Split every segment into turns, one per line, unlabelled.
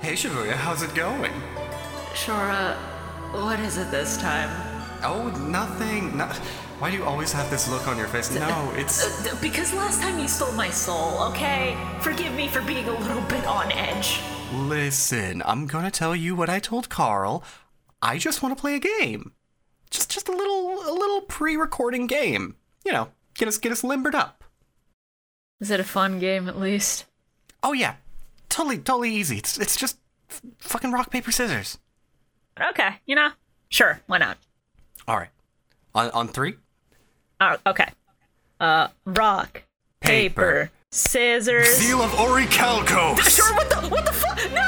Hey, Shibuya, how's it going?
Shora, what is it this time?
Oh, nothing. No- Why do you always have this look on your face? No, it's.
Uh, th- because last time you stole my soul, okay? Forgive me for being a little bit on edge.
Listen, I'm gonna tell you what I told Carl. I just want to play a game. Just, just a little, a little pre-recording game. You know, get us, get us limbered up.
Is it a fun game at least?
Oh yeah, totally, totally easy. It's, it's just f- fucking rock paper scissors.
Okay, you know? Sure, why not?
All right, on on three.
Uh, okay. Uh, rock,
Paper.
paper, scissors.
Seal of Ori Calcos.
Sure, what the, what the fuck? No!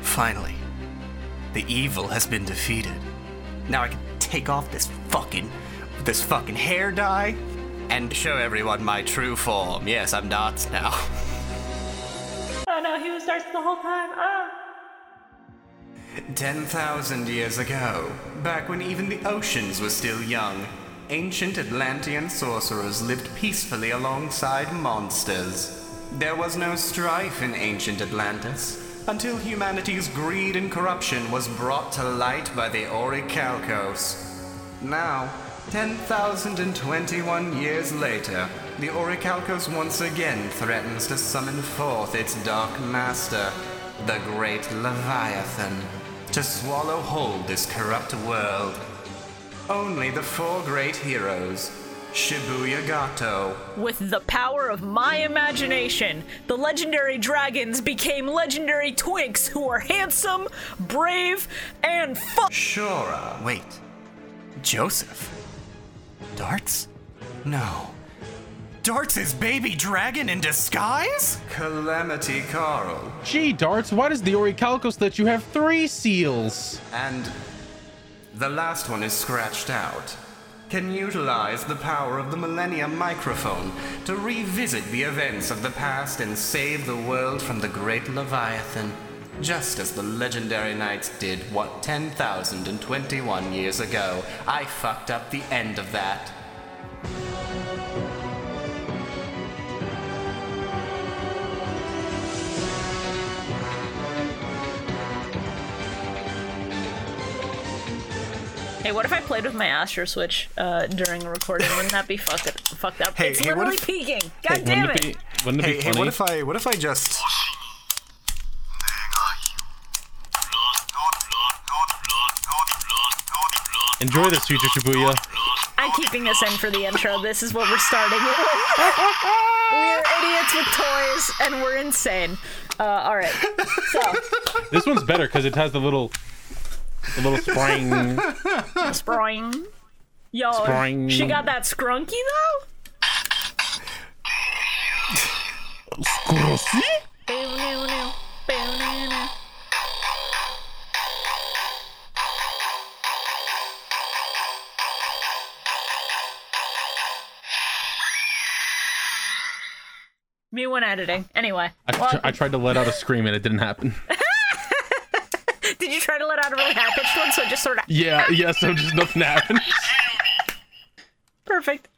Finally, the evil has been defeated. Now I can take off this fucking this fucking hair dye and show everyone my true form. Yes, I'm Darts now.
Oh no, he was darts the whole time. Ah.
10,000 years ago, back when even the oceans were still young, ancient Atlantean sorcerers lived peacefully alongside monsters. There was no strife in ancient Atlantis until humanity's greed and corruption was brought to light by the Orichalcos. Now, 10,021 years later, the Orichalcos once again threatens to summon forth its dark master, the great Leviathan, to swallow whole this corrupt world. Only the four great heroes, Shibuya Gato,
With the power of my imagination, the legendary dragons became legendary twinks who are handsome, brave, and fu-
Shora. Wait. Joseph? Darts? No. Darts is baby dragon in disguise? Calamity Carl.
Gee, Darts, why does the Orichalcos let you have three seals?
And the last one is scratched out. Can utilize the power of the Millennium Microphone to revisit the events of the past and save the world from the great Leviathan, just as the legendary knights did, what, 10,021 years ago. I fucked up the end of that.
Hey, what if I played with my Astro Switch uh, during a recording? Wouldn't that be fucked up? Fucked up?
Hey,
it's
hey, what
literally
if-
peeking. God damn
wouldn't
it!
it be, wouldn't it be funny?
I what if I just
Enjoy this future, Shibuya.
I'm keeping this in for the intro. This is what we're starting with. we're idiots with toys, and we're insane. Uh, all right. So
This one's better because it has the little, the little spring.
spring. Yo,
Spring.
she got that scrunky though. Me when editing. Anyway,
I, tr-
welcome-
I tried to let out a scream and it didn't happen.
did you try to let out a really high pitched one? So it just sort of
Yeah, yeah. So just nothing happened.
perfect.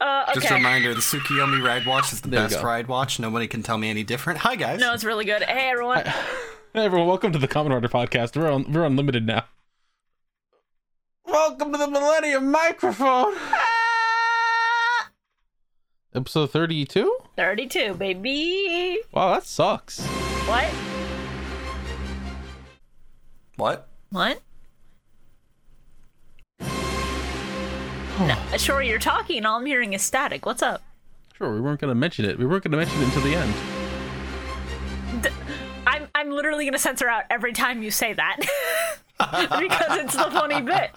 Uh, okay.
just a reminder the Tsukiyomi ride watch is the
There you
best
go.
ride watch. Nobody can tell me any different. Hi guys.
no, it's really good. Hey everyone.
Hey everyone, welcome to the Common Rider podcast. We're on, we're unlimited now. Welcome to the Millennium Microphone.
Ah!
Episode thirty-two.
32, baby.
Wow, that sucks.
What?
What?
What? no, sure, you're talking and all I'm hearing is static. What's up?
Sure, we weren't gonna mention it. We weren't gonna mention it until the end.
I'm, I'm literally going to censor out every time you say that because it's the funny bit.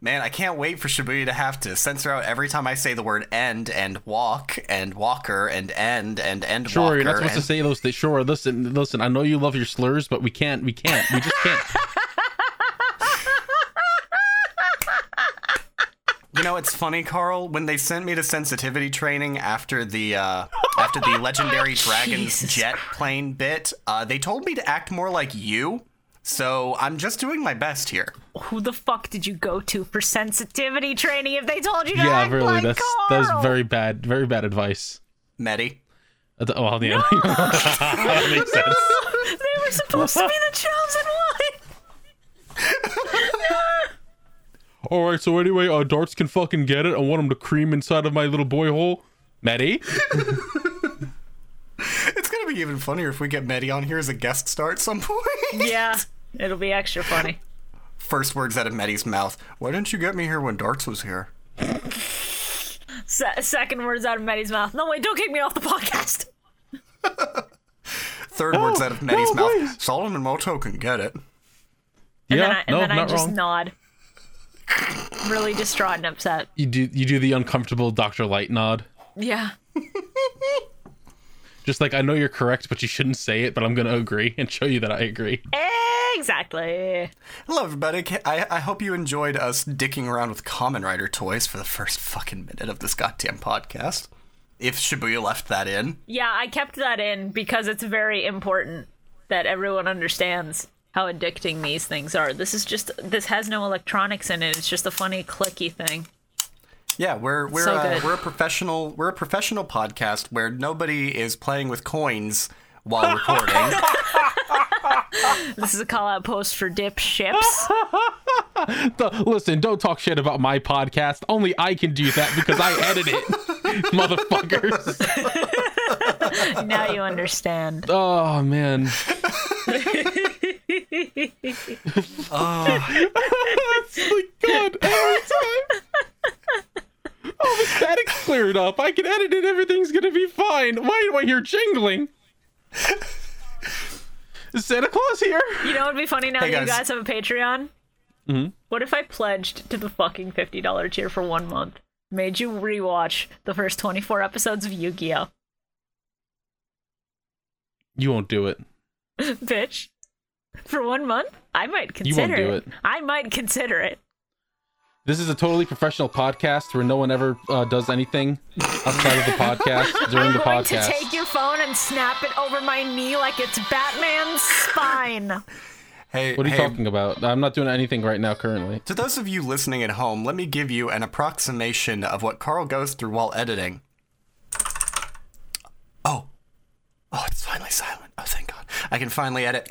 Man, I can't wait for Shibuya to have to censor out every time I say the word end and walk and walker and end and end
Sure,
walker.
you're not supposed
and-
to say those things. Sure, listen, listen. I know you love your slurs, but we can't. We can't. We just can't.
You know, it's funny, Carl. When they sent me to sensitivity training after the uh, after the legendary dragons
Jesus
jet plane bit, uh, they told me to act more like you. So I'm just doing my best here.
Who the fuck did you go to for sensitivity training if they told you to
yeah,
act
really.
like
That's
Carl?
that's very bad. Very bad advice.
Medi.
Uh, th- Well, yeah, that makes sense.
they were supposed to be the chosen one.
All right, so anyway, uh, darts can fucking get it. I want them to cream inside of my little boy hole. Maddie,
It's gonna be even funnier if we get Medi on here as a guest star at some point.
Yeah, it'll be extra funny.
First words out of Medi's mouth. Why didn't you get me here when Darts was here?
Se- second words out of Maddie's mouth. No, wait, don't kick me off the podcast.
Third words
No,
out of Medi's
no,
mouth.
please.
Solomon Moto can get it.
And
yeah,
then I, and
no,
then I
not
just
wrong.
nod. Really distraught and upset.
you do you do the uncomfortable Doctor Light nod.
Yeah.
Just like I know you're correct, but you shouldn't say it. But I'm gonna agree and show you that I agree.
Exactly.
Hello, everybody. Ca- I, I hope you enjoyed us dicking around with Common Rider toys for the first fucking minute of this goddamn podcast. If Shibuya left that in,
Yeah, I kept that in because it's very important that everyone understands how addicting these things are. This is just this has no electronics in it. It's just a funny clicky thing.
yeah, we're we're
So
uh,
good.
we're a professional we're a professional podcast where nobody is playing with coins while recording.
This is a call out post for dip ships.
The, listen, don't talk shit about my podcast. Only I can do that because I edit it, motherfuckers.
now you understand.
Oh man. That's like God every time. All the static's cleared up. I can edit it. Everything's gonna be fine. Why do I hear jingling? Is Santa Claus here?
You know what would be funny now
Hey,
that you
guys.
guys have a Patreon? Mm-hmm. What if I pledged to the fucking $50 tier for one month? Made you rewatch the first 24 episodes of Yu Gi Oh!
You won't do it.
Bitch. For one month? I might
You
consider
won't do it.
I might consider it.
This is a totally professional podcast where no one ever uh, does anything outside of the podcast during
I'm
the
going
podcast.
to take your phone and snap it over my knee like it's Batman's spine.
hey,
What are you
hey,
talking about? I'm not doing anything right now currently.
To those of you listening at home, let me give you an approximation of what Carl goes through while editing. Oh. Oh, it's finally silent. Oh, thank God. I can finally edit.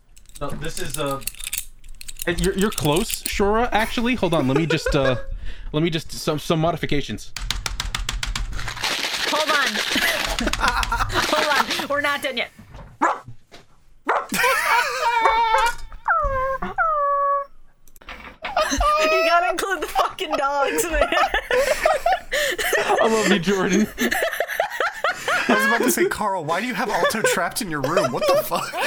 No, this is uh, a. You're, you're close, Shura. Actually, hold on. Let me just uh, let me just some some modifications.
Hold on. Hold on. We're not done yet. you gotta include the fucking dogs, man.
I love you, Jordan.
I was about to say, Carl, why do you have Alto trapped in your room? What the fuck?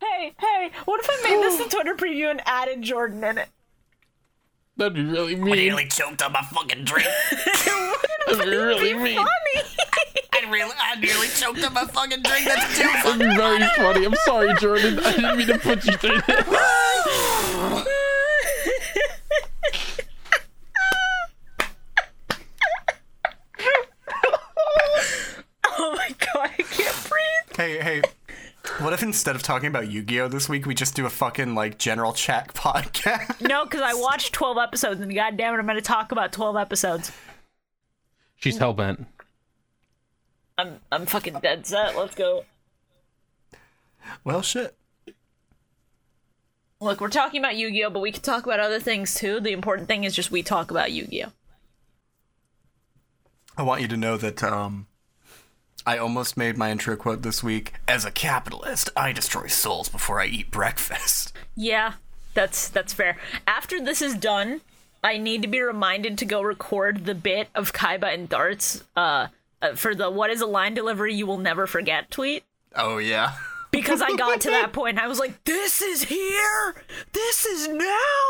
Hey, hey, what if I made this the Twitter preview and added Jordan in it?
That'd be really mean.
choked on my fucking drink.
That'd be really mean.
I, really, I nearly choked on my fucking drink. That's too
That'd be very funny. I'm sorry, Jordan. I didn't mean to put you through this.
Oh my god, I can't breathe.
Hey, hey. What if instead of talking about Yu-Gi-Oh this week, we just do a fucking like general chat podcast?
No, because I watched 12 episodes, and goddamn it, I'm gonna talk about 12 episodes.
She's hell bent.
I'm, I'm fucking dead set. Let's go.
well, shit.
Look, we're talking about Yu-Gi-Oh, but we could talk about other things too. The important thing is just we talk about Yu-Gi-Oh.
I want you to know that um, I almost made my intro quote this week. As a capitalist, I destroy souls before I eat breakfast.
Yeah, that's that's fair. After this is done, I need to be reminded to go record the bit of Kaiba and Darts uh, uh, for the "What is a line delivery you will never forget" tweet.
Oh yeah.
Because I got to that point, I was like, "This is here, this is now,"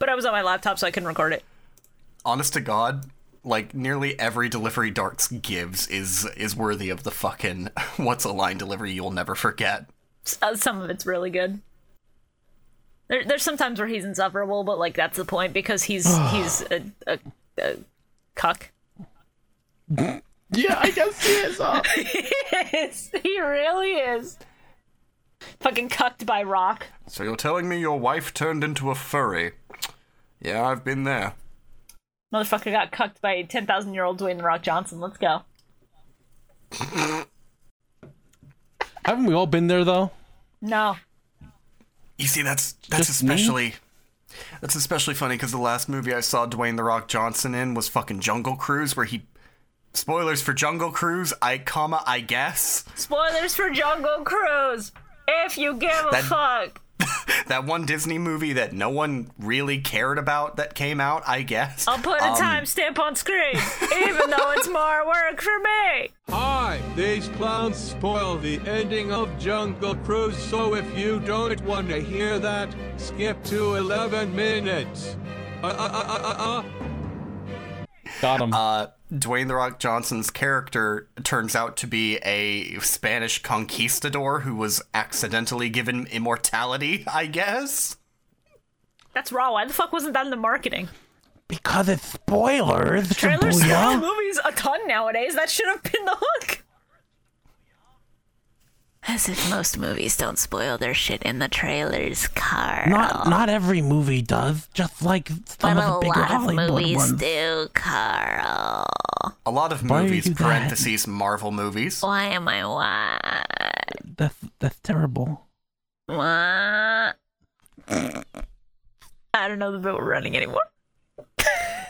but I was on my laptop, so I couldn't record it.
Honest to God, like nearly every delivery Darts gives is is worthy of the fucking what's a line delivery you'll never forget.
S- uh, some of it's really good. There, there's sometimes where he's insufferable, but like that's the point because he's he's a, a, a cuck.
Yeah, I can see it. so-
is. He really is. Fucking cucked by Rock.
So you're telling me your wife turned into a furry? Yeah, I've been there.
Motherfucker got cucked by 10,000 year old Dwayne The Rock Johnson. Let's go.
Haven't we all been there though?
No.
You see, that's that's
Just me?
especially that's especially funny because the last movie I saw Dwayne the Rock Johnson in was fucking Jungle Cruise, where he spoilers for Jungle Cruise. I comma I guess
Spoilers for Jungle Cruise! If you give a
That-
fuck!
that one Disney movie that no one really cared about that came out. I guess
I'll put a timestamp on screen, even though it's more work for me!
Hi, these clowns spoil the ending of Jungle Cruise, so if you don't want to hear that, skip to 11 minutes. Uh, uh, uh, uh, uh, uh.
Got him.
uh, Dwayne the Rock Johnson's character turns out to be a Spanish conquistador who was accidentally given immortality. I guess.
That's raw. Why the fuck wasn't that in the marketing?
because it's spoilers.
Trailers for movies a ton nowadays. That should have been the hook.
As if most movies don't spoil their shit in the trailers, Carl.
Not not every movie does. Just like
but
some of
a
the bigger
lot of
Hollywood
movies
ones.
do, Carl.
A lot of
Why do you
movies,
do that?
parentheses, Marvel movies.
Why am I why?
That's that's terrible.
Why?
I don't know the bit we're running anymore.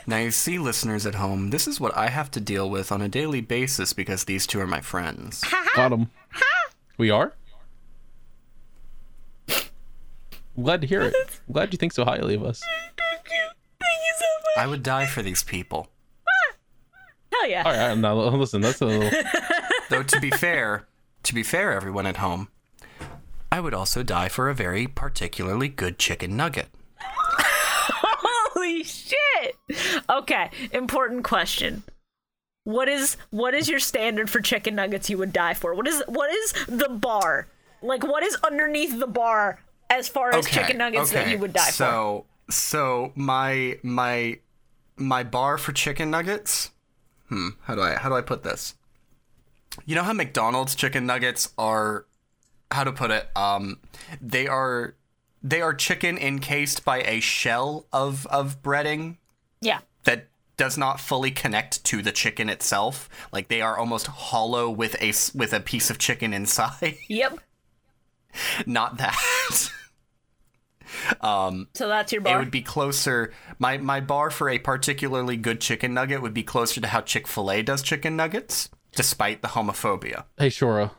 Now, you see, listeners at home, this is what I have to deal with on a daily basis because these two are my friends.
Got him. We are. Glad to hear it. Glad you think so highly of us.
I would die for these people.
Hell yeah.
All right, now listen. That's a little.
Though, to be fair, to be fair, everyone at home, I would also die for a very particularly good chicken nugget.
Holy shit. Okay, important question. What is what is your standard for chicken nuggets you would die for? What is what is the bar? Like what is underneath the bar as far as chicken nuggets that you would die for?
so, for. So, my my my bar for chicken nuggets. Hmm. How do I how do I put this? You know how McDonald's chicken nuggets are how to put it um they are they are chicken encased by a shell of of breading
Yeah.
that does not fully connect to the chicken itself like they are almost hollow with a s- with a piece of chicken inside
Yep.
not that um
So that's your
it
bar.
would be closer my my bar for a particularly good chicken nugget would be closer to how chick-fil-a does chicken nuggets despite the homophobia
Hey, Shora,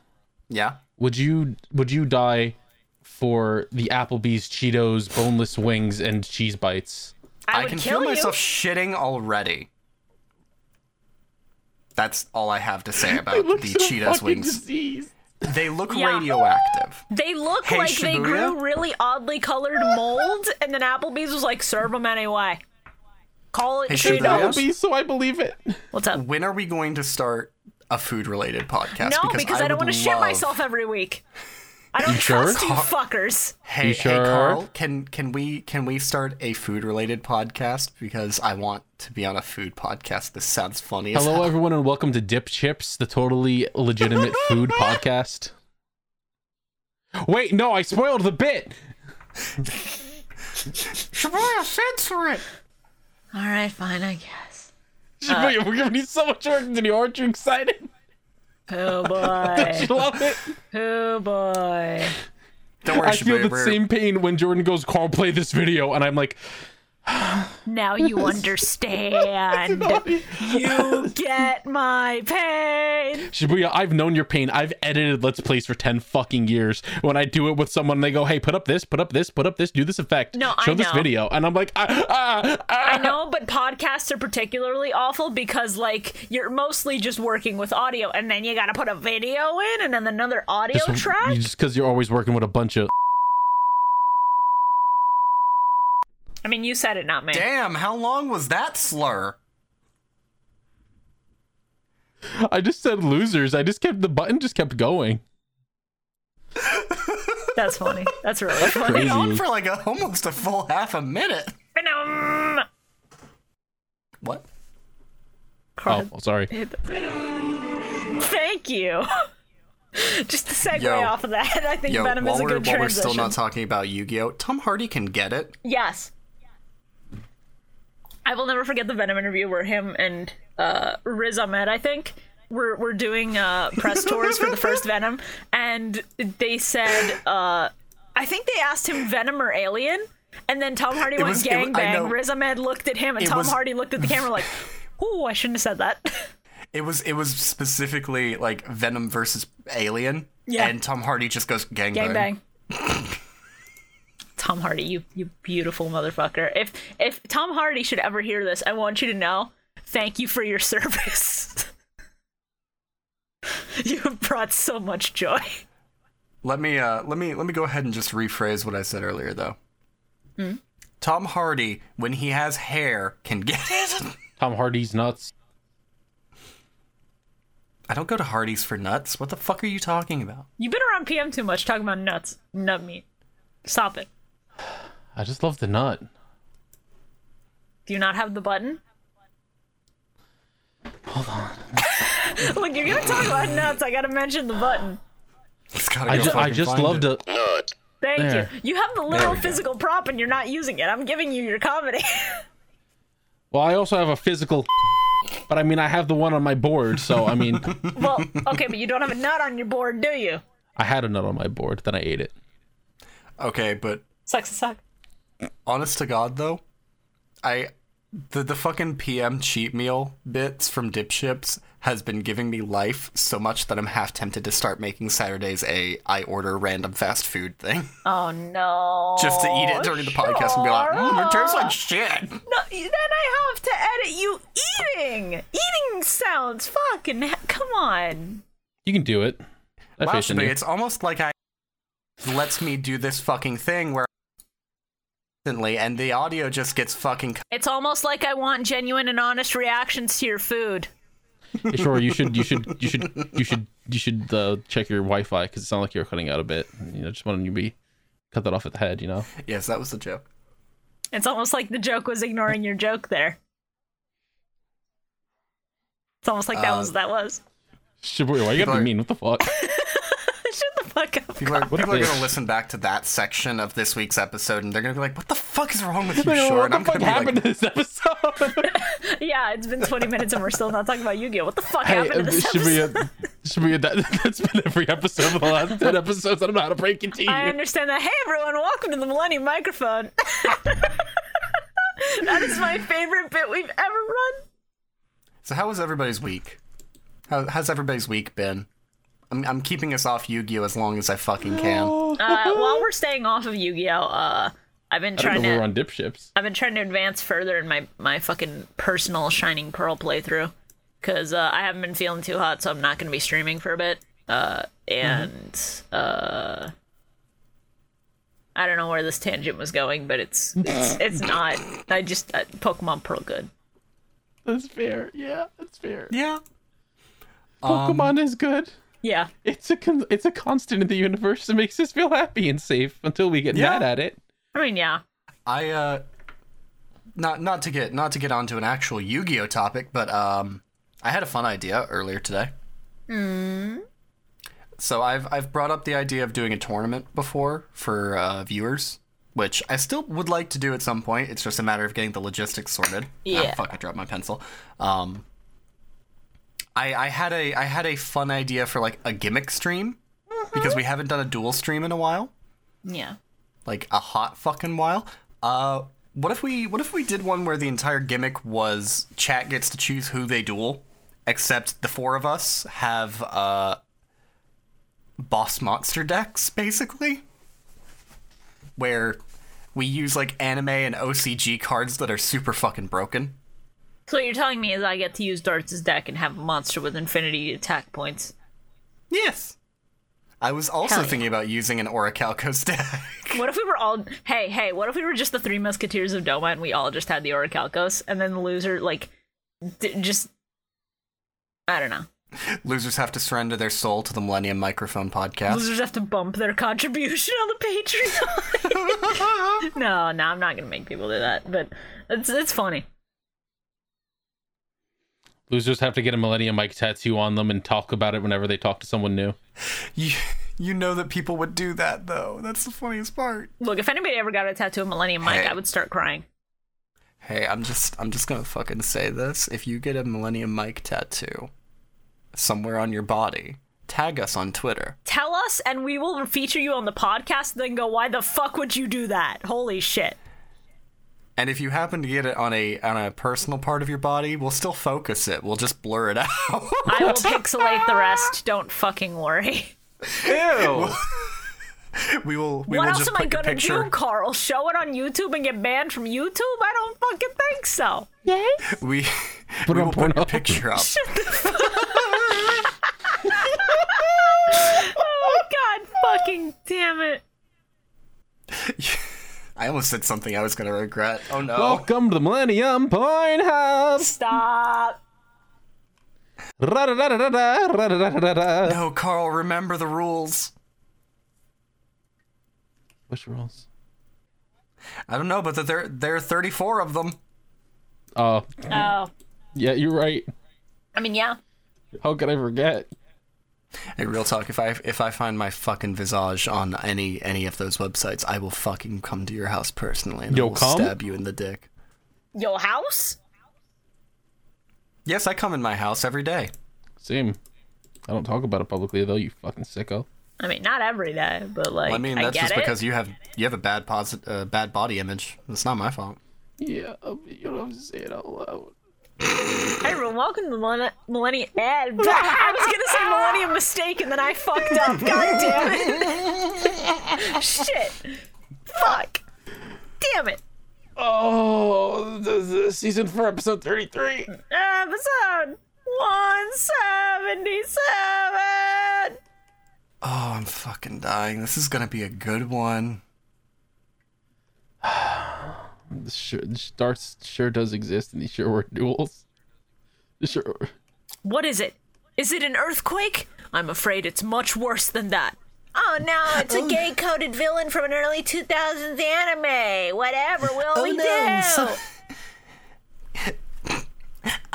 yeah
would you would you die for the Applebee's Cheetos boneless wings and cheese bites?
I,
I
would
can
kill
feel
you.
myself shitting already. That's all I have to say about the Cheetos wings. They look
Yeah.
radioactive.
They look
Hey,
like they
Shibuya?
grew really oddly colored molds, and then Applebee's was like, serve them anyway. Call it
Hey,
Cheetos.
Shibuya?
so I believe it.
What's up?
When are we going to start a food related podcast?
no, because, I, don't
would
want to shit
love-
myself every week. I don't
sure?
trust you fuckers.
Hey,
You
hey
sure?
Carl, can can we can we start a food related podcast? Because I want to be on a food podcast. This sounds funny as
Hello,
hell.
everyone, and welcome to Dip Chips, the totally legitimate food podcast. Wait, no, I spoiled the bit.
Shibuya, censor it.
All right, fine, I guess.
Shibuya, we're giving you so much work to do. Aren't you excited?
Oh boy.
You love it.
Oh boy.
Don't worry,
I feel
Shibuya.
the
we're-
same pain when Jordan goes, "Carl, play this video," and I'm like,
Now you understand. you get my pain.
Shibuya, I've known your pain. I've edited Let's Plays for 10 fucking years. When I do it with someone, they go, hey, put up this, put up this, put up this, do this effect.
No, I
Show this
know.
video. And I'm like, ah, ah, ah.
I know, but podcasts are particularly awful because, like, you're mostly just working with audio, and then you gotta put a video in, and then another audio
Just-
track.
you- Just because you're always working with a bunch of.
I mean, you said it, not me.
Damn, how long was that slur?
I just said losers. I just kept the button, just kept going.
That's funny. That's really funny.
Been on
Crazy.
for like a, almost a full half a minute.
Venom.
What?
Oh, sorry.
Thank you. Just to segue
Yo.
off of that, I think
Yo,
Venom
while,
is a
we're,
good
while we're still
transition.
not talking about Yu Gi Oh!, Tom Hardy can get it.
yes. I will never forget the Venom interview where him and uh, Riz Ahmed, I think, were were doing uh, press tours for the first Venom, and they said, uh, I think they asked him Venom or Alien, and then Tom Hardy went
was- it was- I know.
gangbang. Riz Ahmed looked at him, and
It
Tom
was-
Hardy looked at the camera like, "Ooh, I shouldn't have said that."
It was it was specifically like Venom versus Alien.
Yeah.
And Tom Hardy just goes gangbang.
Gang bang. Tom Hardy, you you beautiful motherfucker. If if Tom Hardy should ever hear this, I want you to know, thank you for your service. you have brought so much joy.
Let me uh let me let me go ahead and just rephrase what I said earlier though. Tom Hardy, when he has hair, can get it.
Tom Hardy's nuts.
I don't go to Hardy's for nuts. What the fuck are you talking about?
You've been around PM too much talking about nuts, nut meat. Stop it.
I just love the nut.
Do you not have the button? Hold on. Look, you're gonna talk about nuts. I gotta mention the button.
He's gotta
I,
go
ju- I
fucking
just
find
love
it.
the.
Thank
There.
you. You have the literal
we go.
physical prop and you're not using it. I'm giving you your comedy.
Well, I also have a physical, but I mean, I have the one on my board. So I mean,
Well, okay, but you don't have a nut on your board, do you?
I had a nut on my board, then I ate it.
Okay, but
Sucks to suck.
honest to god though, I the the fucking PM cheat meal bits from Dip Ships has been giving me life so much that I'm half tempted to start making Saturdays a I order random fast food thing.
Oh no.
just to eat it during the podcast and be like,
sure.
mm, it tastes like shit.
No, then I have to edit you eating. Eating sounds fucking. He- come on.
You can do it. I
Wow,
faith in
Shabby,
you.
it's almost like I lets me do this fucking thing where instantly and the audio just gets fucking cut.
It's almost like I want genuine and honest reactions to your food.
Sure, you should, you should, you should, you should, you should uh, check your Wi-Fi because it sounded like you were cutting out a bit. You know, just wanted you to be cut that off at the head. You know,
Yes, that was the joke.
It's almost like the joke was ignoring your joke there. It's almost like that
Uh,
was that was.
Shibuya, why you gotta be
Sorry.
mean? What the fuck?
Shut the fuck up.
People are,
What
people are
the-
gonna listen back to that section of this week's episode and they're gonna be like, "What the fuck is wrong with you,
Man,
Short?"
what the
I'm
fuck
gonna be
happened
like,
to this episode?
Yeah, it's been 20 minutes and we're still not talking about Yu-Gi-Oh. What the fuck
hey,
happened to
uh,
this episode?
Shibuya, Shibuya, that, that's been every episode for the last ten episodes. I don't know how to break it to you.
I understand that. Hey everyone, welcome to the Millennium Microphone. that is my favorite bit we've ever run.
so, how was everybody's week? How, how's everybody's week been? I'm, I'm keeping us off Yu-Gi-Oh as long as I fucking can.
Uh, while we're staying off of Yu-Gi-Oh, uh, I've been
I
trying
don't know if we
to
were on dip ships.
I've been trying to advance further in my my fucking personal Shining Pearl playthrough because uh, I haven't been feeling too hot, so I'm not gonna be streaming for a bit. Uh, and
Mm-hmm.
uh, I don't know where this tangent was going, but it's it's it's not. I just uh, Pokemon Pearl good.
That's fair. Yeah, that's fair.
Yeah.
Um,
Pokemon is good.
Yeah.
It's a con- it's a constant in the universe that makes us feel happy and safe until we get
Yeah.
mad at it.
I mean, yeah.
I uh not not to get not to get onto an actual Yu-Gi-Oh topic, but um I had a fun idea earlier today. Mm. So I've I've brought up the idea of doing a tournament before for uh, viewers, which I still would like to do at some point. It's just a matter of getting the logistics sorted.
Yeah.
Ah, fuck, I dropped my pencil. Um I I had a I had a fun idea for like a gimmick stream because we haven't done a dual stream in a while
Yeah.
like a hot fucking while. Uh, what if we what if we did one where the entire gimmick was chat gets to choose who they duel, except the four of us have uh, boss monster decks basically, where we use like anime and OCG cards that are super fucking broken.
So what you're telling me is I get to use Darts' deck and have a monster with infinity attack points.
Yes. I was also
Hell yeah.
thinking about using an Oracalcos deck.
What if we were all hey, hey, what if we were just the three musketeers of Doma and we all just had the Orichalcos and then the loser like d- just I don't know.
Losers have to surrender their soul to the Millennium Microphone podcast.
Losers have to bump their contribution on the Patreon. no, no, I'm not gonna make people do that, but it's it's funny.
Losers have to get a Millennium Mike tattoo on them and talk about it whenever they talk to someone new.
You, you know that people would do that though. That's the funniest part.
Look, if anybody ever got a tattoo of Millennium Mike,
Hey.
I would start crying.
Hey, I'm just I'm just gonna fucking say this. If you get a Millennium Mike tattoo somewhere on your body, tag us on Twitter.
Tell us, and we will feature you on the podcast. Then go, why the fuck would you do that? Holy shit!
And if you happen to get it on a on a personal part of your body, we'll still focus it. We'll just blur it out.
I will pixelate the rest. Don't fucking worry.
Ew.
we will we
what
will
else
just
am I
put your
gonna
picture.
do, Carl? Show it on YouTube and get banned from YouTube? I don't fucking think so.
We
Put it
we
on
will put your
Pornhub.
picture up.
Oh god, fucking damn it!
I almost said something I was gonna regret. Oh no.
Welcome to the Millennium Point House.
Stop.
Ra-da-da-da-da-da, ra-da-da-da-da-da.
No, Carl, remember the rules.
Which rules?
I don't know, but that there there are 34 of them.
Uh,
Oh,
Oh,
yeah, you're right.
I mean, yeah.
How could I forget?
Hey, real talk. If I if I find my fucking visage on any any of those websites, I will fucking come to your house personally and I
You'll
will
come?
stab you in the dick.
Your house?
Yes, I come in my house every day.
Same. I don't talk about it publicly though. You fucking sicko.
I mean, not every day, but like,
I mean,
I
that's
get
just
it.
because you have you have a bad posit- uh, bad body image. It's not my fault.
Yeah, I mean, you don't have to say it out loud.
Hey everyone, welcome to Millenni- Millennium. I was gonna say Millennium Mistake, and then I fucked up. God damn it! Shit! Fuck! Damn it!
Oh, the, the season four, episode thirty-three.
Episode one seventy-seven.
Oh, I'm fucking dying. This is gonna be a good one.
This Sure, Darts sure does exist in these sure word duels. Sure.
What is it? Is it an earthquake? I'm afraid it's much worse than that. Oh no, it's a gay coded villain from an early 2000s anime. Whatever will we do?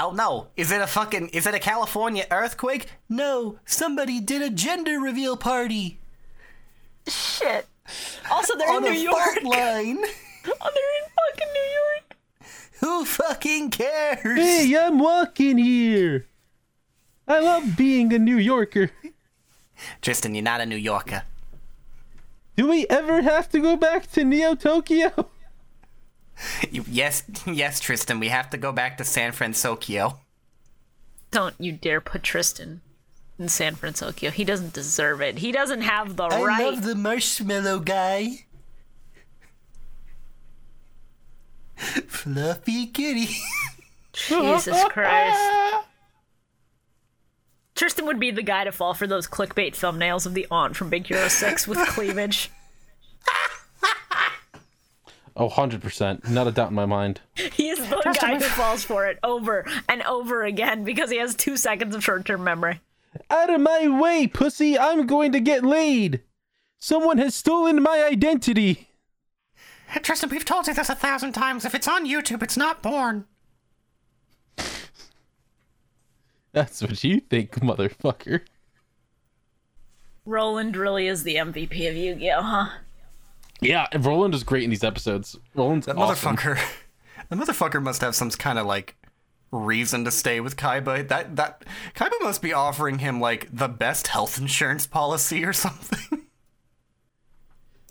Oh no! Is it a fucking is it a California earthquake? No, somebody did a gender reveal party
Shit. Also, they're in New York.
line.
Oh, they're in fucking New York.
Who fucking cares?
I'm walking here. I love being a New Yorker.
Tristan, you're not a New Yorker.
Do we ever have to go back to Neo Tokyo?
You, yes, yes, Tristan, we have to go back to San Francisco.
Don't you dare put Tristan in San Francisco. He doesn't deserve it. He doesn't have the right.
the marshmallow guy. Fluffy kitty.
Jesus Christ. Tristan would be the guy to fall for those clickbait thumbnails of the aunt from Big Hero 6 with cleavage.
Oh, 100%. Not a doubt in my mind.
He is the guy who falls for it over and over again because he has two seconds of short term memory.
Out of my way, pussy! I'm going to get laid! Someone has stolen my identity!
Tristan, we've told you this a thousand times. If it's on YouTube, it's not porn.
That's what you think, motherfucker.
Roland really is the MVP of Yu Gi Oh, huh?
Yeah, and Roland is great in these episodes. Roland's
That
awesome.
motherfucker. The motherfucker must have some kind of like reason to stay with Kaiba. That that Kaiba must be offering him like the best health insurance policy or something.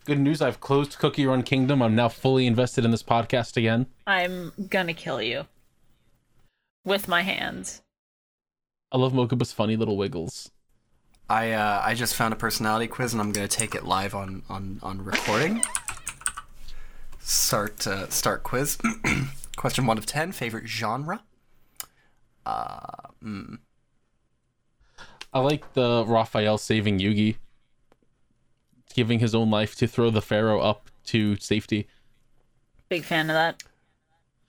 Good news, I've closed Cookie Run Kingdom. I'm now fully invested in this podcast again.
I'm gonna kill you with my hands.
I love Mokuba's funny little wiggles.
I uh, I just found a personality quiz and I'm gonna take it live on on on recording. Start uh, start quiz. Question one of ten. Favorite genre?
I like the Raphael saving Yugi, giving his own life to throw the Pharaoh up to safety.
Big fan of that.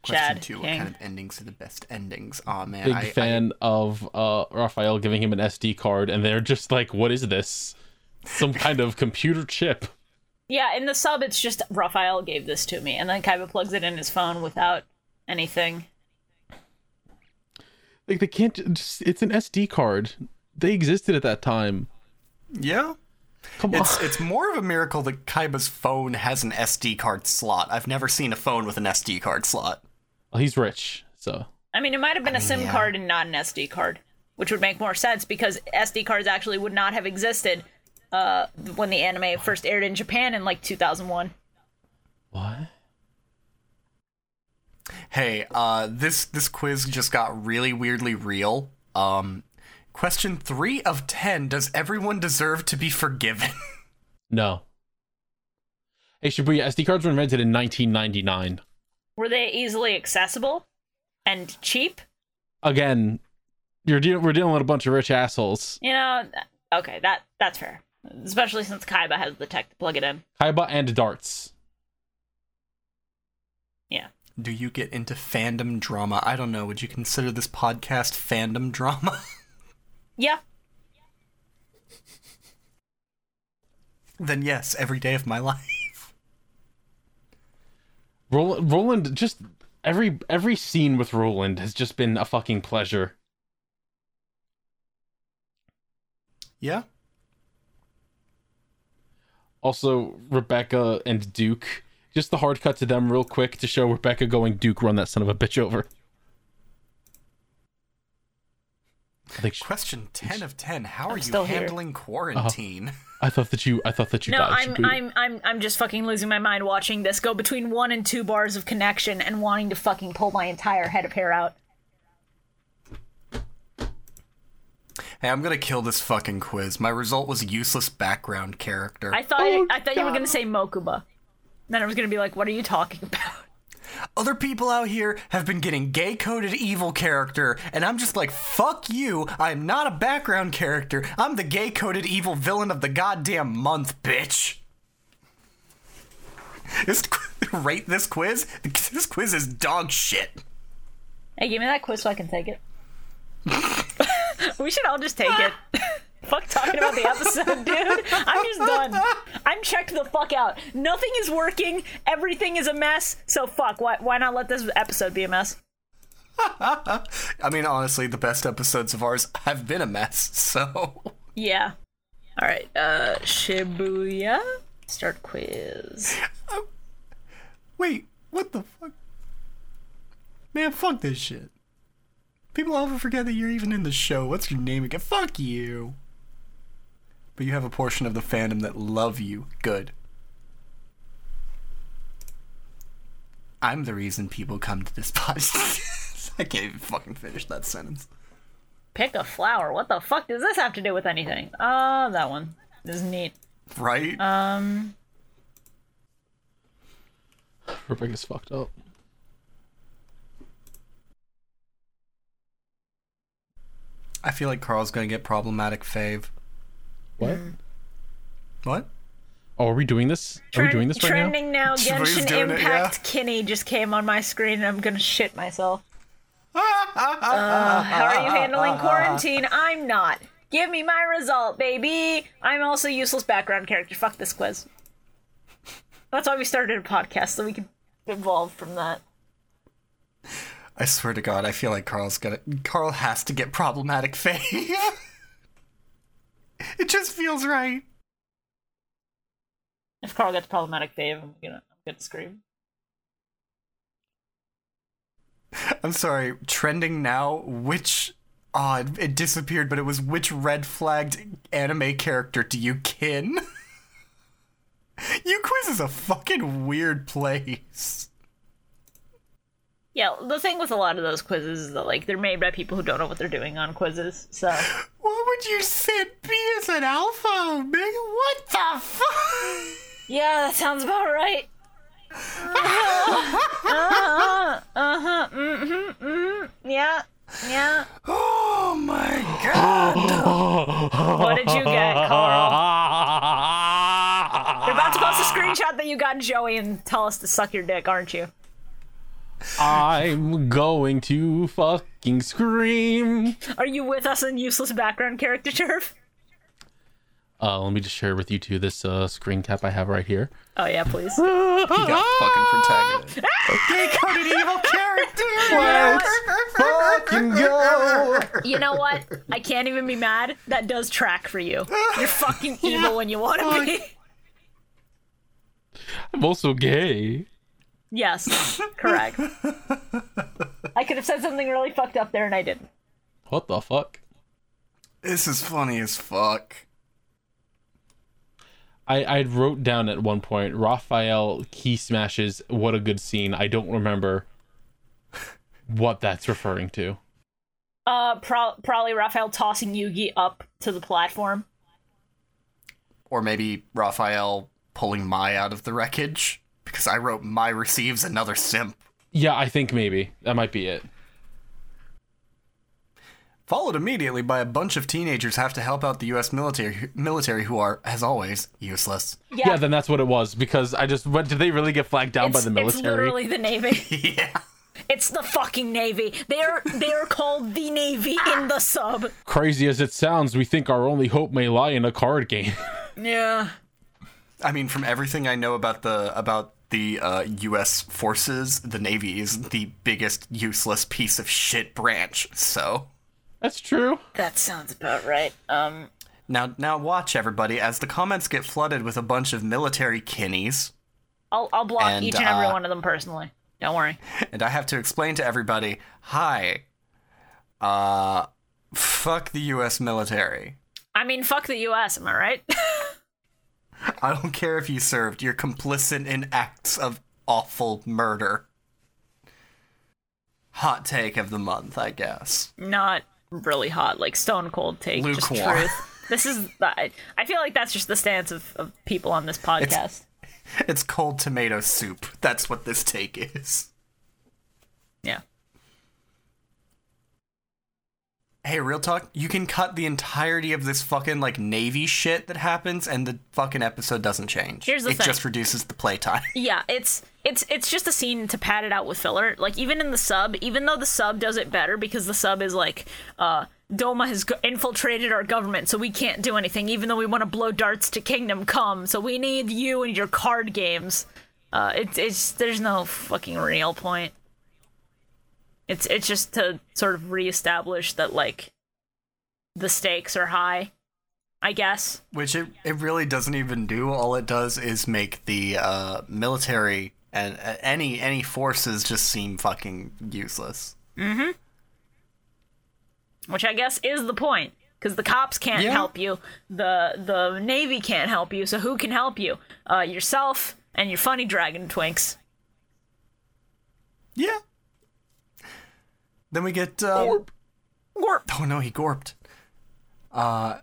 Question
Chad
two. What
King.
kind of endings are the best endings? Oh man,
Big
I, I-
fan of uh, Raphael giving him an SD card, and they're just like, "What is this? Some kind of computer chip?"
Yeah, in the sub, it's just Raphael gave this to me, and then Kaiba plugs it in his phone without anything.
Like they can't. ju- Just, it's an SD card. They existed at that time.
yeah.
Come on.
It's it's more of a miracle that Kaiba's phone has an SD card slot. I've never seen a phone with an SD card slot.
Well, he's rich, so
I mean, it might have been a SIM card and not an SD card, which would make more sense because SD cards actually would not have existed uh, when the anime first aired in Japan in like 2001.
what?
Hey, uh, this this quiz just got really weirdly real. Um, question three of ten: Does everyone deserve to be forgiven?
No. Hey, Shibuya, SD cards were invented in 1999.
Were they easily accessible and cheap?
Again, you're deal we're dealing with a bunch of rich assholes.
You know, th- okay, that that's fair. Especially since Kaiba has the tech to plug it in.
Kaiba and darts.
Yeah.
Do you get into fandom drama? I don't know. Would you consider this podcast fandom drama?
Yeah.
then yes, every day of my life.
Rol- Roland, just every every scene with Roland has just been a fucking pleasure.
Yeah.
Also, Rebecca and Duke. Just the hard cut to them real quick to show Rebecca going Duke run that son of a bitch over. I think she-
Question ten of ten: How are you
still here. Uh-huh.
handling quarantine?
I thought that you I thought that you
No,
died.
I'm
Shibuya.
I'm I'm I'm just fucking losing my mind watching this go between one and two bars of connection and wanting to fucking pull my entire head of hair out.
Hey, I'm gonna kill this fucking quiz. My result was useless background character.
I thought I thought you were gonna say Mokuba. Then I was gonna be like, what are you talking about?
Other people out here have been getting gay coded evil character, and I'm just like, fuck you. I'm not a background character. I'm the gay coded evil villain of the goddamn month, bitch. This qu- rate this quiz. This quiz is dog shit.
Hey, give me that quiz so I can take it. we should all just take it. fuck talking about the episode, dude. I'm just done. I'm checked the fuck out. Nothing is working. Everything is a mess. So fuck. Why why not let this episode be a mess?
I mean, honestly, the best episodes of ours have been a mess. So
Yeah. All right. Uh, Shibuya. Start quiz.
wait, what the fuck? Man, fuck this shit. People often forget that you're even in the show. What's your name again? Fuck you. But you have a portion of the fandom that love you. Good. I'm the reason people come to this podcast. I can't even fucking finish that sentence.
Pick a flower. What the fuck does this have to do with anything? Uh, that one is neat.
Right?
Um,
Rebecca's fucked up.
I feel like Carl's gonna get problematic fave.
What?
What?
Oh, are we doing this? Are we
trend-
doing this right now?
trending now?
Shibuya's
Genshin
doing it,
Impact
yeah.
Kinney just came on my screen, and I'm gonna shit myself. Uh, how are you handling quarantine? I'm not. Give me my result, baby. I'm also useless background character. Fuck this quiz. That's why we started a podcast so we could evolve from that.
I swear to God, I feel like Carl's gonna. Carl has to get problematic fave. it just feels right.
If Carl gets problematic, Dave, I'm gonna, I'm gonna scream.
I'm sorry. Trending now. Which? Ah, it, it disappeared, but it was which red flagged anime character do you kin? you quiz is a fucking weird place.
Yeah, the thing with a lot of those quizzes is that like they're made by people who don't know what they're doing on quizzes. So
What would you set B as an alpha omega? What the fuck?
yeah, that sounds about right. Uh-huh, Uh huh. Uh huh. Mm hmm. Mm hmm. Yeah. Yeah.
Oh my god!
What did you get, Carl? You're about to post a screenshot that you got Joey and tell us to suck your dick, aren't you?
I'm going to fucking scream.
Are you with us in useless background character turf?
Uh, let me just share with you two this uh, screen cap I have right here.
Oh yeah, please.
He got fucking protagonist. Gay coded evil character.
Fucking go!
You know what? I can't even be mad. That does track for you. You're fucking evil when you want to be.
I'm also gay.
Yes, correct. have said something really fucked up there and I didn't.
What the fuck?
This is funny as fuck.
I, I wrote down at one point Raphael key smashes. What a good scene. I don't remember what that's referring to.
Uh, pro- probably Raphael tossing Yugi up to the platform.
Or maybe Raphael pulling Mai out of the wreckage because I wrote Mai receives another simp.
Yeah, I think maybe that might be it.
Followed immediately by a bunch of teenagers have to help out the U.S. military, military who are, as always, useless.
Yeah. then that's what it was because I just went. Did they really get flagged down by
It's-
the military?
It's literally the Navy.
Yeah.
It's the fucking Navy. They're they're called the Navy in the sub.
Crazy as it sounds, we think our only hope may lie in a card game.
Yeah.
I mean, from everything I know about the about the uh, U.S. forces, the Navy is the biggest useless piece of shit branch. So
that's true.
That sounds about right. Um
now, now watch everybody as the comments get flooded with a bunch of military kinnies,
I'll I'll block
And,
each and every
uh,
one of them personally. Don't worry.
and I have to explain to everybody, hi, uh, fuck the U.S. military.
I mean, fuck the US, am I right?
I don't care if you served. You're complicit in acts of awful murder. Hot take of the month, I guess.
Not really hot, like stone cold take, just
Lukewarm.
truth. This is I I feel like that's just the stance of, of people on this podcast.
It's cold tomato soup. That's what this take is.
Yeah.
Hey, real talk, you can cut the entirety of this fucking like navy shit that happens and the fucking episode doesn't change.
Here's the
it
thing.
just reduces the playtime.
Yeah, it's it's it's just a scene to pad it out with filler. Like even in the sub, even though the sub does it better because the sub is like, uh, Doma has go- infiltrated our government, so we can't do anything. Even though we want to blow darts to Kingdom Come, so we need you and your card games. Uh, it's it's there's no fucking real point. It's it's just to sort of reestablish that like, the stakes are high, I guess.
Which it, it really doesn't even do. All it does is make the uh, military and uh, any any forces just seem fucking useless.
which I guess is the point because the cops can't
Yeah.
help you, the the navy can't help you. So who can help you? Uh, yourself and your funny dragon twinks.
Yeah. Then we get uh, Gorp. Oh no, he gorped. Uh,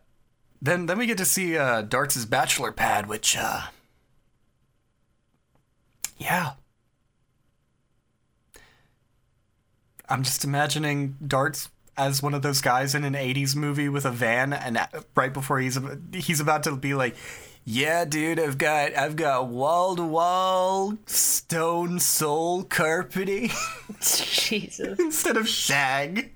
then then we get to see uh, Darts' bachelor pad, which uh, yeah. I'm just imagining Darts as one of those guys in an '80s movie with a van, and uh, right before he's ab- he's about to be like, "Yeah, dude, I've got I've got wall to wall stone soul carpeting."
Jesus,
instead of shag.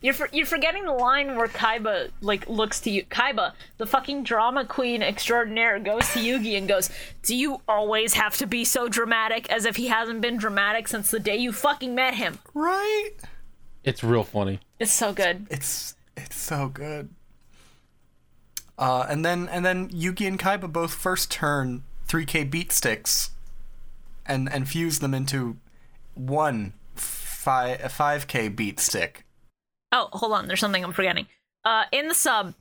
you're for, you're forgetting the line where Kaiba like looks to you. Kaiba, the fucking drama queen extraordinaire, goes to Yugi and goes, "Do you always have to be so dramatic? As if he hasn't been dramatic since the day you fucking met him."
Right?
It's real funny.
It's so good.
It's it's so good. Uh, and then and then Yugi and Kaiba both first turn 3K beat sticks, and and fuse them into one five 5K beat stick.
Oh, hold on. There's something I'm forgetting. Uh, in the sub,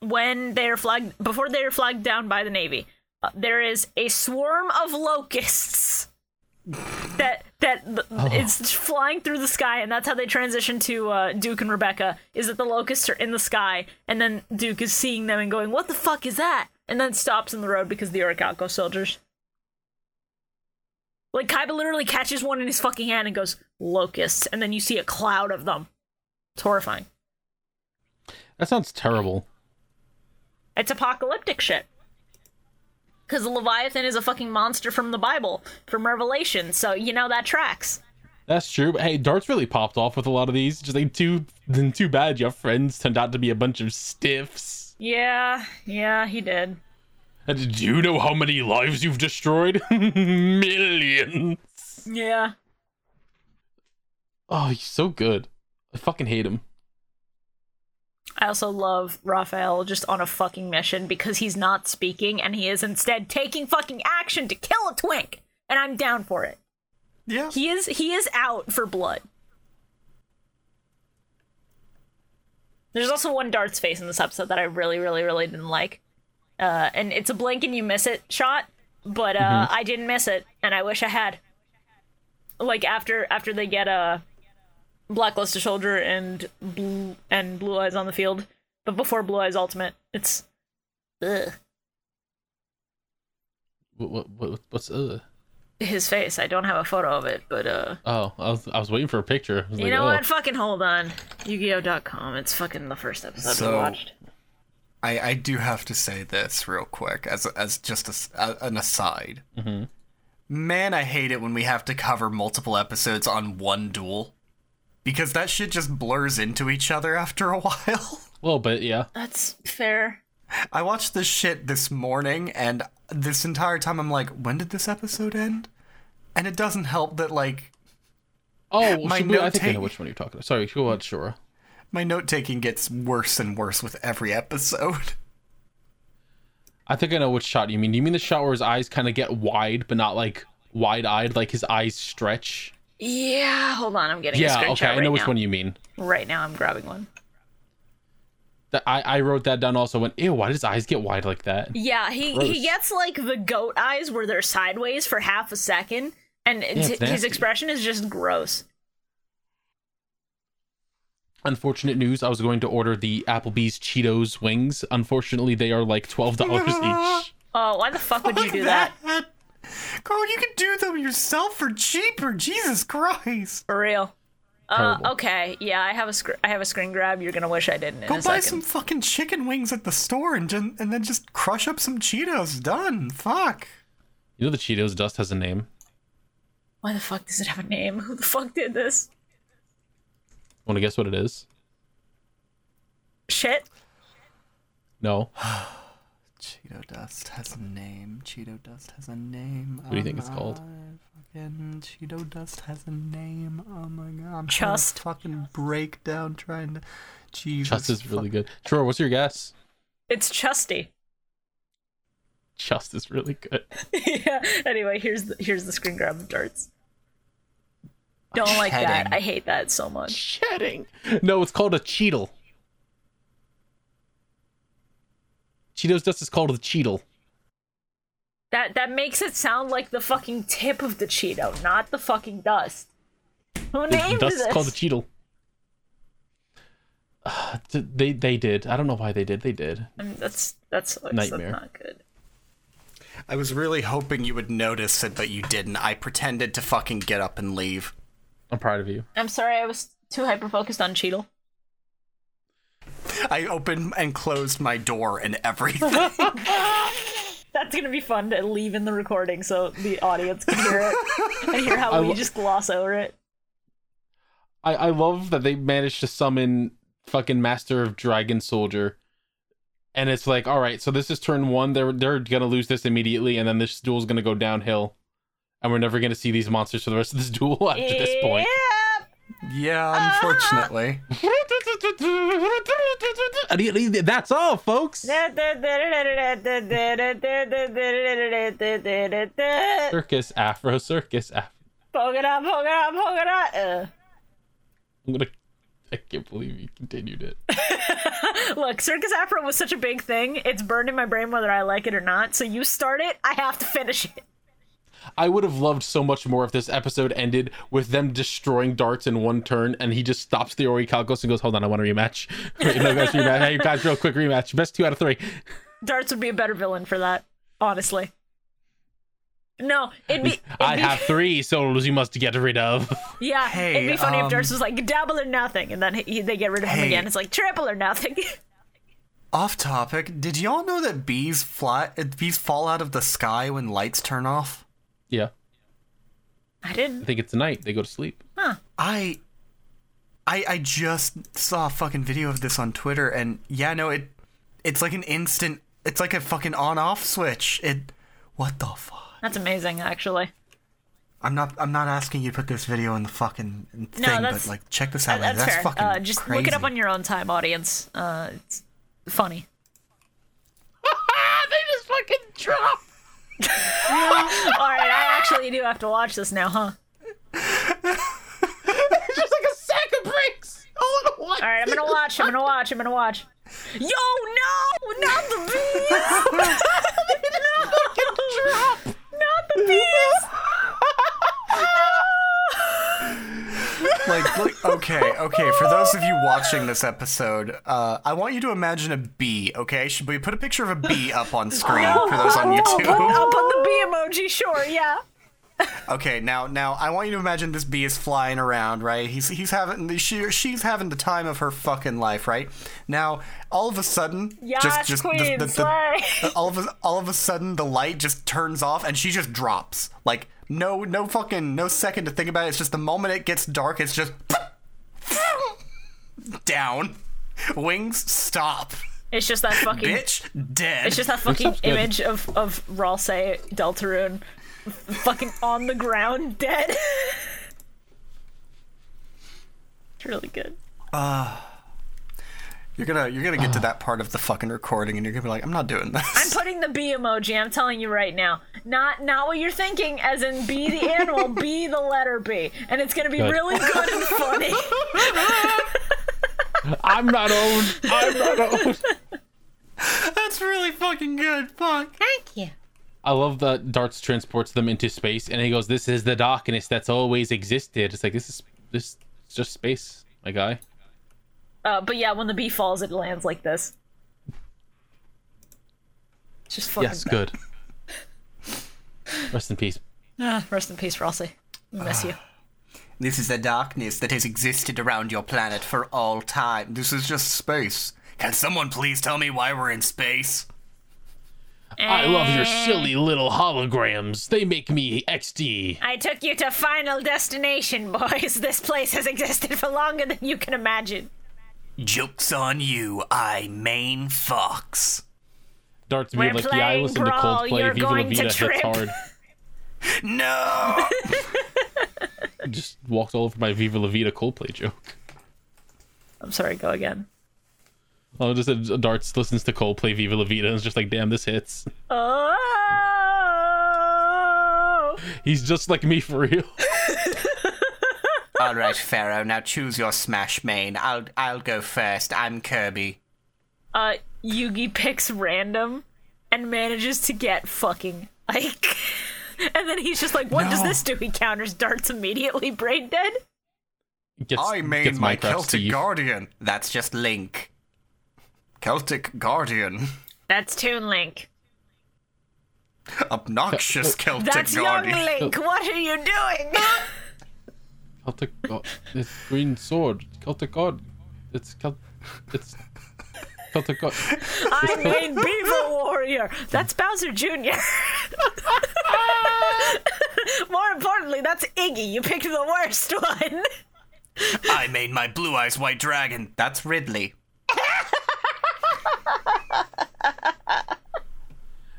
when they are flagged before they are flagged down by the navy, uh, there is a swarm of locusts that that th- it's flying through the sky, and that's how they transition to uh, Duke and Rebecca. Is that the locusts are in the sky, and then Duke is seeing them and going, "What the fuck is that?" And then stops in the road because the Orichalco soldiers. Like Kaiba literally catches one in his fucking hand and goes, "Locusts," and then you see a cloud of them. It's horrifying.
That sounds terrible.
It's apocalyptic shit. Because the Leviathan is a fucking monster from the Bible, from Revelation, so you know that tracks.
That's true. But hey, darts really popped off with a lot of these. Just like too, then too bad your friends turned out to be a bunch of stiffs.
Yeah, yeah, he did.
And did you know how many lives you've destroyed? Millions.
Yeah.
Oh, he's so good. I fucking hate him.
I also love Raphael just on a fucking mission because he's not speaking and he is instead taking fucking action to kill a twink. And I'm down for it.
Yeah.
He is he is out for blood. There's also one Dart's face in this episode that I really, really, really didn't like. Uh, and it's a blink and you miss it shot, but uh, I didn't miss it, and I wish I had. Like after after they get a blacklisted shoulder and blue and blue eyes on the field, but before blue eyes ultimate, it's ugh,
What, what, what, what's uh?
his face. I don't have a photo of it, but uh,
Oh, I was, I was waiting for a picture. I was
you
like,
know
oh.
what? Fucking hold on, Yu-Gi-Oh.com. It's fucking the first episode we
So-
watched.
I, I do have to say this real quick as as just a s a an aside. Man, I hate it when we have to cover multiple episodes on one duel because that shit just blurs into each other after a while.
A little bit, yeah.
That's fair.
I watched this shit this morning, and this entire time I'm like, when did this episode end? And it doesn't help that like
Oh,
My
Shibuya, I think I
note-taking-
know which one you're talking about. Sorry, go on, Shura.
my note taking gets worse and worse with every episode.
I think I know which shot you mean. You mean the shot where his eyes kind of get wide, but not like wide-eyed, like his eyes stretch?
Yeah, hold on. I'm getting a
yeah,
screenshot
okay,
right
I know which
now.
one you mean.
Right now, I'm grabbing one.
That I, I wrote that down also. Went, ew, why did his eyes get wide like that?
Yeah, he he
Gross.
gets like the goat eyes where they're sideways for half a second, and it's- his
it's nasty.
expression is just gross.
Unfortunate news. I was going to order the Applebee's Cheetos wings. Unfortunately, they are like twelve dollars each.
Oh, why the fuck would you do that?
Carl, you can do them yourself for cheaper. Jesus Christ.
For real. Uh,
Terrible.
okay, yeah, I have a scr- I have a screen grab. You're gonna wish I didn't. In
Go
a
buy some
second.
fucking chicken wings at the store and, jen- and then just crush up some Cheetos. Done. Fuck.
You know the Cheetos dust has a name.
Why the fuck does it have a name? Who the fuck did this?
Want to guess what it is?
Shit.
No.
Cheeto Dust has a name. Cheeto Dust has a name. What
do you think it's called?
Fucking Cheeto Dust has a name. Oh my god. I'm
Chust.
trying to fucking break down trying to. Jesus.
Chust is really
fuck-
good. Sure, what's your guess?
It's Chusty.
Chust is really good.
yeah. Anyway, here's the, here's the screen grab of darts. Don't like that.
Shedding.
I hate that so much.
Shedding. No, it's called a cheetle. Cheetos dust is called a cheetle.
That that makes it sound like the fucking tip of the Cheeto, not the fucking dust. Who named
dust
this?
is called a cheetle. Ah, d- they they did. I don't know why they did. They did.
I mean, that's that's that's
Nightmare.
not good.
I was really hoping you would notice it, but you didn't. I pretended to fucking get up and leave.
I'm proud of you.
I'm sorry, I was too hyper focused on Cheetle.
I opened and closed my door and everything.
That's gonna be fun to leave in the recording so the audience can hear it and hear how
I
we
lo-
just gloss over it.
I I love that they managed to summon fucking Master of Dragon Soldier. And it's like, all right, so this is turn one. They're they're gonna lose this immediately, and then this duel's gonna go downhill, and we're never gonna see these monsters for the rest of this duel after this point.
yeah, unfortunately.
That's all, folks.
Yeah.
Circus Afro, circus Afro.
Poke it up, poke it up, poke it up. Uh.
I'm gonna. I can't believe you continued it.
Look, Circus Afro was such a big thing. It's burned in my brain whether I like it or not. So you start it, I have to finish it.
I would have loved so much more if this episode ended with them destroying darts in one turn, and he just stops the Ori Calcos and goes, "Hold on, I want a rematch. Wait, no guys, rematch. Hey guys, real quick rematch. Best two out of three.
Darts would be a better villain for that, honestly. No, it'd be. It'd
I
be
have three souls you must get rid of.
yeah,
Hey,
it'd be funny if
um,
Darts was like double or nothing, and then he, they get rid of him
Hey.
again. It's like triple or nothing.
Off topic, did y'all know that bees fly uh, bees fall out of the sky when lights turn off?
Yeah,
I
I
didn't.
think it's night. They go to sleep.
I I I just saw a fucking video of this on Twitter and yeah, no, it it's like an instant it's like a fucking on-off switch. It what the fuck?
That's amazing, actually.
I'm not I'm not asking you to put this video in the fucking thing, but
that's-
like check this out.
That- that's
that's
fair.
fucking
uh, just
crazy.
look it up on your own time, audience. Uh, it's funny. they just fucking drop. All right, I actually do have to watch this now, huh? just like a sack of bricks all at once. All right, I'm gonna watch watch. I'm gonna watch. I'm gonna watch. Yo, no, not the bees. no, not the bees.
like, like okay okay for those of you watching this episode uh, i want you to imagine a bee okay should we put a picture of a bee up on screen for those on
I'll put, I'll
youtube
put the bee emoji. Sure, yeah.
okay now now i want you to imagine this bee is flying around right he's he's having she, she's having the time of her fucking life right now all of a sudden
Yes,
just just the-
queen,
the- the-
slay.
all of a, all of a sudden the light just turns off and she just drops like no no fucking no second to think about it it's just the moment it gets dark it's just down wings stop
It's just that fucking.
bitch dead
It's just that fucking
sounds good.
image of of Ralse Deltarune, f- fucking on the ground, dead. it's really good.
you're gonna you're gonna get to that part of the fucking recording and you're gonna be like i'm not doing this
I'm putting the bee emoji. I'm telling you right now. Not not what you're thinking. As in, be the animal, be the letter B, and it's gonna be
Good.
really good and funny.
I'm not owned. I'm not owned.
that's really fucking good fuck
Thank you.
I love that Darts transports them into space, and he goes, "This is the darkness that's always existed." It's like this is this it's just space, my guy.
Uh, but yeah, when the bee falls, it lands like this. It's just fucking.
Yes,
bad.
good. Rest in peace.
Ah, rest in peace, Rossi. We miss you.
This is the darkness that has existed around your planet for all time.
this is just space
Can someone please tell me why we're in space?
I love your silly little holograms. They make me XD.
I took you to Final Destination, boys. This place has existed for longer than you can imagine.
Joke's on you, I main fox.
Darts
We're
being like, yeah, I
playing
listen to
Brawl. You're
Coldplay. Viva La
going to
Vida hits
trip."
hard.
No!
Just walked all over my Viva La Vida Coldplay joke.
I'm sorry, go again.
Oh, just uh, Darts listens to Coldplay Viva La Vida and is just like, damn, this hits.
Oh!
He's just like me for real.
all right, Pharaoh, now choose your smash main. I'll I'll go first. I'm Kirby.
Uh, Yugi picks random and manages to get fucking Ike. and then he's just like, what does
No.
this do? He counters darts immediately, brain dead.
Gets,
i made
gets
my
Minecraft
celtic
Steve.
guardian
That's just Link.
celtic guardian
That's Toon Link.
obnoxious celtic
That's Young
guardian
Link. What are you doing?
Celtic, oh, it's green sword. Celtic god. It's Celt. It's Celtic god.
I made Beaver Warrior. That's Bowser Jr. More importantly, that's Iggy. You picked the worst one.
I made my blue eyes white dragon. That's Ridley.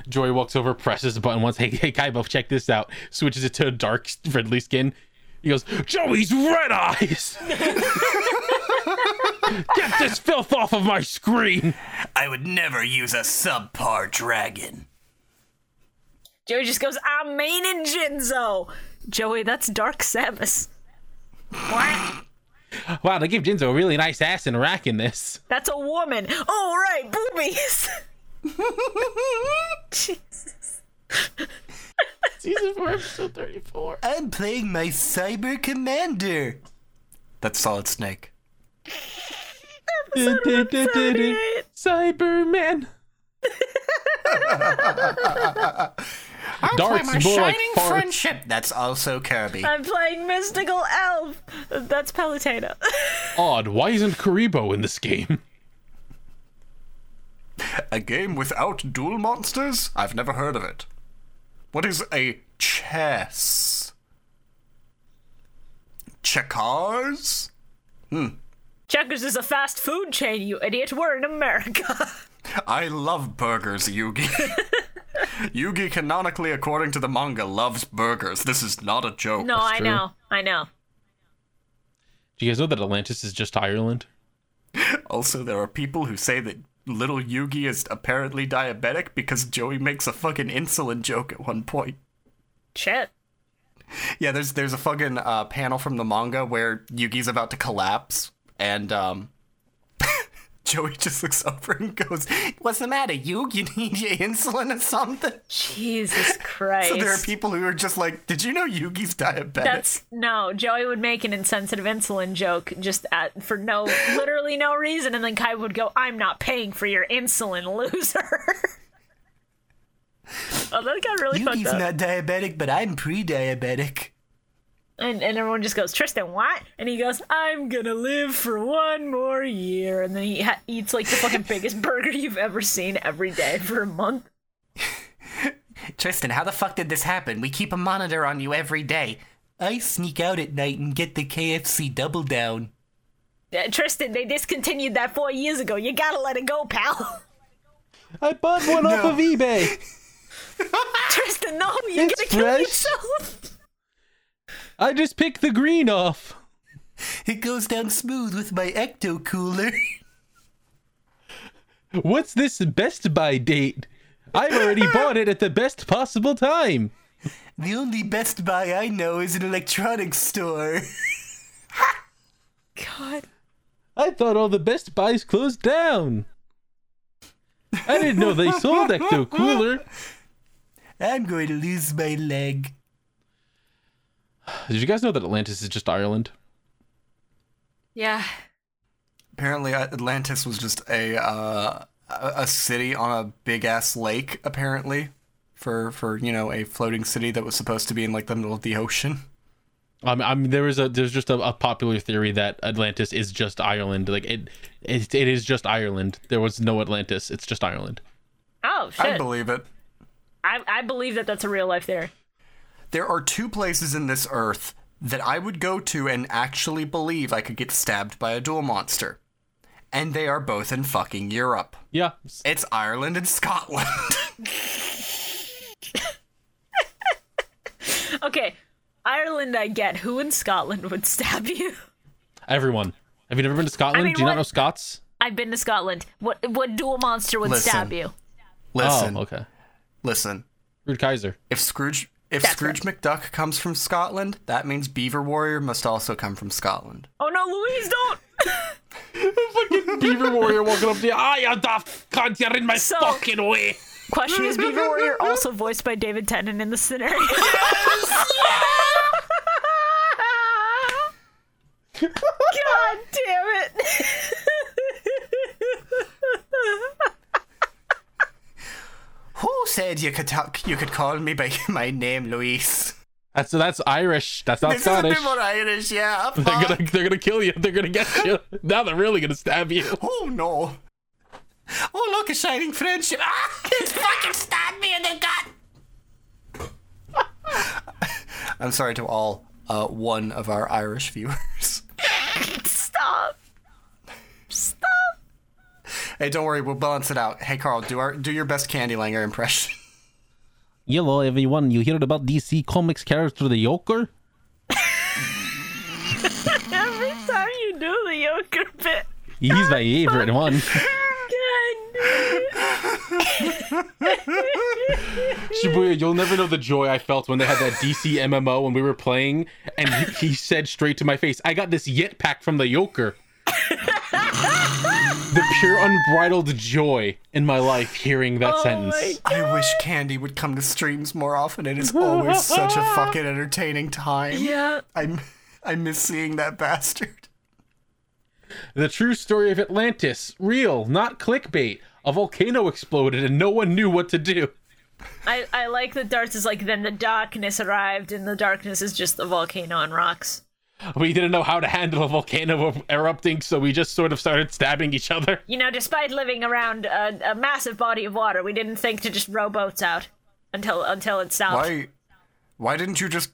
Joy walks over, presses the button once. Hey, hey, Kaibo, check this out. Switches it to a dark Ridley skin. He goes, Joey's red eyes. Get this filth off of my screen.
I would never use a subpar dragon.
Joey just goes, I'm meaning Jinzo. Joey, that's Dark Samus.
Wow, they give Jinzo a really nice ass and rack in this.
That's a woman. Oh, right, boobies. Jesus.
Season four, episode thirty-four.
I'm playing my cyber commander.
that's solid snake
Cyberman. Darts more like farts.
Friendship. That's also Kirby.
I'm playing Mystical Elf. That's Palutena.
Odd. Why isn't Karibo in this game?
A game without duel monsters? I've never heard of it. What is a chess? Checkers?
Checkers is a fast food chain, you idiot. We're in America.
I love burgers, Yugi. Yugi, canonically according to the manga, loves burgers. This is not a joke.
No, I
true.
know. I know.
Do you guys know that Atlantis is just Ireland?
Also, there are people who say that little Yugi is apparently diabetic because Joey makes a fucking insulin joke at one point.
Shit.
Yeah, there's there's a fucking uh, panel from the manga where Yugi's about to collapse, and um, Joey just looks over and goes, "What's the matter, you? You need your insulin or something?"
Jesus Christ.
So there are people who are just like, "Did you know Yugi's diabetic?"
That's no. Joey would make an insensitive insulin joke just at, for no, literally no reason, and then Kai would go, "I'm not paying for your insulin, loser." oh, that got really fucked
Yugi's
up.
not diabetic, but I'm pre-diabetic.
and and everyone just goes, "Tristan, what?" And he goes, "I'm gonna live for one more year," and then he ha- eats like the fucking biggest burger you've ever seen every day for a month.
Tristan, how the fuck did this happen? We keep a monitor on you every day. I sneak out at night and get the KFC double down.
Uh, Tristan, they discontinued that four years ago. You gotta let it go, pal.
I bought one off of eBay.
Tristan, no, you're
It's
gonna kill
fresh.
yourself.
I just picked the green off.
It goes down smooth with my ecto cooler.
What's this Best Buy date? I've already bought it at the best possible time.
The only Best Buy I know is an electronics store.
God.
I thought all the Best Buys closed down. I didn't know they sold Ecto Cooler.
I'm going to lose my leg.
Did you guys know that Atlantis is just Ireland?
Yeah.
Apparently, uh, Atlantis was just a uh, a a city on a big ass lake. Apparently, for for you know a floating city that was supposed to be in like the middle of the ocean.
Um, I mean, there is a there's just a, a popular theory that Atlantis is just Ireland. Like it, it, it is just Ireland. There was no Atlantis. It's just Ireland.
Oh shit.
I believe it.
I, I believe that that's a real life theory.
There are two places in this earth that I would go to and actually believe I could get stabbed by a duel monster. And they are both in fucking Europe.
Yeah,
It's Ireland and Scotland.
Okay, Ireland, I get. Who in Scotland would stab you?
everyone. Have you never been to Scotland?
mean,
Do you
what-
not know Scots?
I've been to Scotland. What what dual monster would
Listen.
stab you?
listen,
Oh, okay.
listen.
Rude Kaiser.
If Scrooge if
That's
Scrooge McDuck comes from Scotland, that means Beaver Warrior must also come from Scotland.
Oh no, Louise, don't.
Beaver Warrior walking up to you. I am the cunt. You're in my
So-
fucking way.
Question is Beaver Warrior also voiced by David Tennant in the scenario? God damn it!
Who said you could talk, you could call me by my name, Luis?
That's so that's Irish. That's not
This is a
Scottish.
bit more Irish, yeah.
They're gonna they're gonna kill you. They're gonna get you. Now they're really gonna stab you.
Oh no. Oh look, a shining friendship. Ah, it's fucking stabbed me in the gut. I'm sorry to all uh, one of our Irish viewers.
Stop! Stop!
Hey, don't worry, we'll balance it out. Hey, Carl, do our do your best Candy Langer impression.
Hello, everyone. You heard about DC Comics character the Joker?
Every time you do the yoker bit.
He's my favorite one.
God.
Shibuya, you'll never know the joy I felt when they had that DC MMO when we were playing, and he, he said straight to my face, "I got this yet pack from the Yoker." the pure unbridled joy in my life hearing that sentence.
I wish Candy would come to streams more often. It is always such a fucking entertaining time.
Yeah.
I'm I miss seeing that bastard.
The true story of Atlantis, real, not clickbait. A volcano exploded and no one knew what to do.
I, I like that Darts is like, then the darkness arrived, and the darkness is just the volcano and rocks.
We didn't know how to handle a volcano erupting, so we just sort of started stabbing each other.
You know, despite living around a, a massive body of water, we didn't think to just row boats out until until it stopped.
Why? Why didn't you just?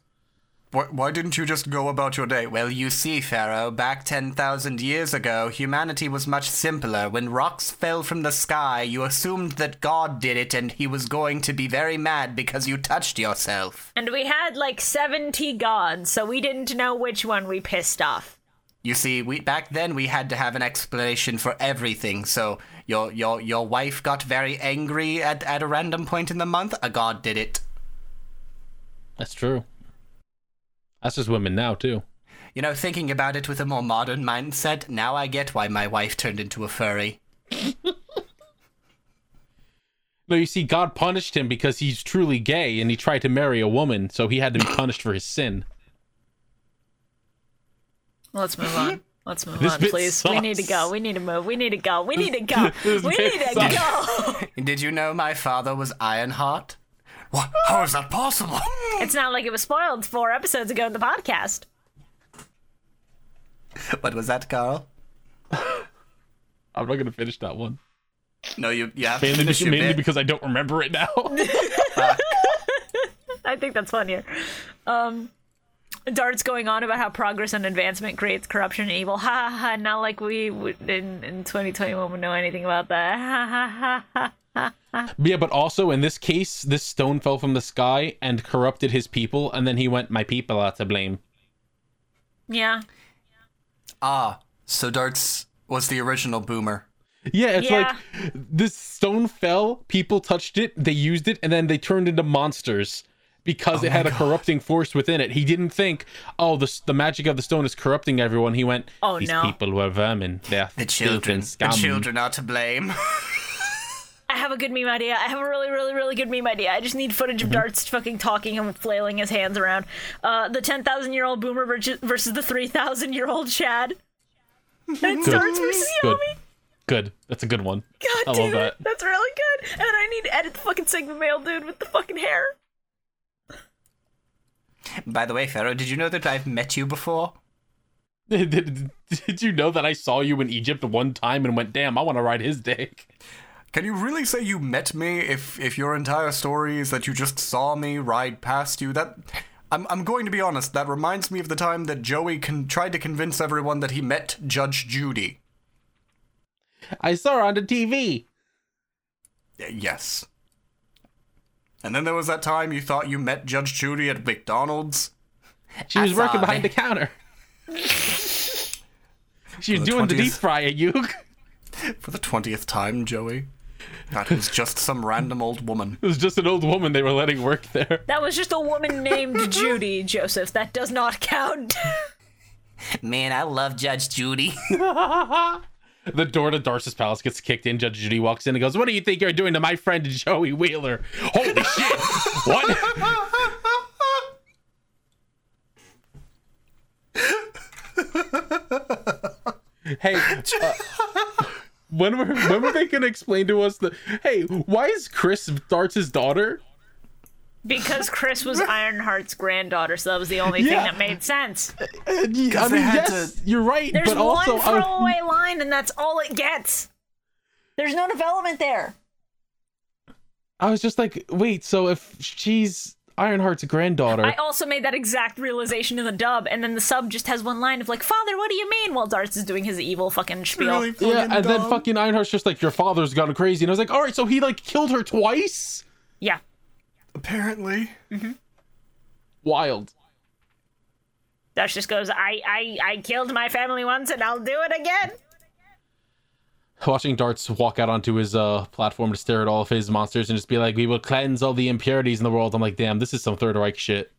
Why, why didn't you just go about your day? Well, you see, Pharaoh, back ten thousand years ago, humanity was much simpler. When rocks fell from the sky, you assumed that God did it, and he was going to be very mad because you touched yourself.
And we had like 70 gods, so we didn't know which one we pissed off.
You see, we back then we had to have an explanation for everything. So your your your wife got very angry at at a random point in the month. A god did it.
That's true. That's just women now, too.
You know, thinking about it with a more modern mindset, now I get why my wife turned into a furry.
No, you see, God punished him because he's truly gay and he tried to marry a woman, so he had to be punished for his sin.
Let's move on. Let's move
This
on,
bit
please. We need to go.
sucks.
We need to move. We need to go. We need to go.
this
we
bit
need to
sucks.
go.
Did you know my father was Ironheart? What? How is that possible?
it's not like it was spoiled four episodes ago in the podcast.
what was that, Carl?
I'm not gonna finish that one.
No, you, you have to
Mainly,
finish
because,
your
mainly
bit.
because I don't remember it now.
I think that's funnier. Um, Dart's going on about how progress and advancement creates corruption and evil. Ha ha ha! Not like we would in in 2021 would know anything about that. Ha ha ha ha.
yeah, but also in this case, this stone fell from the sky and corrupted his people, and then he went, My people are to blame.
Yeah,
ah, so Darts was the original boomer.
Yeah, it's
Yeah.
like this stone fell, people touched it, they used it, and then they turned into monsters because
Oh
it had a corrupting force within it. He didn't think, oh, the, the magic of the stone is corrupting everyone. He went,
Oh,
these
no.
people were vermin. They're
The
filth and
children. The
scum."
children are to blame.
I have a good meme idea. I have a really, really, really good meme idea. I just need footage
Mm-hmm.
of Dart's fucking talking and flailing his hands around. Uh, the 10,000 year old boomer versus versus the 3,000 year old Chad. And it's
Good.
Darts versus
Good.
Yomi.
Good. That's a good one.
God
I love
damn it.
that.
That's really good. And I need to edit the fucking Sigma male dude with the fucking hair.
By the way, Pharaoh, did you know that I've met you before?
Did, did, did you know that I saw you in Egypt one time and went, damn, I want to ride his dick?
Can you really say you met me if if your entire story is that you just saw me ride past you? That I'm I'm going to be honest, that reminds me of the time that Joey con- tried to convince everyone that he met Judge Judy.
I saw her on the TV.
Y- Yes. And then there was that time you thought you met Judge Judy at McDonald's.
She was
saw
working behind
the-
the counter. she was
the
doing the
20th.
deep fry at Yuke.
For the 20th time, Joey. That was just some random old woman.
It was just an old woman they were letting work there.
That was just a woman named Judy, Joseph. That does not count.
Man, I love Judge Judy.
The door to Darcy's palace gets kicked in. Judge Judy walks in and goes, What do you think you're doing to my friend Joey Wheeler? Holy shit! What? hey, uh, when, were, when were they going to explain to us that, hey, why is Chris Darcy's daughter?
because Chris was Ironheart's granddaughter, so that was the only
Yeah.
thing that made sense.
I mean,
Because they had
yes, you're right,
There's
but also.
one
I-
throwaway line, and that's all it gets. There's no development there.
I was just like, wait, so if she's Ironheart's granddaughter,
I also made that exact realization in the dub, and then the sub just has one line of like, "Father, what do you mean?" While Darts is doing his evil fucking spiel.
Really fucking
yeah, and then
dumb.
fucking Ironheart's just like, your father's gone crazy, and I was like, all right, so he like killed her twice.
Yeah,
Apparently.
Wild.
Darts just goes, "I, I, I killed my family once, and I'll do it again."
Watching Darts walk out onto his uh platform to stare at all of his monsters and just be like, we will cleanse all the impurities in the world. I'm like, damn, this is some Third Reich shit.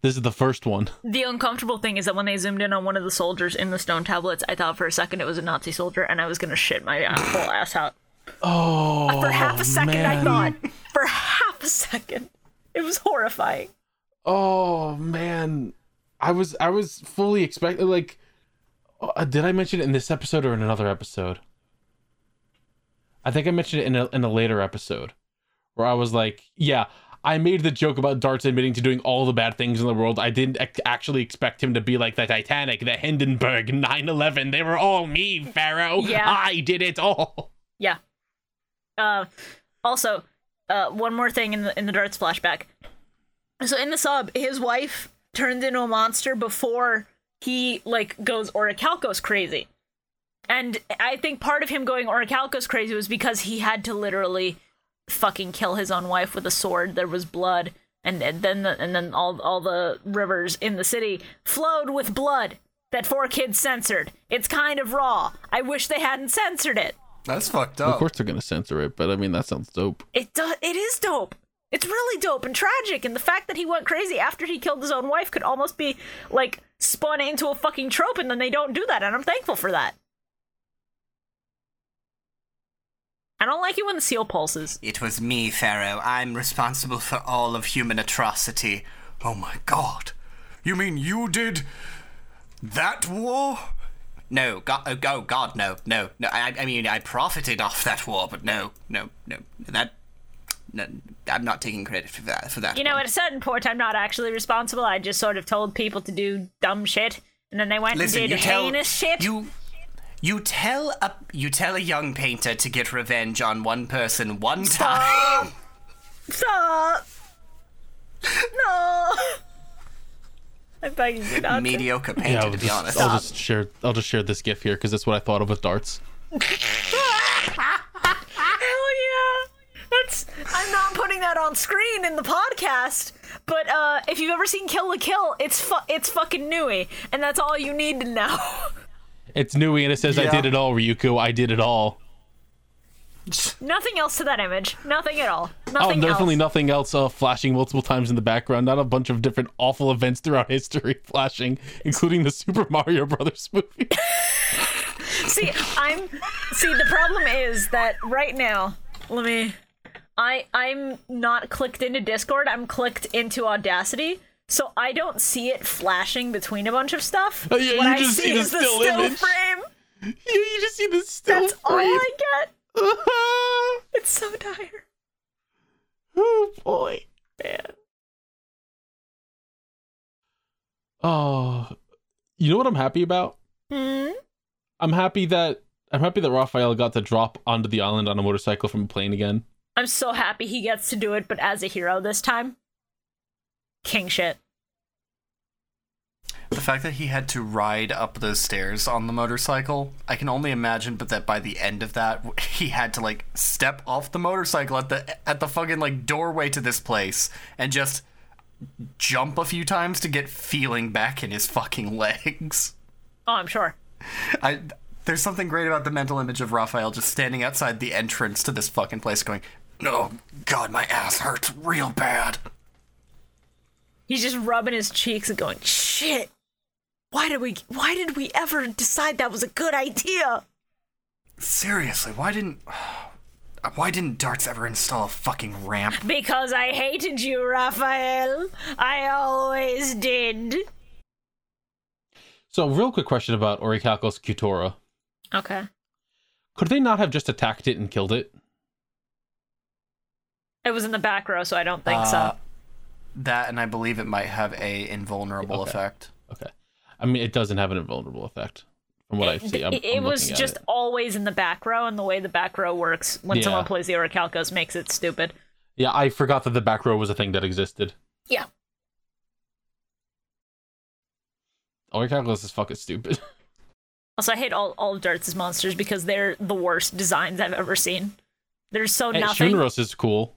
This is the first one.
The uncomfortable thing is that when they zoomed in on one of the soldiers in the stone tablets, I thought for a second it was a Nazi soldier, and I was gonna shit my whole ass out.
Oh,
For half a second, I
man.
thought. For half a second, it was horrifying.
Oh man, I was I was fully expecting like, uh, did I mention it in this episode or in another episode? I think I mentioned it in a in a later episode, where I was like, yeah, I made the joke about Darts admitting to doing all the bad things in the world. I didn't ac- actually expect him to be like the Titanic, the Hindenburg, 9/11. They were all me, Pharaoh.
Yeah.
I did it all.
Yeah. Uh, also, uh, one more thing in the in the darts flashback. So in the sub, his wife turns into a monster before he like goes Orichalcos crazy, and I think part of him going Orichalcos crazy was because he had to literally fucking kill his own wife with a sword. There was blood, and, and then the, and then all all the rivers in the city flowed with blood that four kids censored. It's kind of raw. I wish they hadn't censored it.
That's fucked up.
they're gonna censor it, but I mean that sounds dope.
It do- it is dope. It's really dope and tragic, and the fact that he went crazy after he killed his own wife could almost be like spun into a fucking trope, and then they don't do that, and I'm thankful for that. I don't like it when the seal pulses.
It was me, Pharaoh. I'm responsible for all of human atrocity.
Oh my god. You mean you did that war?
No, God, oh, oh, God, no, no, no. I, I mean, I profited off that war, but no, no, no, that. No, I'm not taking credit for that. For that,
You know, at a certain point, I'm not actually responsible. I just sort of told people to do dumb shit, and then they went
Listen,
and
you
did
tell
heinous shit.
you you tell a you tell a young painter to get revenge on one person one time.
Stop! No! I beg you not to.
Mediocre
Yeah,
painter,
I'll
to be honest.
just, I'll just share. I'll just share this gif here because that's what I thought of with darts.
Hell yeah! That's. I'm not putting that on screen in the podcast. But uh, if you've ever seen Kill the Kill, it's fu- it's fucking Nui, and that's all you need to know.
It's Nui and it says, "I
Yeah.
did it all, Ryuko. I did it all."
Nothing else to that image. Nothing at all.
Oh,
Nothing
and definitely
else.
nothing else uh, flashing multiple times in the background. Not a bunch of different awful events throughout history flashing, including the Super Mario Brothers movie.
See, I'm. See, the problem is that right now, let me. I I'm not clicked into Discord. I'm clicked into Audacity, so I don't see it flashing between a bunch of stuff.
Oh, yeah,
what
you
I
just see
see
the
is
still
the still
image.
frame.
yeah, you just see this still
That's all
frame.
I get.
oh
It's so dire.
boy.
Man.
Oh, you know what I'm happy about?
Hmm?
I'm happy that I'm happy that Raphael got to drop onto the island on a motorcycle from a plane again.
I'm so happy he gets to do it, but as a hero this time. King shit.
The fact that he had to ride up those stairs on the motorcycle, I can only imagine. But that by the end of that, he had to like step off the motorcycle at the at the fucking like doorway to this place and just jump a few times to get feeling back in his fucking legs.
Oh, I'm sure.
I there's something great about the mental image of Raphael just standing outside the entrance to this fucking place, going, "No, God, my ass hurts real bad."
He's just rubbing his cheeks and going, "Shit. Why did we why did we ever decide that was a good idea?"
Seriously, why didn't why didn't Darts ever install a fucking ramp?
Because I hated you, Raphael. I always did.
So, real quick question about Orichalcos Cutora.
Okay.
Could they not have just attacked it and killed it?
It was in the back row, so I don't think
Uh,
so.
That and I believe it might have a invulnerable
Okay.
effect.
Okay. I mean, it doesn't have an invulnerable effect from what I see. I'm,
it it
I'm
was
looking at
just
it.
always in the back row, and the way the back row works when
Yeah.
someone plays the Orichalcos makes it stupid.
Yeah, I forgot that the back row was a thing that existed.
Yeah.
Orichalcos is fucking stupid.
Also, I hate all, all of Darts' monsters because they're the worst designs I've ever seen. They're so
Hey,
Oh, nothing.
Shunros is cool.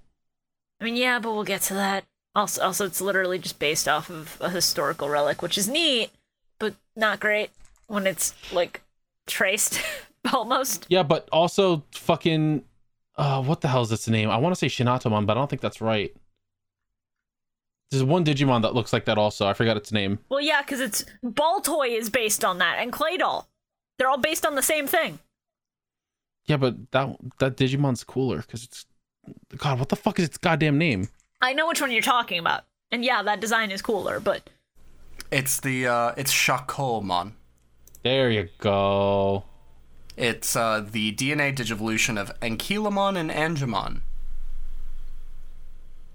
I mean, yeah, but we'll get to that. Also, also, it's literally just based off of a historical relic, which is neat, but not great when it's like traced almost.
Yeah, but also fucking. Uh, what the hell is its name? I want to say Shinatomon, but I don't think that's right. There's one Digimon that looks like that also. I forgot its name.
Well, yeah, because it's Baltoy is based on that, and Claydol. They're all based on the same thing.
Yeah, but that that Digimon's cooler because it's. God, what the fuck is its goddamn name?
I know which one you're talking about, and yeah, that design is cooler, but
It's the uh, it's Shakolmon.
There you go.
It's uh, the DNA digivolution of Ankylomon and Angemon.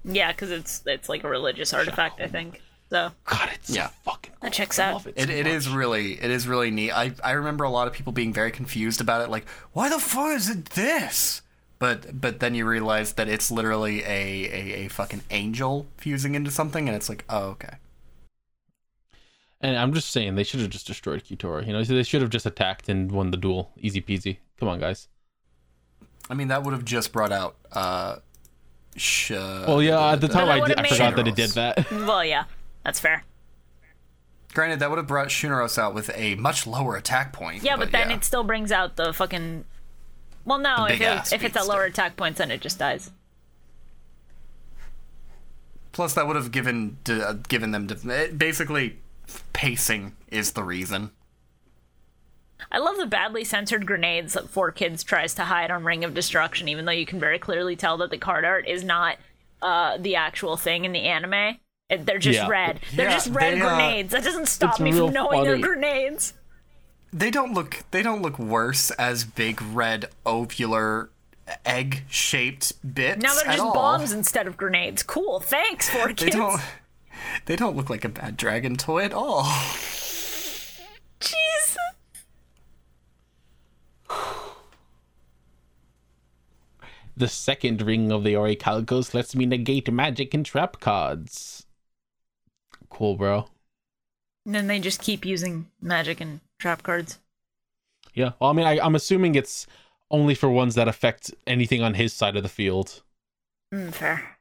yeah, because it's it's like a religious artifact, I think. So
God, it's
Yeah.
yeah. fucking cool.
that checks
I
out.
love it.
It,
so
it
much.
is really it is really neat. I I remember a lot of people being very confused about it, like why the fuck is it this? But but then you realize that it's literally a a, a fucking angel fusing into something, and it's like oh okay.
And I'm just saying they should have just destroyed Kitora. You know, they should have just attacked and won the duel. Easy peasy. Come on, guys.
I mean that would have just brought out uh. Sh- uh,
Well, yeah, at the
But
time
Uh, that
I,
would've
did, I
made
forgot
it-
that it did that.
Well, yeah, that's fair.
Granted, that would have brought Shunaros out with a much lower attack point.
Yeah, but, then
yeah.
it still brings out the fucking. Well, no,
The
if,
big
it,
ass
if it's at
beats
lower
there.
attack points, then it just dies.
Plus, that would have given d- uh, given them d- it- basically pacing is the reason.
I love the badly censored grenades that Four Kids tries to hide on Ring of Destruction, even though you can very clearly tell that the card art is not uh, the actual thing in the anime. It- They're just
Yeah.
red. They're
Yeah,
just red
they, uh,
grenades. That doesn't stop
it's
me from
real
knowing they're
funny.
grenades.
They don't look they don't look worse as big red ovular egg shaped bits.
Now they're
at
just
all.
bombs instead of grenades. Cool. Thanks, Four Kids.
They don't they don't look like a bad dragon toy at all.
Jeez.
The second ring of the Orichalcos lets me negate magic and trap cards. Cool, bro.
And then they just keep using magic and trap cards.
Yeah. Well, I mean, I, I'm assuming it's only for ones that affect anything on his side of the field.
Mm, fair.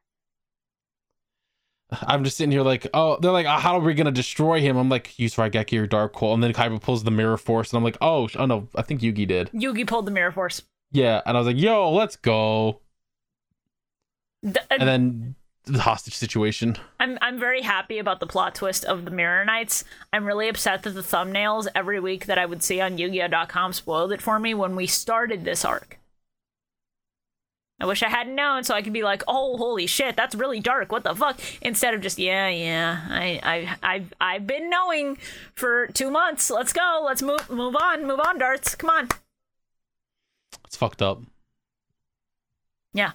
I'm just sitting here like, oh, they're like, oh, how are we gonna destroy him? I'm like, use Raigeki or Dark Hole, and then Kaiba pulls the Mirror Force, and I'm like, oh, sh- oh no, I think Yugi did.
Yugi pulled the mirror force.
Yeah, and I was like, yo, let's go.
Th-
And then the hostage situation.
I'm I'm very happy about the plot twist of the Mirror Knights. I'm really upset that the thumbnails every week that I would see on Yu-Gi-Oh.com spoiled it for me when we started this arc. I wish I hadn't known so I could be like, "Oh, holy shit, that's really dark. What the fuck?" instead of just, "Yeah, yeah. I I I I've, I've been knowing for 2 months. Let's go. Let's move move on. Move on, darts. Come on."
It's fucked up.
Yeah.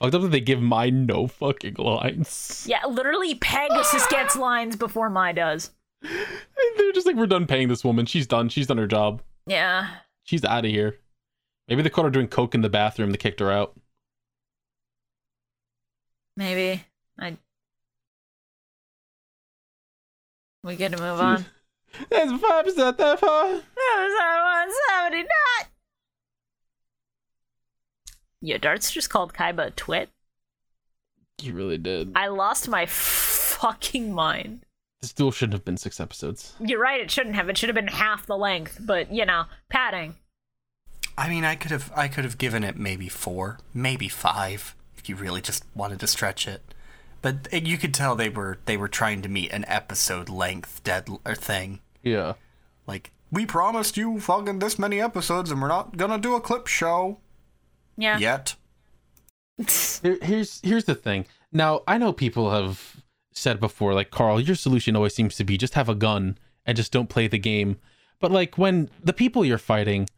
Fucked up that they give mine no fucking lines.
Yeah, literally Pegasus gets lines before my does.
They're just like, we're done paying this woman. She's done. She's done her job.
Yeah.
She's out of here. Maybe they caught her doing coke in the bathroom. They kicked her out.
Maybe. I. We get to move on.
That's vibes that that far.
Yeah, Darts just called Kaiba a twit.
You really did.
I lost my fucking mind.
This duel shouldn't have been six episodes.
You're right, it shouldn't have. It should have been half the length, but you know, padding.
I mean I could have I could have given it maybe four, maybe five, if you really just wanted to stretch it. But it- you could tell they were they were trying to meet an episode length dead or thing.
Yeah.
Like we promised you fucking this many episodes, and we're not gonna do a clip show
Yeah.
yet.
Here- here's here's the thing. Now I know people have said before, like Carl, your solution always seems to be just have a gun and just don't play the game. But like when the people you're fighting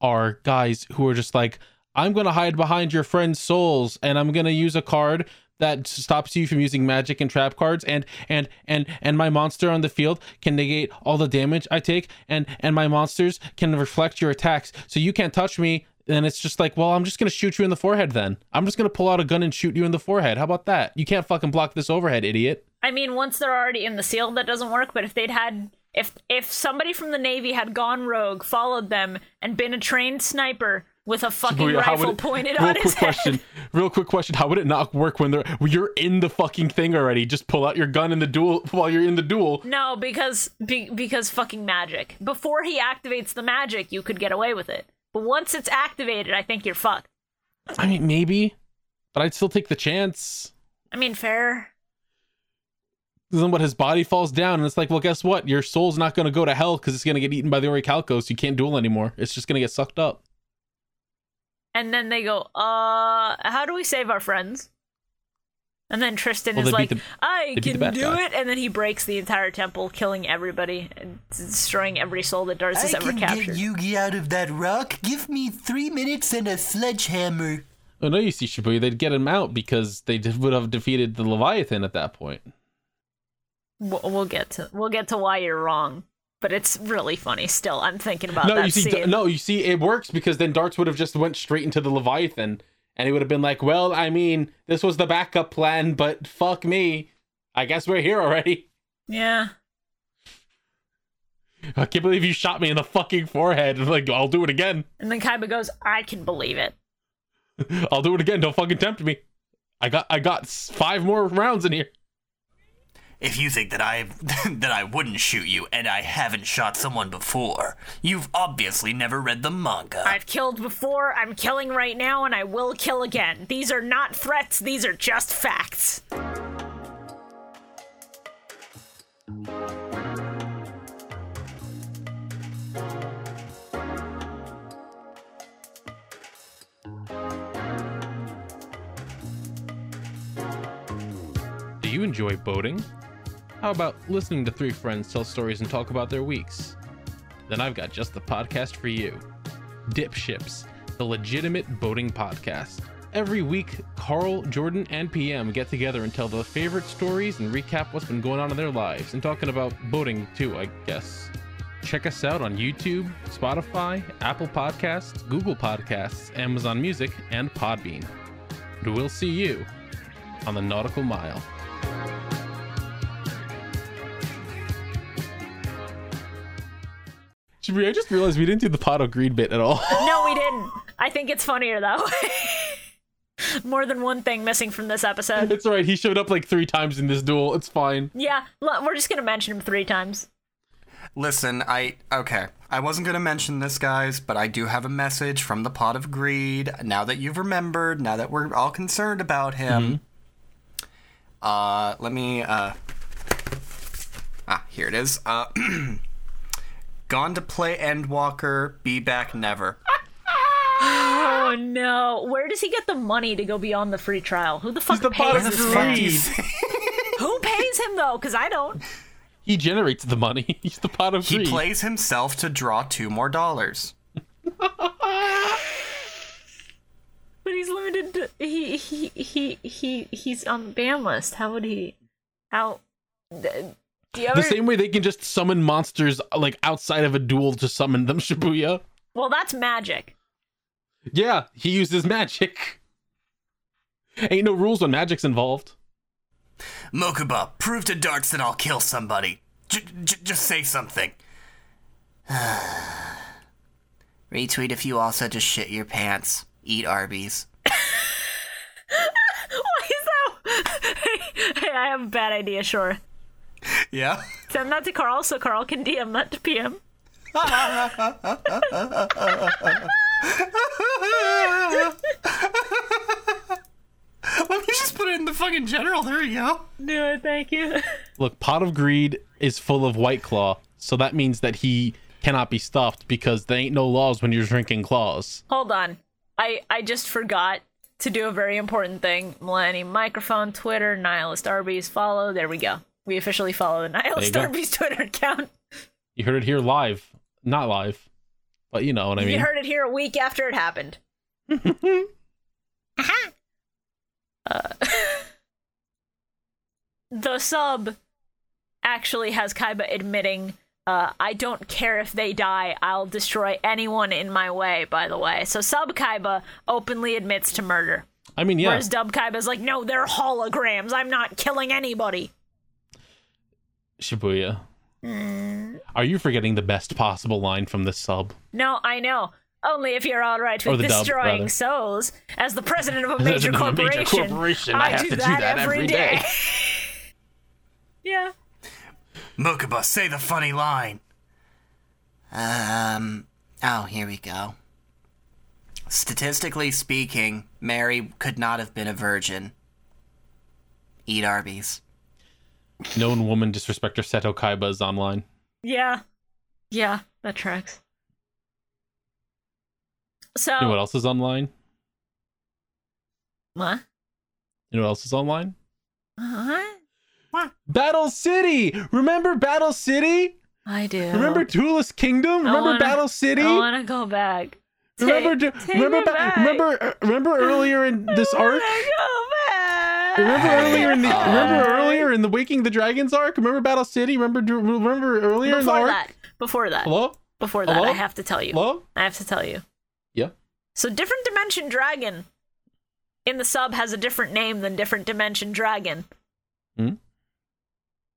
are guys who are just like, I'm gonna hide behind your friend's souls and I'm gonna use a card that stops you from using magic and trap cards and and and and my monster on the field can negate all the damage I take and and my monsters can reflect your attacks so you can't touch me and it's just like well I'm just going to shoot you in the forehead then I'm just going to pull out a gun and shoot you in the forehead how about that you can't fucking block this overhead idiot
I mean, once they're already in the seal, that doesn't work. But if they'd had, if if somebody from the navy had gone rogue, followed them, and been a trained sniper with a fucking
How would
rifle
it-
pointed
real
on
quick
his head,
question real quick question how would it not work when they're when you're in the fucking thing already just pull out your gun in the duel while you're in the duel
No, because be, because fucking magic. Before he activates the magic, you could get away with it. But once it's activated, I think you're fucked.
I mean maybe but I'd still take the chance
I mean, fair.
then what his body falls down and it's like well guess what your soul's not going to go to hell because it's going to get eaten by the orichalcos you can't duel anymore it's just going to get sucked up
And then they go, "Uh, how do we save our friends?" And then Tristan
Well,
is
they
like,
beat the-
"I
they beat the
can
bad
do
guy."
it," and then he breaks the entire temple, killing everybody, and destroying every soul that Darth has ever captured.
Yugi out of that rock. Give me three minutes and a sledgehammer.
Oh no, you see Shibuya, they'd get him out because they did- would have defeated the Leviathan at that point.
We'll, we'll get to we'll get to why you're wrong, but it's really funny. Still, I'm thinking about
no,
that
you see,
scene.
no, you see, it works because then Darts would have just went straight into the Leviathan, and he would have been like, "Well, I mean, this was the backup plan, but fuck me, I guess we're here already.
Yeah.
I can't believe you shot me in the fucking forehead. And like, I'll do it again.
And then Kaiba goes, "I can believe it."
I'll do it again. Don't fucking tempt me. I got, I got s- five more rounds in here.
If you think that I that I wouldn't shoot you and I haven't shot someone before, you've obviously never read the manga.
I've killed before, I'm killing right now, and I will kill again. These are not threats, these are just facts.
you enjoy boating? How about listening to three friends tell stories and talk about their weeks? Then I've got just the podcast for you Dip Ships, the legitimate boating podcast. Every week, Carl, Jordan, and PM get together and tell their favorite stories and recap what's been going on in their lives and talking about boating too, I guess. Check us out on YouTube, Spotify, Apple Podcasts, Google Podcasts, Amazon Music, and Podbean. And we'll see you on the Nautical Mile.
Shabri, I just realized we didn't do the pot of greed bit at all.
No, we didn't. I think it's funnier that way. More than one thing missing from this episode.
it's alright, he showed up like three times in this duel. It's fine.
Yeah, l- we're just gonna mention him three times.
Listen, I okay. I wasn't gonna mention this, guys, but I do have a message from the Pot of Greed. Now that you've remembered, now that we're all concerned about him, uh, let me. Uh, ah, here it is. Uh, gone to play Endwalker. Be back never.
Oh no, where does he get the money to go beyond the free trial? Who the fuck
the pot
pays
of
this
greed.
man? Who pays him though? Because I don't.
He generates the money. He's the pot of
He
greed.
plays himself to draw two more dollars.
But he's limited. To, he he he he he's on the ban list. How would he? How? th- Do you ever?
the same way they can just summon monsters like outside of a duel to summon them, Shibuya.
well, that's magic.
Yeah, he uses magic. Ain't no rules when magic's involved.
Mokuba, prove to Darts that I'll kill somebody. J- j- just say something. Retweet if you also just shit your pants. Eat Arby's.
Why is that? hey, I have a bad idea. Sure,
Yeah?
send that to Carl so Carl can DM that to PM.
Let me just put it in the fucking general. There you go.
Do it. Thank you.
Look, Pot of Greed is full of White Claw, so that means that he cannot be stopped because there ain't no laws when you're drinking claws.
Hold on. I I just forgot to do a very important thing. Millennium microphone, Twitter, Nihilist Arby's follow. There we go. We officially follow the Nihilist
go.
Arby's Twitter account.
You heard it here live. Not live, but you know what I mean.
you heard it here a week after it happened. uh, the sub actually has Kaiba admitting, uh, I don't care if they die, I'll destroy anyone in my way, by the way. So sub Kaiba openly admits to murder.
I mean, yeah.
Whereas dub Kaiba's like, no, they're holograms, I'm not killing anybody.
Shibuya.
Mm.
Are you forgetting the best possible line from this sub?
No, I know. Only if you're all right
Or
with
the dub,
destroying
rather.
souls. As the president of a major,
President of a major
corporation,
corporation, I have to do that every day.
yeah.
Mokuba, say the funny line. Um. Oh, here we go. Statistically speaking, Mary could not have been a virgin. Eat Arby's.
Known woman disrespecter Seto Kaiba is online.
Yeah. Yeah, that tracks. So
You know what else is online?
What?
You know what else is online?
What?
Battle City! Remember Battle City?
I do.
Remember Tulus Kingdom? Remember
wanna-
Battle City?
I wanna go back.
remember
Take-
Tu-
take
remember
me
ba-
back. Oh
remember uh, remember earlier in this
I wanna
arc?
go back.
Remember earlier in the
Uh,
remember earlier in the Waking the Dragons arc? Remember Battle City? Remember dr- remember earlier in the
before
arc?
that. Before that.
Hello?
Before that,
Hello?
I have to tell you.
Hello?
I have to tell you.
Yeah.
So different dimension dragon in the sub has a different name than different dimension dragon.
Hmm?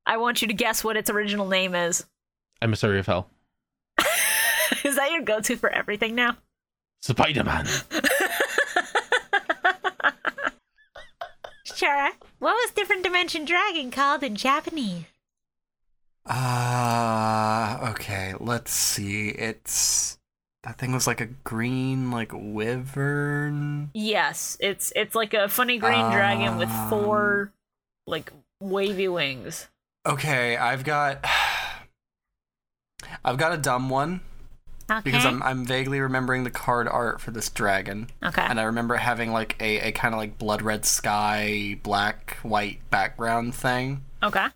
I want you to guess what its original name is.
Emissary of Hell.
Is that your go-to for everything now?
Spider-Man.
Sure. What was different dimension dragon called in Japanese?
Ah, okay. Let's see. It's that thing was like a green, like wyvern.
Yes, it's it's like a funny green dragon with four like wavy wings.
Okay, I've got, I've got a dumb one.
Okay.
because I'm, I'm vaguely remembering the card art for this dragon.
Okay.
And I remember having like a, a kind of like blood red sky, black, white background thing.
Okay.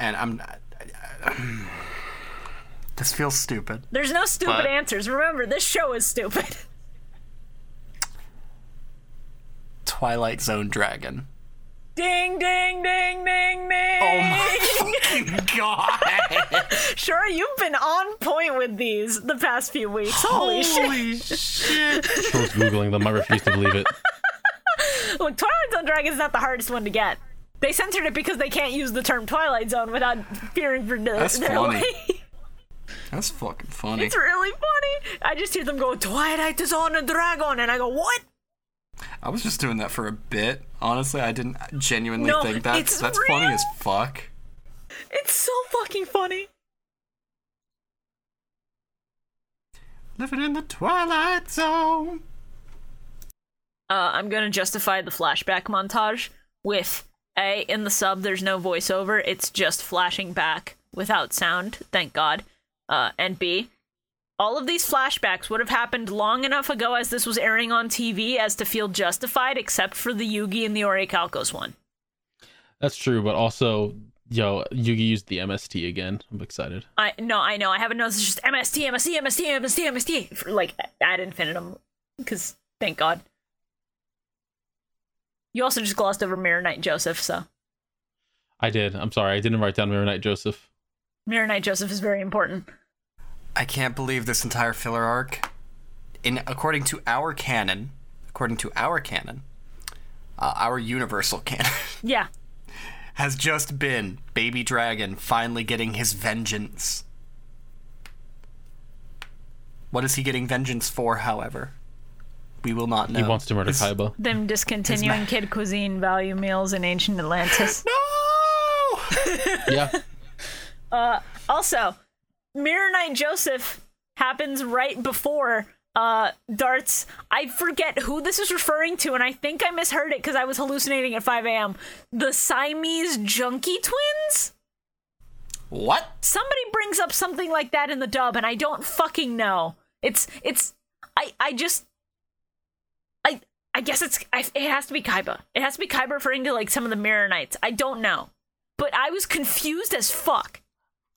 And I'm. this feels stupid.
There's no stupid
But-
answers. Remember, this show is stupid.
Twilight Zone dragon.
Ding, ding, ding, ding, ding.
Oh my fucking god!
Sure, you've been on point with these the past few weeks. Holy shit.
Holy shit!
Troll's googling them. I refuse to believe it.
Look, Twilight Zone Dragon's not the hardest one to get. They censored it because they can't use the term Twilight Zone without fearing for their,
That's
their
funny.
life.
That's fucking funny.
It's really funny. I just hear them go, Twilight is on a dragon, and I go, what?
I was just doing that for a bit. Honestly, I didn't genuinely
No,
think that's
it's
that's
real.
funny as fuck.
It's so fucking funny.
Living in the twilight zone.
Uh, I'm gonna justify the flashback montage with A, in the sub, there's no voiceover, it's just flashing back without sound, thank God. Uh, and B, all of these flashbacks would have happened long enough ago as this was airing on TV as to feel justified, except for the Yugi and the Orichalcos one.
That's true, but also, yo, Yugi used the MST again. I'm excited.
I no, I know, I haven't noticed. It's just MST, MST, MST, MST, MST for like ad infinitum, because thank God. You also just glossed over Mirror Knight Joseph, so
I did. I'm sorry. I didn't write down Mirror Knight Joseph.
Mirror Knight Joseph is very important.
I can't believe this entire filler arc. In according to our canon, according to our canon, uh, our universal canon
Yeah,
has just been Baby Dragon finally getting his vengeance. What is he getting vengeance for? However, we will not know.
He wants to murder
This-
Kaiba.
them discontinuing kid cuisine value meals in ancient Atlantis.
No.
Yeah.
also, Mirror Knight Joseph happens right before uh darts i forget who this is referring to and i think i misheard it because i was hallucinating at 5 a.m the siamese junkie twins
what?
somebody brings up something like that in the dub and I don't fucking know. It's it's I I just I I guess it's I, it has to be Kaiba. It has to be Kaiba referring to like some of the Mirror Knights. I don't know. But I was confused as fuck.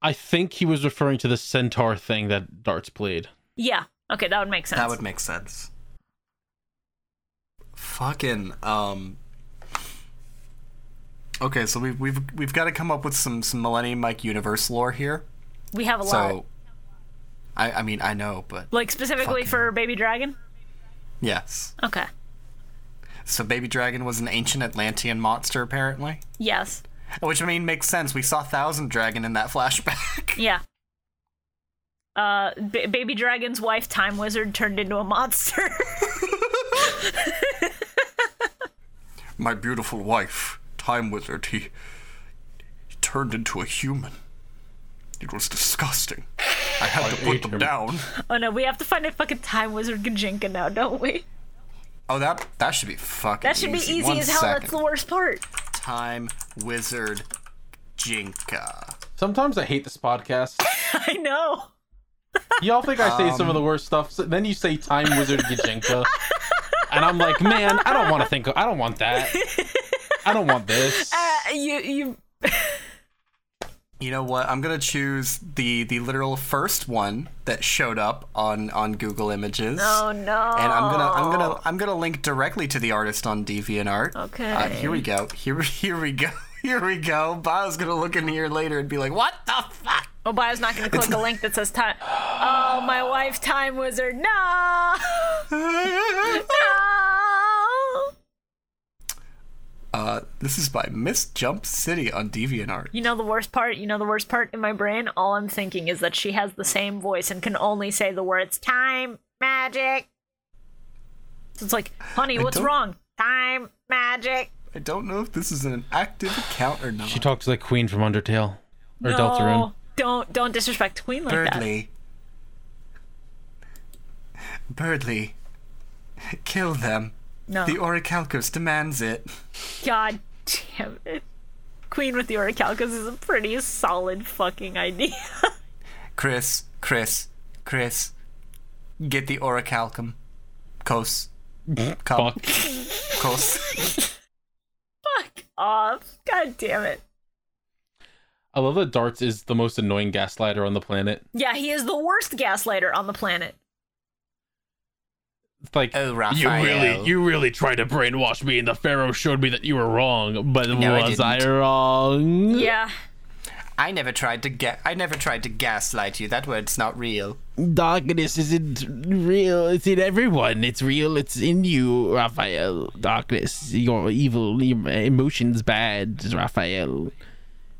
I think he was referring to the centaur thing that Darts played.
Yeah. Okay, that would make sense.
That would make sense. Fucking um. Okay, so we've we've we've got to come up with some some Millennium Mike universe lore here.
we have a lot.
So, I I mean I know, but
Like specifically
Fucking-
for Baby Dragon?
yes.
Okay.
So Baby Dragon was an ancient Atlantean monster apparently,
Yes.
which I mean makes sense. We saw Thousand Dragon in that flashback.
Yeah. Uh, ba- Baby Dragon's wife, Time Wizard, turned into a monster.
My beautiful wife, Time Wizard, he, he turned into a human. It was disgusting. I had to put
ate
them
him.
down.
oh no, we have to find a fucking Time Wizard Gajinka now, don't we?
Oh, that that should be fucking.
That should be easy
One
as hell. That's the
second.
worst part.
Time wizard, Jinka.
Sometimes I hate this podcast.
I know.
Y'all think I say some of the worst stuff. So then you say Time Wizard Gajinka. and I'm like, man, I don't want to think. I don't want that. I don't want this.
Uh, You you
You know what? I'm gonna choose the the literal first one that showed up on on Google Images.
Oh, no.
And I'm gonna I'm gonna I'm gonna link directly to the artist on DeviantArt.
Okay.
Uh, here we go. Here here we go. Here we go. Bio's gonna look in here later and be like, "What the fuck?"
Obio's not gonna click a link that says time. Oh, my wife, Time Wizard. No, no.
uh, this is by Miss Jump City on DeviantArt.
You know the worst part. You know the worst part in my brain. All I'm thinking is that she has the same voice and can only say the words time magic. So it's like, honey,
I
what's
don't-
wrong? Time magic.
I don't know if this is an active account or not.
She talks like Queen from Undertale or
no,
Deltarune.
don't don't disrespect Queen like that.
Birdly. Birdly. Kill them.
No,
The Orichalcos demands it.
God damn it. Queen with the Orichalcos is a pretty solid fucking idea.
Chris, Chris, Chris, get the orichalcum. Cos. Cum.
Fuck.
Cos.
Fuck off. God damn it.
I love that Darts is the most annoying gaslighter on the planet.
Yeah, he is the worst gaslighter on the planet.
It's like
Oh, Raphael.
you really tried to brainwash me, and the Pharaoh showed me that you were wrong. But
No, I didn't.
wrong?
Yeah.
I never tried to get. I never tried to gaslight you. That word's not real.
Darkness isn't real. It's in everyone. It's real. It's in you, Raphael. Darkness. Your evil e- your emotions bad, Raphael.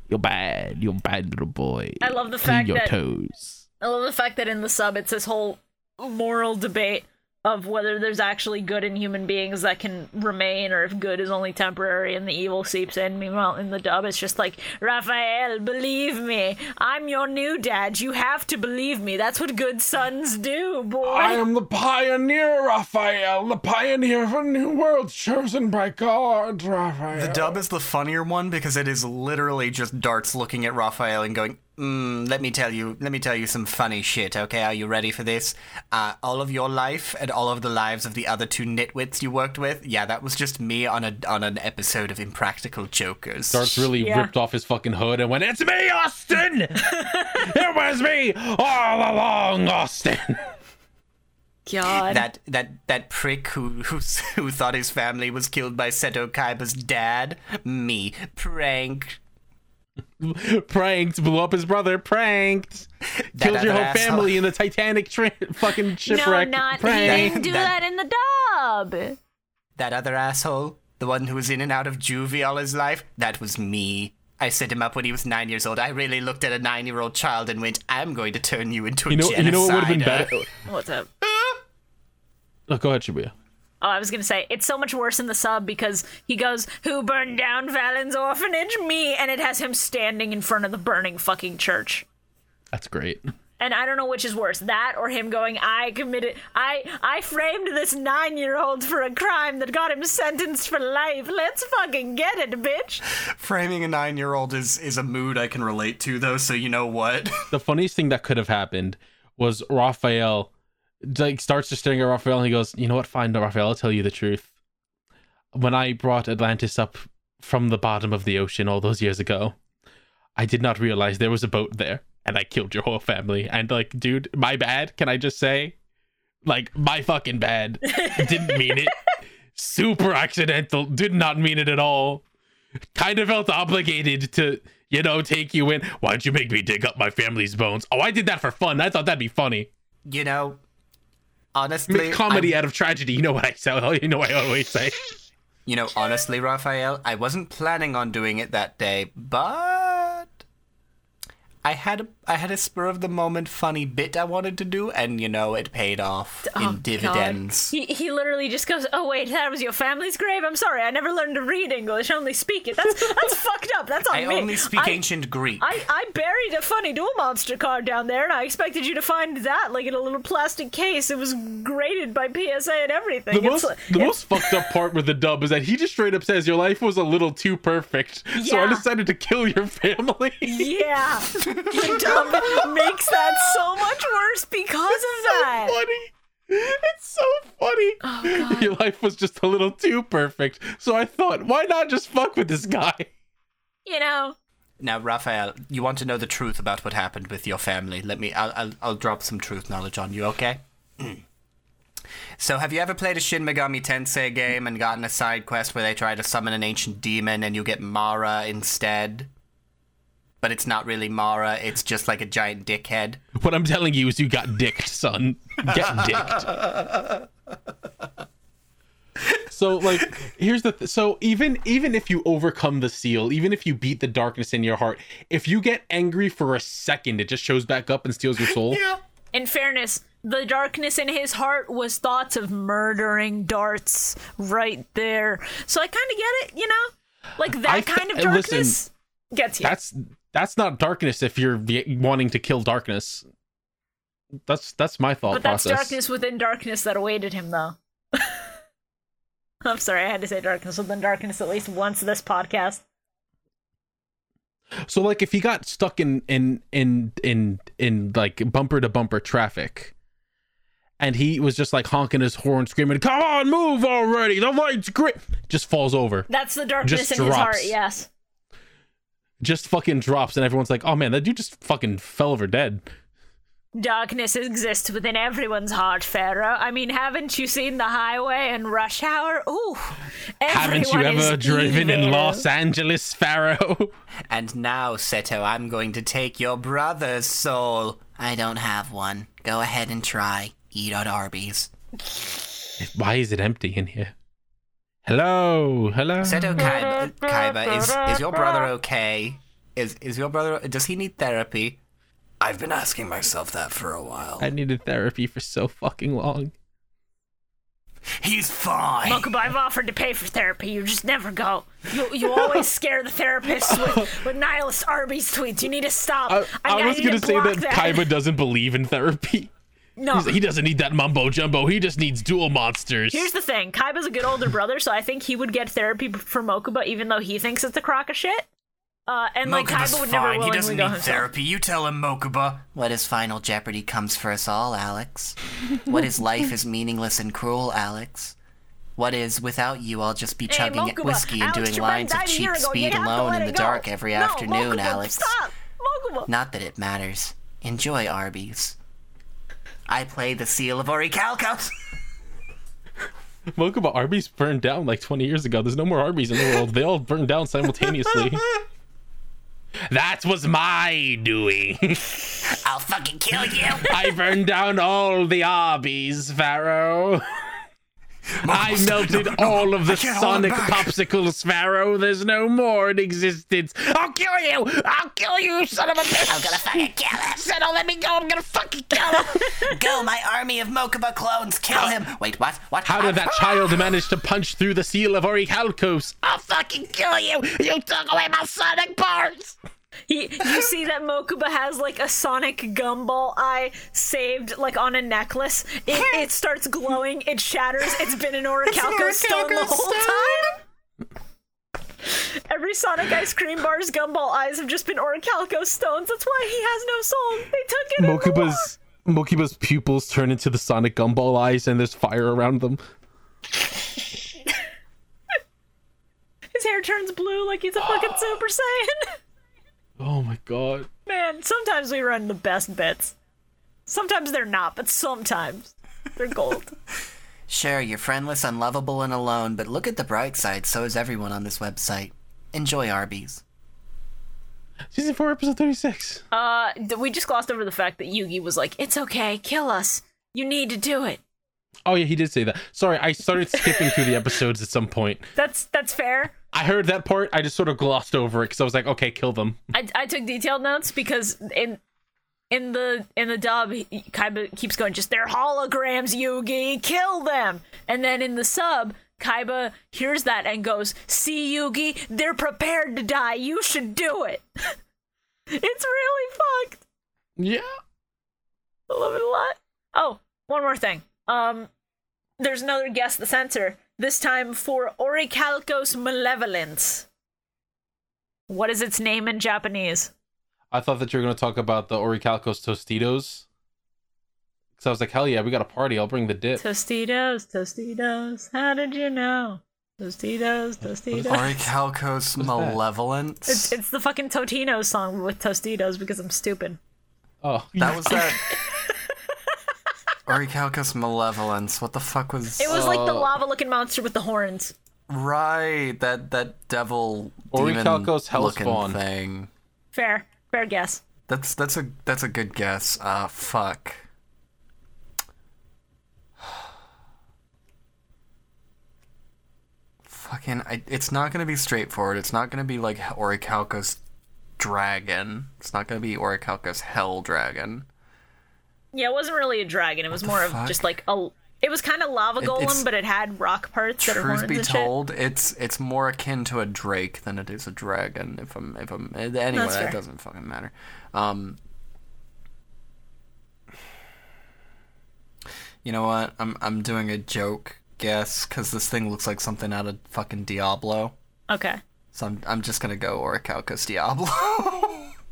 You're bad. You're a bad little boy.
I love the
Clean
fact
your
that-
toes.
I love the fact that in the sub it's this whole moral debate of whether there's actually good in human beings that can remain or if good is only temporary and the evil seeps in. Meanwhile, in the dub, it's just like, Raphael, believe me. I'm your new dad. You have to believe me. That's what good sons do, boy.
I am the pioneer, Raphael. The pioneer of a new world chosen by God, Raphael.
The dub is the funnier one because it is literally just darts looking at Raphael and going, mm, "Let me tell you, let me tell you some funny shit. Okay, are you ready for this? Uh, all of your life and all of the lives of the other two nitwits you worked with. Yeah, that was just me on a on an episode of Impractical Jokers.
Darts really
Yeah.
ripped off his fucking hood and went, It's me, Austin! it was me all along, Austin!
God.
That that that prick who who s- who thought his family was killed by Seto Kaiba's dad. Me prank.
pranked, blew up his brother, pranked. Killed
other
your whole
asshole.
family in the Titanic tra- fucking
no,
shipwreck.
not.
pranked.
He didn't do
That-
that in the dub.
That other asshole, the one who was in and out of juvie all his life, that was me. I set him up when he was nine years old. I really looked at a nine-year-old child and went, "I'm going to turn you into a
You know,
genocider."
you know what would have been better?
What's up?
Oh, go ahead, Shibuya.
Oh, I was gonna say it's so much worse in the sub because he goes, "Who burned down Valen's orphanage? Me!" and it has him standing in front of the burning fucking church.
That's great.
And I don't know which is worse, that or him going, "I committed, I, I framed this nine-year-old for a crime that got him sentenced for life. Let's fucking get it, bitch."
Framing a nine-year-old is is a mood I can relate to, though. So you know what?
the funniest thing that could have happened was Raphael like starts just staring at Raphael and he goes, You know what, fine, Raphael, I'll tell you the truth. When I brought Atlantis up from the bottom of the ocean all those years ago, I did not realize there was a boat there and I killed your whole family. And like, dude, my bad, can I just say? Like, my fucking bad. Didn't mean it. Super accidental. Did not mean it at all kind of felt obligated to, you know, take you in. Why'd you make me dig up my family's bones? Oh, I did that for fun. I thought that'd be funny.
you know,
Make
honestly,
comedy
I'm-
out of tragedy. You know what I say? You know what I always say.
you know, honestly, Raphael, I wasn't planning on doing it that day, but I had a, I had a spur of the moment funny bit I wanted to do, and you know, it paid off
Oh,
in dividends.
God. He he literally just goes, "Oh wait, that was your family's grave. I'm sorry, I never learned to read English. I only speak it. That's that's fucked up. That's on
I
me.
only speak
I-
ancient Greek.
I, I buried a funny duel monster card down there, and I expected you to find that, like in a little plastic case. It was graded by PSA and everything.
The
It's
most,
like-
the most fucked up part with the dub is that he just straight up says your life was a little too perfect, so I
Yeah.
decided to kill your family.
yeah, the dub makes that so much worse because of that. Oh,
funny. It's so funny. Your life was just a little too perfect, so I thought, why not just fuck with this guy?
You know,
Now, Raphael, you want to know the truth about what happened with your family. Let me. I'll, I'll, I'll drop some truth knowledge on you, okay? so, have you ever played a Shin Megami Tensei game and gotten a side quest where they try to summon an ancient demon and you get Mara instead? But it's not really Mara, it's just like a giant dickhead.
What I'm telling you is you got dicked, son. Get dicked. so like here's the th- so even even if you overcome the seal, even if you beat the darkness in your heart, if you get angry for a second, it just shows back up and steals your soul.
in fairness, the darkness in his heart was thoughts of murdering darts right there. So I kind of get it. You know, like that
I th-
kind of
uh, listen,
darkness gets you.
That's that's not darkness if you're y- wanting to kill darkness. That's that's my thought
But that's
process.
darkness within darkness that awaited him, though. I'm sorry, I had to say darkness within darkness at least once this podcast.
So like if he got stuck in in in in in like bumper to bumper traffic and he was just like honking his horn screaming, "Come on, move already. The light's great." Just falls over.
That's the darkness
Just
in his heart,
drops.
yes.
Just fucking drops and everyone's like, "Oh man, that dude just fucking fell over dead."
Darkness exists within everyone's heart, Pharaoh. I mean, haven't you seen the highway and rush hour? Ooh.
Haven't you
everyone is
ever driven in
evil.
Los Angeles, Pharaoh?
And now, Seto, I'm going to take your brother's soul. I don't have one. Go ahead and try. Eat at Arby's.
Why is it empty in here? Hello, hello.
Seto Kaiba, Kaiba is, is your brother okay? Is, is your brother. Does he need therapy? I've been asking myself that for a while.
I needed therapy for so fucking long.
He's fine!
Uncle, I've offered to pay for therapy. You just never go. You, you always scare the therapists with, with nihilist Arby's tweets. You need to stop.
I, I was
need
gonna
to
say
block
that, Kaiba doesn't believe in therapy.
No.
He's like, he doesn't need that mumbo jumbo. He just needs dual monsters.
Here's the thing Kaiba's a good older brother, so I think he would get therapy for Mokuba, even though he thinks it's a crock of shit. Uh, and like
Mokuba's
Kaiba would never
fine.
willingly
He doesn't
go
need
himself.
therapy. You tell him, Mokuba. What is Final Jeopardy comes for us all, Alex? What is life is meaningless and cruel, Alex? What is without you, I'll just be
Hey,
chugging
Mokuba,
whiskey and
Alex
doing
Trebek
lines of
died a
cheap
year ago. You have
speed
to
alone
let
in
it
the
go.
dark every
No,
afternoon,
Mokuba,
Alex.
Stop! Mokuba.
Not that it matters. Enjoy Arby's. I play the seal of Orichalcos.
Mokuba Arby's burned down like 20 years ago. There's no more Arby's in the world. They all burned down simultaneously. that was my doing.
I'll fucking kill you.
I burned down all the Arby's, Pharaoh. I melted all of the Sonic popsicles, Pharaoh. There's no more in existence. I'll kill you! I'll kill you, son of a bitch!
I'm gonna fucking kill him.
Said, "Oh, let me go! I'm gonna fucking kill him!"
Go, my army of Mokuba clones. Kill him. Wait, what? What?
How did that
Ah!
child manage to punch through the seal of Orichalcos? I'll fucking kill you! You took away my sonic parts!
He, you see that Mokuba has like a sonic gumball eye saved like on a necklace. It, it starts glowing. It shatters. It's been an Orichalco stone the whole time. Every Sonic ice cream bar's gumball eyes have just been Orichalco stones. That's why he has no soul. They took it. in the war.
Mokuba's Mokuba's pupils turn into the sonic gumball eyes, and there's fire around them.
His hair turns blue like he's a fucking Super Saiyan.
Oh my god!
Man, sometimes we run the best bets. Sometimes they're not, but sometimes they're gold.
Sure, you're friendless, unlovable, and alone, but look at the bright side. So is everyone on this website. Enjoy Arby's.
Season four, episode thirty-six.
Uh, d- we just glossed over the fact that Yugi was like, "It's okay, kill us. You need to do it."
Oh yeah, he did say that. Sorry, I started skipping through the episodes at some point.
That's that's fair.
I heard that part. I just sort of glossed over it because I was like, okay, kill them.
I, I took detailed notes because in in the in the dub he- Kaiba keeps going just they're holograms Yugi kill them and then in the sub Kaiba hears that and goes see Yugi they're prepared to die you should do it it's really fucked
Yeah.
I love it a lot oh one more thing um there's another guess the censor this time for Orichalcos malevolence what is its name in Japanese
I thought that you were gonna talk about the Orichalcos Tostitos. Because I was like, hell yeah, we got a party. I'll bring the dip.
Tostitos, Tostitos, how did you know? Tostitos, Tostitos.
Orichalcos malevolence.
It's, it's the fucking Totino song with Tostitos because I'm stupid.
Oh,
that was that. Orichalcos malevolence. What the fuck was?
It was like
Oh.
the lava looking monster with the horns.
right. That that devil
Orichalcos
demon looking
hellspawn.
thing.
Fair, fair guess.
That's that's a that's a good guess. Uh, fuck. Fucking, I, it's not gonna be straightforward. It's not gonna be like Orichalcos dragon. It's not gonna be Orichalcos hell dragon.
Yeah, it wasn't really a dragon. It was more of
fuck?
just like a. It was kind of lava
it's-
golem, but it had rock parts that are horns
Truth be
and shit.
told, it's it's more akin to a drake than it is a dragon. If I'm if I'm eh, anyway,
That's fair.
that doesn't fucking matter. Um, you know what? I'm I'm doing a joke guess because this thing looks like something out of fucking Diablo.
Okay.
So I'm, I'm just gonna go Orichalcos Diablo.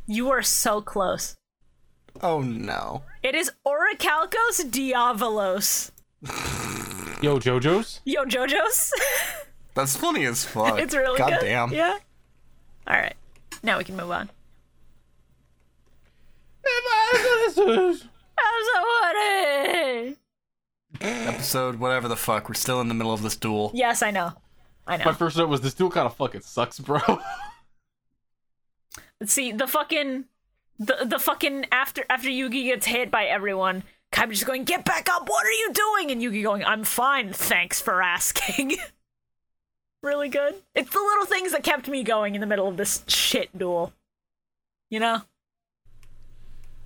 You are so close.
oh no.
It is Orichalcos Diavolos.
Yo, JoJo's?
Yo, JoJo's.
That's funny as fuck.
it's really good.
Goddamn.
Yeah. All right. Now we can move on. I'm so horny.
Episode whatever the fuck. We're still in the middle of this duel.
Yes, I know. I
My
know.
first note was this duel kind of fucking sucks, bro.
See the fucking the the fucking after after Yugi gets hit by everyone, Kaiba just going, "Get back up! What are you doing?" And Yugi going, "I'm fine. Thanks for asking." really good. It's the little things that kept me going in the middle of this shit duel. You know?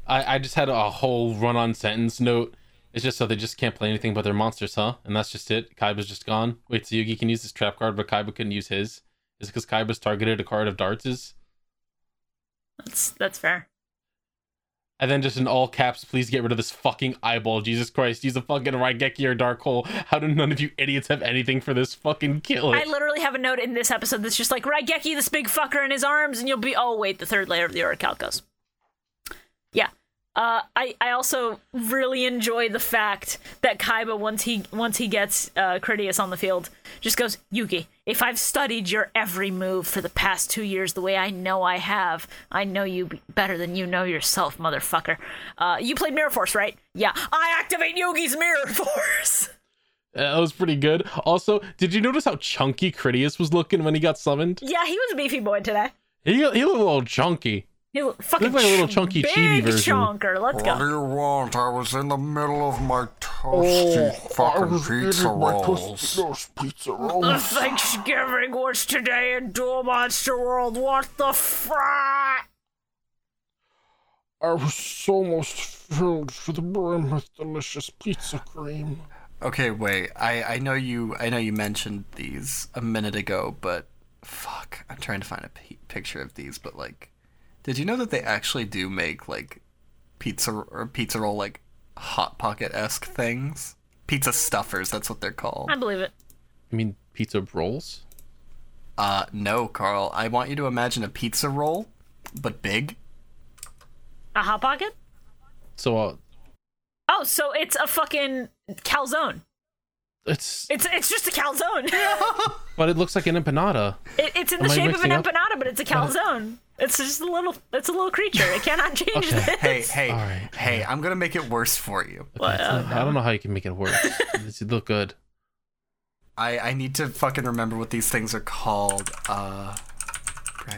I, I just had a whole run on sentence note. It's just so they just can't play anything but their monsters, huh? And that's just it. Kaiba's just gone. Wait, so Yugi can use his trap card, but Kaiba couldn't use his. Is because Kaiba's targeted a card of Darts'?
That's that's fair.
And then just in all caps, please get rid of this fucking eyeball. Jesus Christ, use a fucking Raigeki or Dark Hole. How do none of you idiots have anything for this fucking kill?
I
It?
literally have a note in this episode that's just like Raigeki, this big fucker in his arms, and you'll be oh wait, the third layer of the Orichalcos. Yeah. Uh, I, I also really enjoy the fact that Kaiba once he once he gets uh, Critias on the field just goes Yugi if I've studied your every move for the past two years the way I know I have I know you b- better than you know yourself motherfucker uh, you played Mirror Force right yeah I activate Yugi's Mirror Force
that was pretty good. Also, did you notice how chunky Critias was looking when he got summoned?
yeah he was a beefy boy today
He, he looked a little chunky.
He look, fucking
like a little
ch-
chunky
big
chibi version.
chonker. Let's
What do
go.
you want? I was in the middle of my
Oh,
Oh,
Oh,
toasty fucking pizza rolls.
The Thanksgiving was today in Duel Monster World. What the fuck?
I was almost filled to the brim with delicious pizza cream.
Okay, wait. I, I know you I know you mentioned these a minute ago, but fuck, I'm trying to find a p- picture of these. But like, did you know that they actually do make like pizza or pizza roll like hot pocket esque things? Pizza stuffers. That's what they're called.
I believe it.
I mean, pizza rolls?
Uh, no, Carl. I want you to imagine a pizza roll, but big.
A hot pocket?
So, uh,
Oh, so it's a fucking calzone.
it's.
It's it's just a calzone.
But it looks like an empanada.
it, it's in the
Am I
shape of an
mixing up? Uh-huh.
empanada, but it's a calzone. It's just a little. It's a little creature. It cannot change
Okay.
this.
Hey, hey,
All right.
hey! I'm gonna make it worse for you.
Well,
It's not- I don't know how you can make it work. Does it look good?
I I need to fucking remember what these things are called. Uh, bre-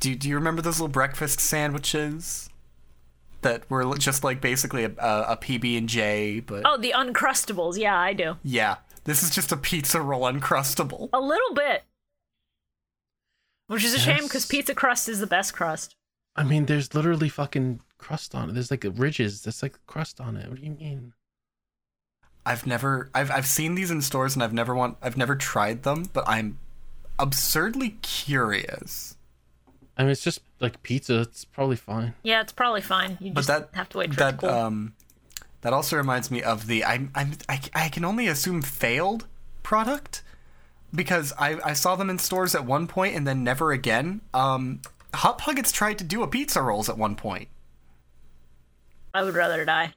do do you remember those little breakfast sandwiches that were li- just like basically a a, a PB and J, but
Oh, the uncrustables. Yeah, I do.
yeah, this is just a pizza roll uncrustable.
A little bit. Which is a shame because
Yes.
pizza crust is the best crust.
I mean, there's literally fucking crust on it. There's like ridges. That's like crust on it. What do you mean?
I've never I've I've seen these in stores and I've never want I've never tried them, but I'm absurdly curious.
I mean, it's just like pizza. It's probably fine.
Yeah, it's probably fine. You
but
just
that
have to wait for it to
that
cool.
um that also reminds me of the I'm, I'm I, I can only assume failed product because I, I saw them in stores at one point and then never again. Um, Hot Pockets tried to do a pizza rolls at one point.
I would rather die.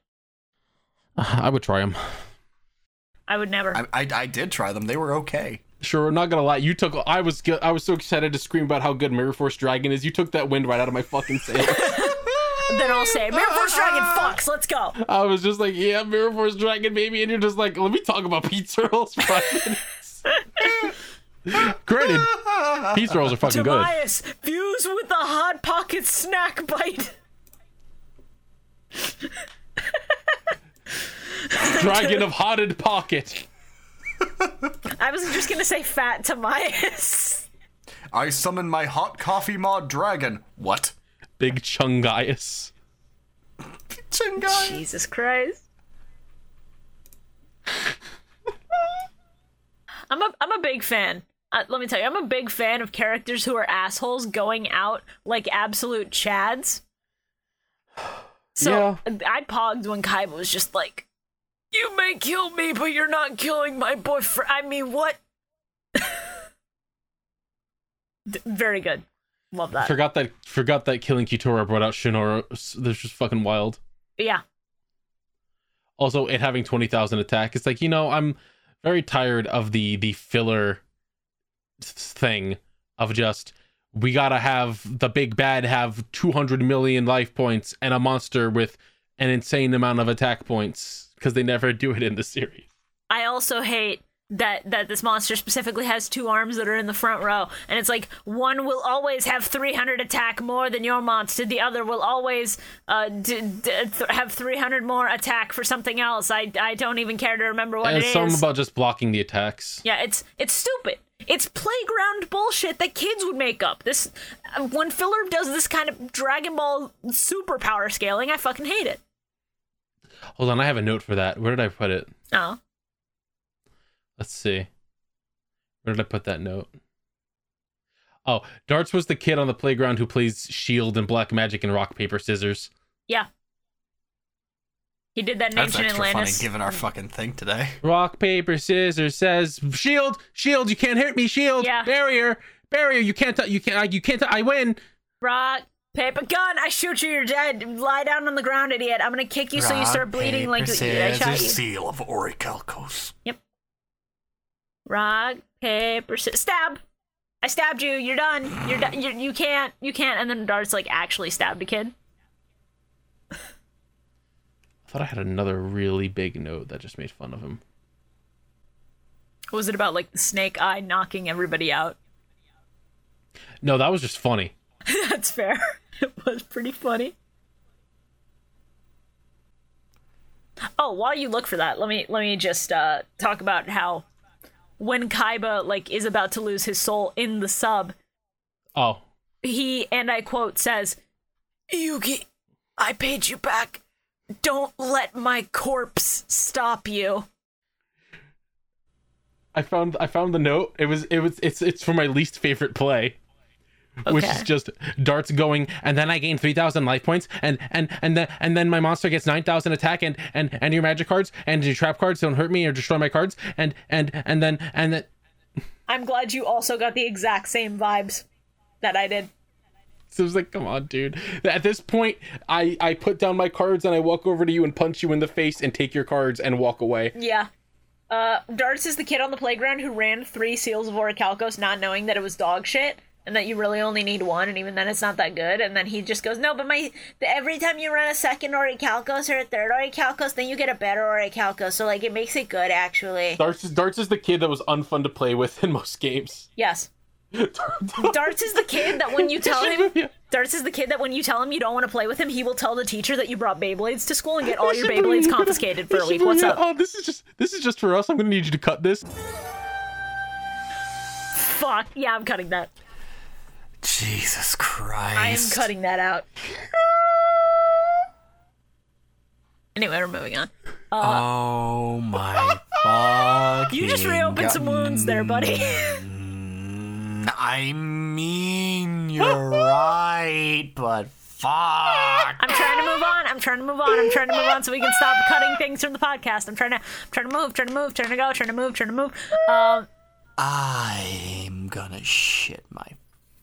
I would try them.
I would never.
I, I I did try them. They were okay.
Sure, not gonna lie. You took. I was. Good, I was so excited to scream about how good Mirror Force Dragon is. You took that wind right out of my fucking sail.
then I'll say, Mirror Force Dragon fucks, let's go.
I was just like, yeah, Mirror Force Dragon, baby. And you're just like, let me talk about pizza rolls. for five minutes." Granted, pizza rolls are fucking good.
Tobias, views with the Hot Pocket snack bite.
Dragon of Hotted Pocket.
I was just gonna say fat Tobias.
I summon my hot coffee mod dragon. What?
Big Chungias.
Chin guy.
Jesus Christ. I'm a I'm a big fan. Uh, let me tell you, I'm a big fan of characters who are assholes going out like absolute chads. So I pogged when Kaiba was just like, "You may kill me, but you're not killing my boyfriend." I mean, what? D- very good. Love that.
Forgot that forgot that killing Kitora brought out Shinora. That's just fucking wild.
Yeah.
Also, it having twenty thousand attack. It's like you know I'm very tired of the the filler thing of just we gotta have the big bad have 200 million life points and a monster with an insane amount of attack points because they never do it in the series
I also hate that that this monster specifically has two arms that are in the front row and it's like one will always have 300 attack more than your monster the other will always uh d- d- th- have 300 more attack for something else i i don't even care to remember what
and
it is
something about just blocking the attacks
Yeah, it's it's stupid. It's playground bullshit that kids would make up. This uh, when filler does this kind of Dragon Ball superpower scaling, I fucking hate it.
hold on i have a note for that where did i put it
Oh,
Let's see. Where did I put that note? Oh, Darts was the kid on the playground who plays Shield and Black Magic and Rock Paper Scissors.
yeah. He did that in
That's
ancient
extra funny
Atlantis.
given our fucking thing today.
Rock Paper Scissors says Shield, Shield, you can't hurt me, Shield,
Yeah.
Barrier, Barrier, you can't, t- you can't, I, you can't, t- I win.
Rock, paper, gun. I shoot you, you're dead. Lie down on the ground, idiot. I'm gonna kick you so you start bleeding like I shot you.
seal of Orichalcos.
Rock, paper, sc- stab. I stabbed you. You're done. You're done. You're, you can't. You can't. And then Dart's like actually stabbed a kid.
I thought I had another really big note that just made fun of him.
What was it about like the snake eye knocking everybody out?
No, that was just funny.
That's fair. It was pretty funny. Oh, while you look for that, let me let me just uh, talk about how when Kaiba like is about to lose his soul in the sub,
Oh,
he and I quote says, "Yugi, I paid you back. Don't let my corpse stop you."
I found I found the note. It was it was it's it's for my least favorite play. Which
Okay.
is just darts going, and then I gain three thousand life points, and and and then and then my monster gets nine thousand attack, and and and your magic cards, and your trap cards don't hurt me or destroy my cards, and and and then and then
I'm glad you also got the exact same vibes that I did.
so it was like, come on, dude. At this point, I I put down my cards and I walk over to you and punch you in the face and take your cards and walk away.
Yeah. Uh, Darts is the kid on the playground who ran three seals of Orichalcos not knowing that it was dog shit and that you really only need one and even then it's not that good and then he just goes, No, but my every time you run a second Orichalcos or a third Orichalcos, then you get a better Orichalcos, so like it makes it good actually.
Darts is, darts is the kid that was unfun to play with in most games.
Yes. Darts is the kid that when you tell him
Yeah.
Darts is the kid that when you tell him you don't want to play with him, he will tell the teacher that you brought Beyblades to school and get all your Beyblades confiscated for a week. What's up?
Oh, this is just this is just for us. I'm gonna need you to cut this.
Fuck. Yeah, I'm cutting that.
Jesus
I am
Christ.
cutting that out. Anyway, we're moving on.
Oh my fucking
You just reopened some wounds there, buddy.
I mean, you're right, but fuck.
I'm trying to move on. I'm trying to move on. I'm trying to move on so we can stop cutting things from the podcast. I'm trying to, I'm trying to move, trying to move, trying to go, trying to move, trying to move. Um,
I'm gonna shit my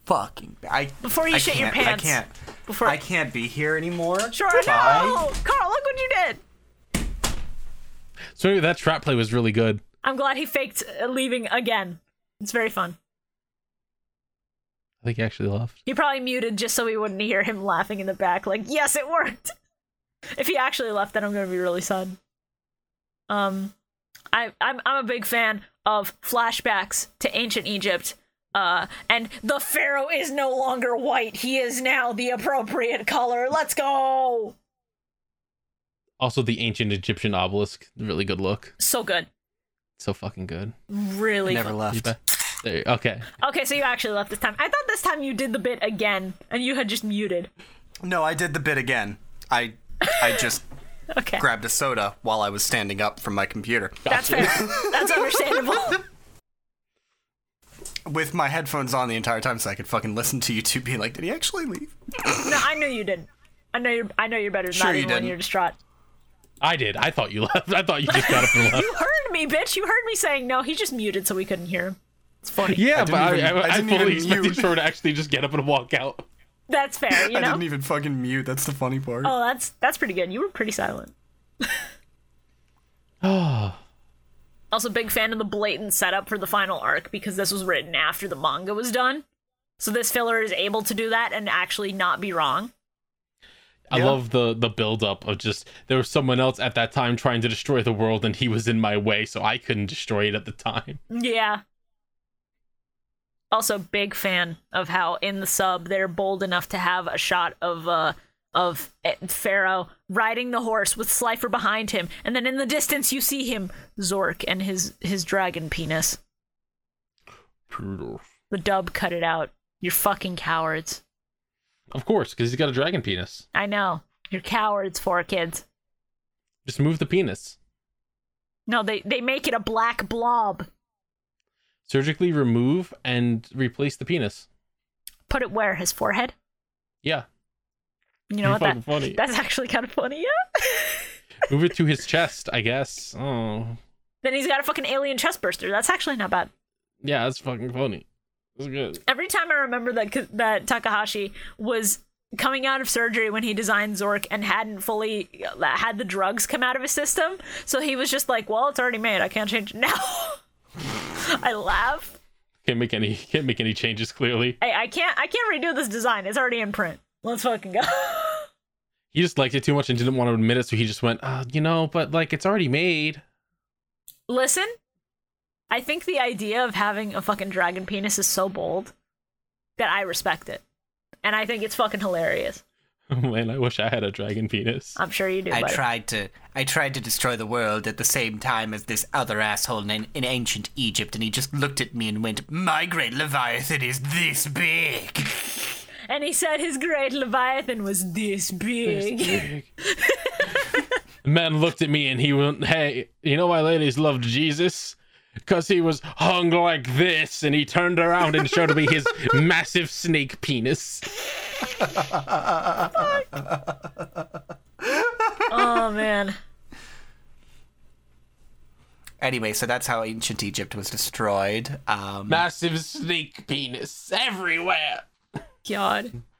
fucking.
I,
Before you
I
shit your
can't-
pants.
I can't.
Before-
I can't be here anymore.
sure,
Bye.
no, Carl, look what you did.
So anyway, that trap play was really good.
I'm glad he faked uh, leaving again. It's very fun.
I think he actually left.
He probably muted just so we wouldn't hear him laughing in the back, like, yes, it worked. If he actually left, then I'm gonna be really sad. Um I I'm I'm a big fan of flashbacks to ancient Egypt. Uh and the Pharaoh is no longer white. He is now the appropriate color. Let's go.
Also, the ancient Egyptian obelisk, really good look.
So good.
So fucking good.
Really
Never
fun.
left.
There you- okay.
Okay, so you actually left this time. I thought this time you did the bit again and you had just muted.
No, I did the bit again. I I just
Okay.
grabbed a soda while I was standing up from my computer
That's fair. That's understandable.
with my headphones on the entire time, so I could fucking listen to you two being like, "Did he actually leave?"
No, I know you didn't. I know you're. I know you're better than
Sure
that.
you
even when
didn't.
you're distraught.
I did. I thought you left. I thought you just got up and left.
You heard me, bitch. You heard me saying no. He just muted so we couldn't hear him. It's funny.
Yeah,
I
but
didn't
I,
even-
I,
I
I,
didn't
fully
even
expected
mute.
Shore to actually just get up and walk out.
That's fair, you
I
know.
didn't even fucking mute. That's the funny part.
Oh, that's that's pretty good. You were pretty silent. Also, big fan of the blatant setup for the final arc because this was written after the manga was done. So this filler is able to do that and actually not be wrong.
I love the the build up of just there was someone else at that time trying to destroy the world and he was in my way so I couldn't destroy it at the time.
Yeah. Also, big fan of how in the sub they're bold enough to have a shot of uh of eh, Pharaoh riding the horse with Slifer behind him, and then in the distance you see him Zork and his his dragon penis. The dub cut it out. You're fucking cowards.
Of course, because he's got a dragon penis.
I know. You're cowards, four kids.
Just move the penis.
No, they they make it a black blob.
Surgically remove and replace the penis.
Put it where his forehead.
Yeah.
You know what?
Fucking
That,
funny.
That's actually kind of funny. Yeah.
Move it to his chest, I guess. Oh.
Then he's got a fucking alien chest burster. That's actually not bad.
Yeah, that's fucking funny. That's good.
Every time I remember that that Takahashi was coming out of surgery when he designed Zork and hadn't fully uh, had the drugs come out of his system, so he was just like, "Well, it's already made. I can't change it now." I laugh.
Can't make any can't make any changes clearly.
I, I can't. I can't redo this design. It's already in print. Let's fucking go.
He just liked it too much and didn't want to admit it, so he just went, uh, you know, but like it's already made.
Listen, I think the idea of having a fucking dragon penis is so bold that I respect it, and I think it's fucking hilarious.
Man, I wish I had a dragon penis.
I'm sure you do.
I
buddy.
tried to I tried to destroy the world at the same time as this other asshole in, in ancient Egypt, and he just looked at me and went, "My great leviathan is this big."
And he said his great Leviathan was this big.
The man looked at me and he went, Hey, you know why ladies loved Jesus? Because he was hung like this, and he turned around and showed me his massive snake penis.
oh man.
Anyway, so that's how ancient Egypt was destroyed. Um,
Massive snake penis everywhere.
God.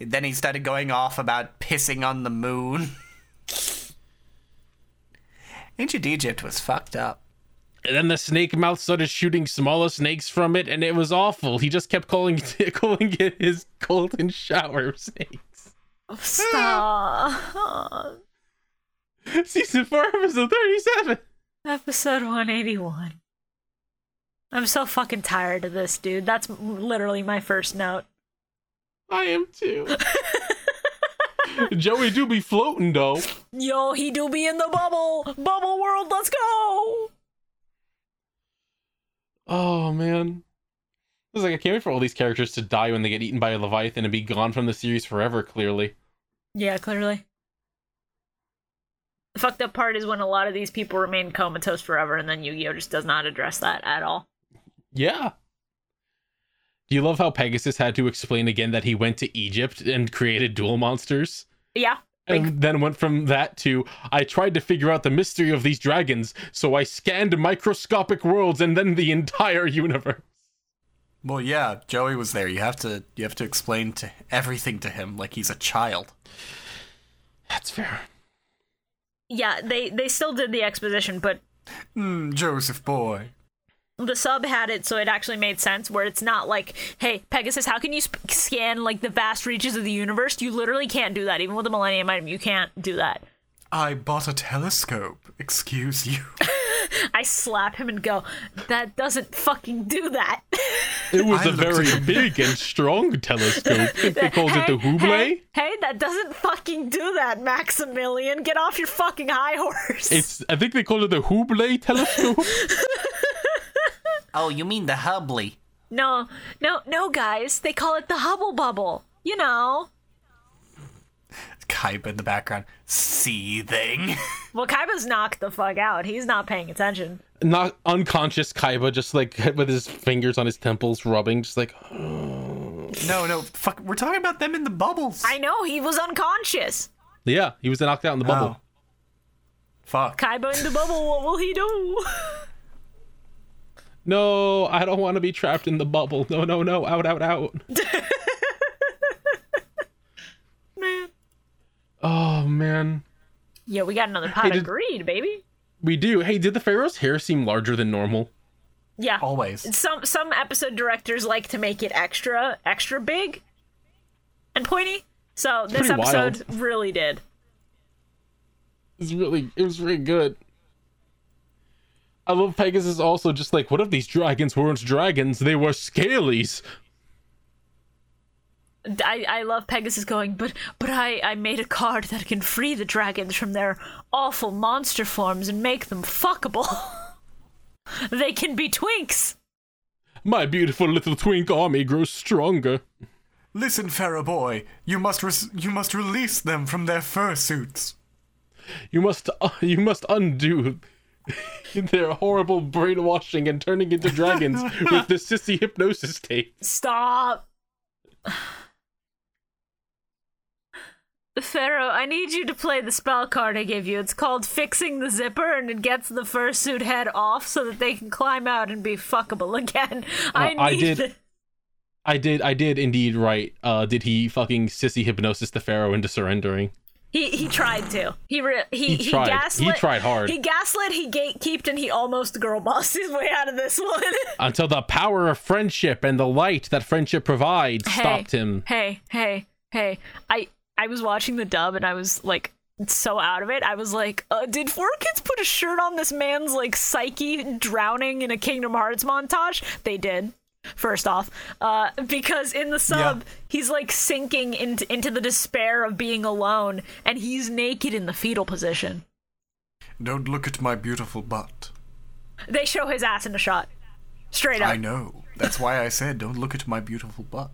Then he started going off about pissing on the moon. ancient Egypt was fucked up.
And then the snake mouth started shooting smaller snakes from it, and it was awful. He just kept calling calling it his golden shower snakes.
Stop.
Season four, episode thirty-seven.
Episode 181. I'm so fucking tired of this, dude. That's m- literally my first note.
I am too. Joey do be floating though.
Yo, he do be in the bubble. Bubble world, let's go.
Oh man. I was like, I can't wait for all these characters to die when they get eaten by a Leviathan and be gone from the series forever, clearly.
Yeah, clearly. The fucked up part is when a lot of these people remain comatose forever, and then Yu Gi Oh! just does not address that at all.
Yeah. Do you love how Pegasus had to explain again that he went to Egypt and created dual monsters?
Yeah.
And then went from that to I tried to figure out the mystery of these dragons, so I scanned microscopic worlds and then the entire universe.
Well, yeah, Joey was there. You have to you have to explain to everything to him like he's a child.
That's fair.
Yeah, they they still did the exposition, but
Hmm,
Mm, Joseph boy.
the sub had it so it actually made sense where it's not like hey pegasus how can you sp- scan like the vast reaches of the universe you literally can't do that even with the millennium item you can't do that
I bought a telescope. Excuse you.
i slap him and go that doesn't fucking do that
It was
I
a
looked
very
at-
big and strong telescope. They called it the Hublé.
hey, hey that doesn't fucking do that maximilian get off your fucking high horse
It's I think they call it the Hublé telescope.
Oh, you mean the Hubley?
no no no guys they call it the hubble bubble you know
Kaiba in the background seething.
well kaiba's knocked the fuck out he's not paying attention
Not unconscious Kaiba just like with his fingers on his temples rubbing just like
no, no, fuck. We're talking about them in the bubbles.
i know he was unconscious
yeah, he was knocked out in the bubble.
Fuck.
Kaiba in the bubble, what will he do?
No, I don't want to be trapped in the bubble. No, no, no. Out, out, out.
Man.
Oh, man.
Yeah, we got another pot
Hey,
of
did-
greed, baby.
We do. Hey, did the Pharaoh's hair seem larger than normal?
Yeah.
Always.
Some some episode directors like to make it extra extra big and pointy. So
It's
this
pretty
episode really did.
It's really, it was really good. I love Pegasus also just like, what if these dragons weren't dragons? They were scalies.
I, I love Pegasus going, but but I, I made a card that can free the dragons from their awful monster forms and make them fuckable. they can be twinks.
My beautiful little twink army grows stronger.
Listen, Pharaoh boy, you must res- you must release them from their fursuits.
You must, you must undo their horrible brainwashing and turning into dragons with the sissy hypnosis tape.
Stop. Pharaoh, I need you to play the spell card I gave you. It's called Fixing the Zipper, and it gets the fursuit head off so that they can climb out and be fuckable again. I
Uh,
need
I did-
thi-
I did, I did indeed right. Uh, did he fucking sissy hypnosis the pharaoh into surrendering?
He he tried to. He re- he,
He
he,
tried. He
gaslit.
tried hard.
He gaslit. He gatekeeped, and he almost girl bossed his way out of this one.
Until the power of friendship and the light that friendship provides stopped him.
Hey hey hey! I I was watching the dub, and I was like so out of it. I was like, uh, did four kids put a shirt on this man's like psyche drowning in a Kingdom Hearts montage? They did. First off, uh, because in the sub he's like sinking into into the despair of being alone, and he's naked in the fetal position.
Don't look at my beautiful butt.
They show his ass in a shot. Straight up.
I know. That's why I said don't look at my beautiful butt.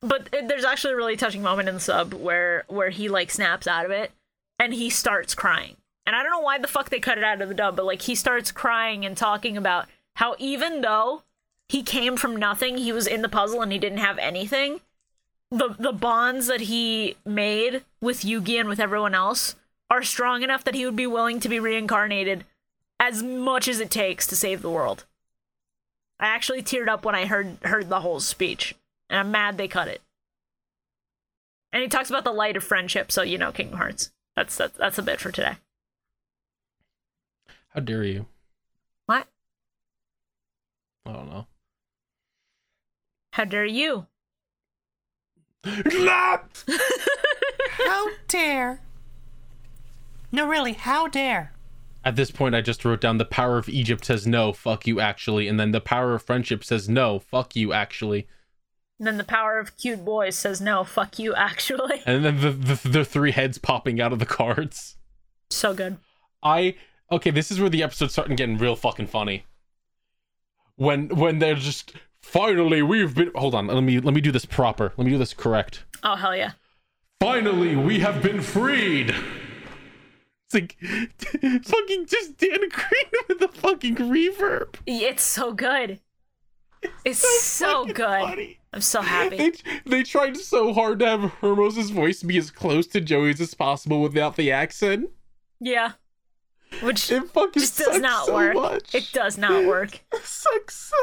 But it- there's actually a really touching moment in the sub where where he like snaps out of it and he starts crying. And I don't know why the fuck they cut it out of the dub, but like he starts crying and talking about how even though he came from nothing, he was in the puzzle and he didn't have anything. The the bonds that he made with Yugi and with everyone else are strong enough that he would be willing to be reincarnated as much as it takes to save the world. I actually teared up when I heard heard the whole speech, and I'm mad they cut it. And he talks about the light of friendship, so you know Kingdom Hearts. That's that's, that's a bit for today.
How dare you?
What?
I don't know.
How dare you?
how dare? No, really, how dare?
At this point, I just wrote down the power of Egypt says no, fuck you, actually, and then the power of friendship says no, fuck you, actually,
And then the power of cute boys says no, fuck you. Actually,
and then the the, the three heads popping out of the cards.
so good.
I okay, this is where the episode's starting getting real fucking funny. When when they're just finally we've been hold on, let me let me do this proper. Let me do this correct.
Oh hell yeah!
Finally, we have been freed. It's like fucking just Dan Green with the fucking reverb.
It's so good. It's so, good. I'm so happy.
They they tried so hard to have Hermos's voice be as close to Joey's as possible without the accent.
yeah, which
it fucking
just does
sucks
not
so
work.
much.
It does not work.
It sucks so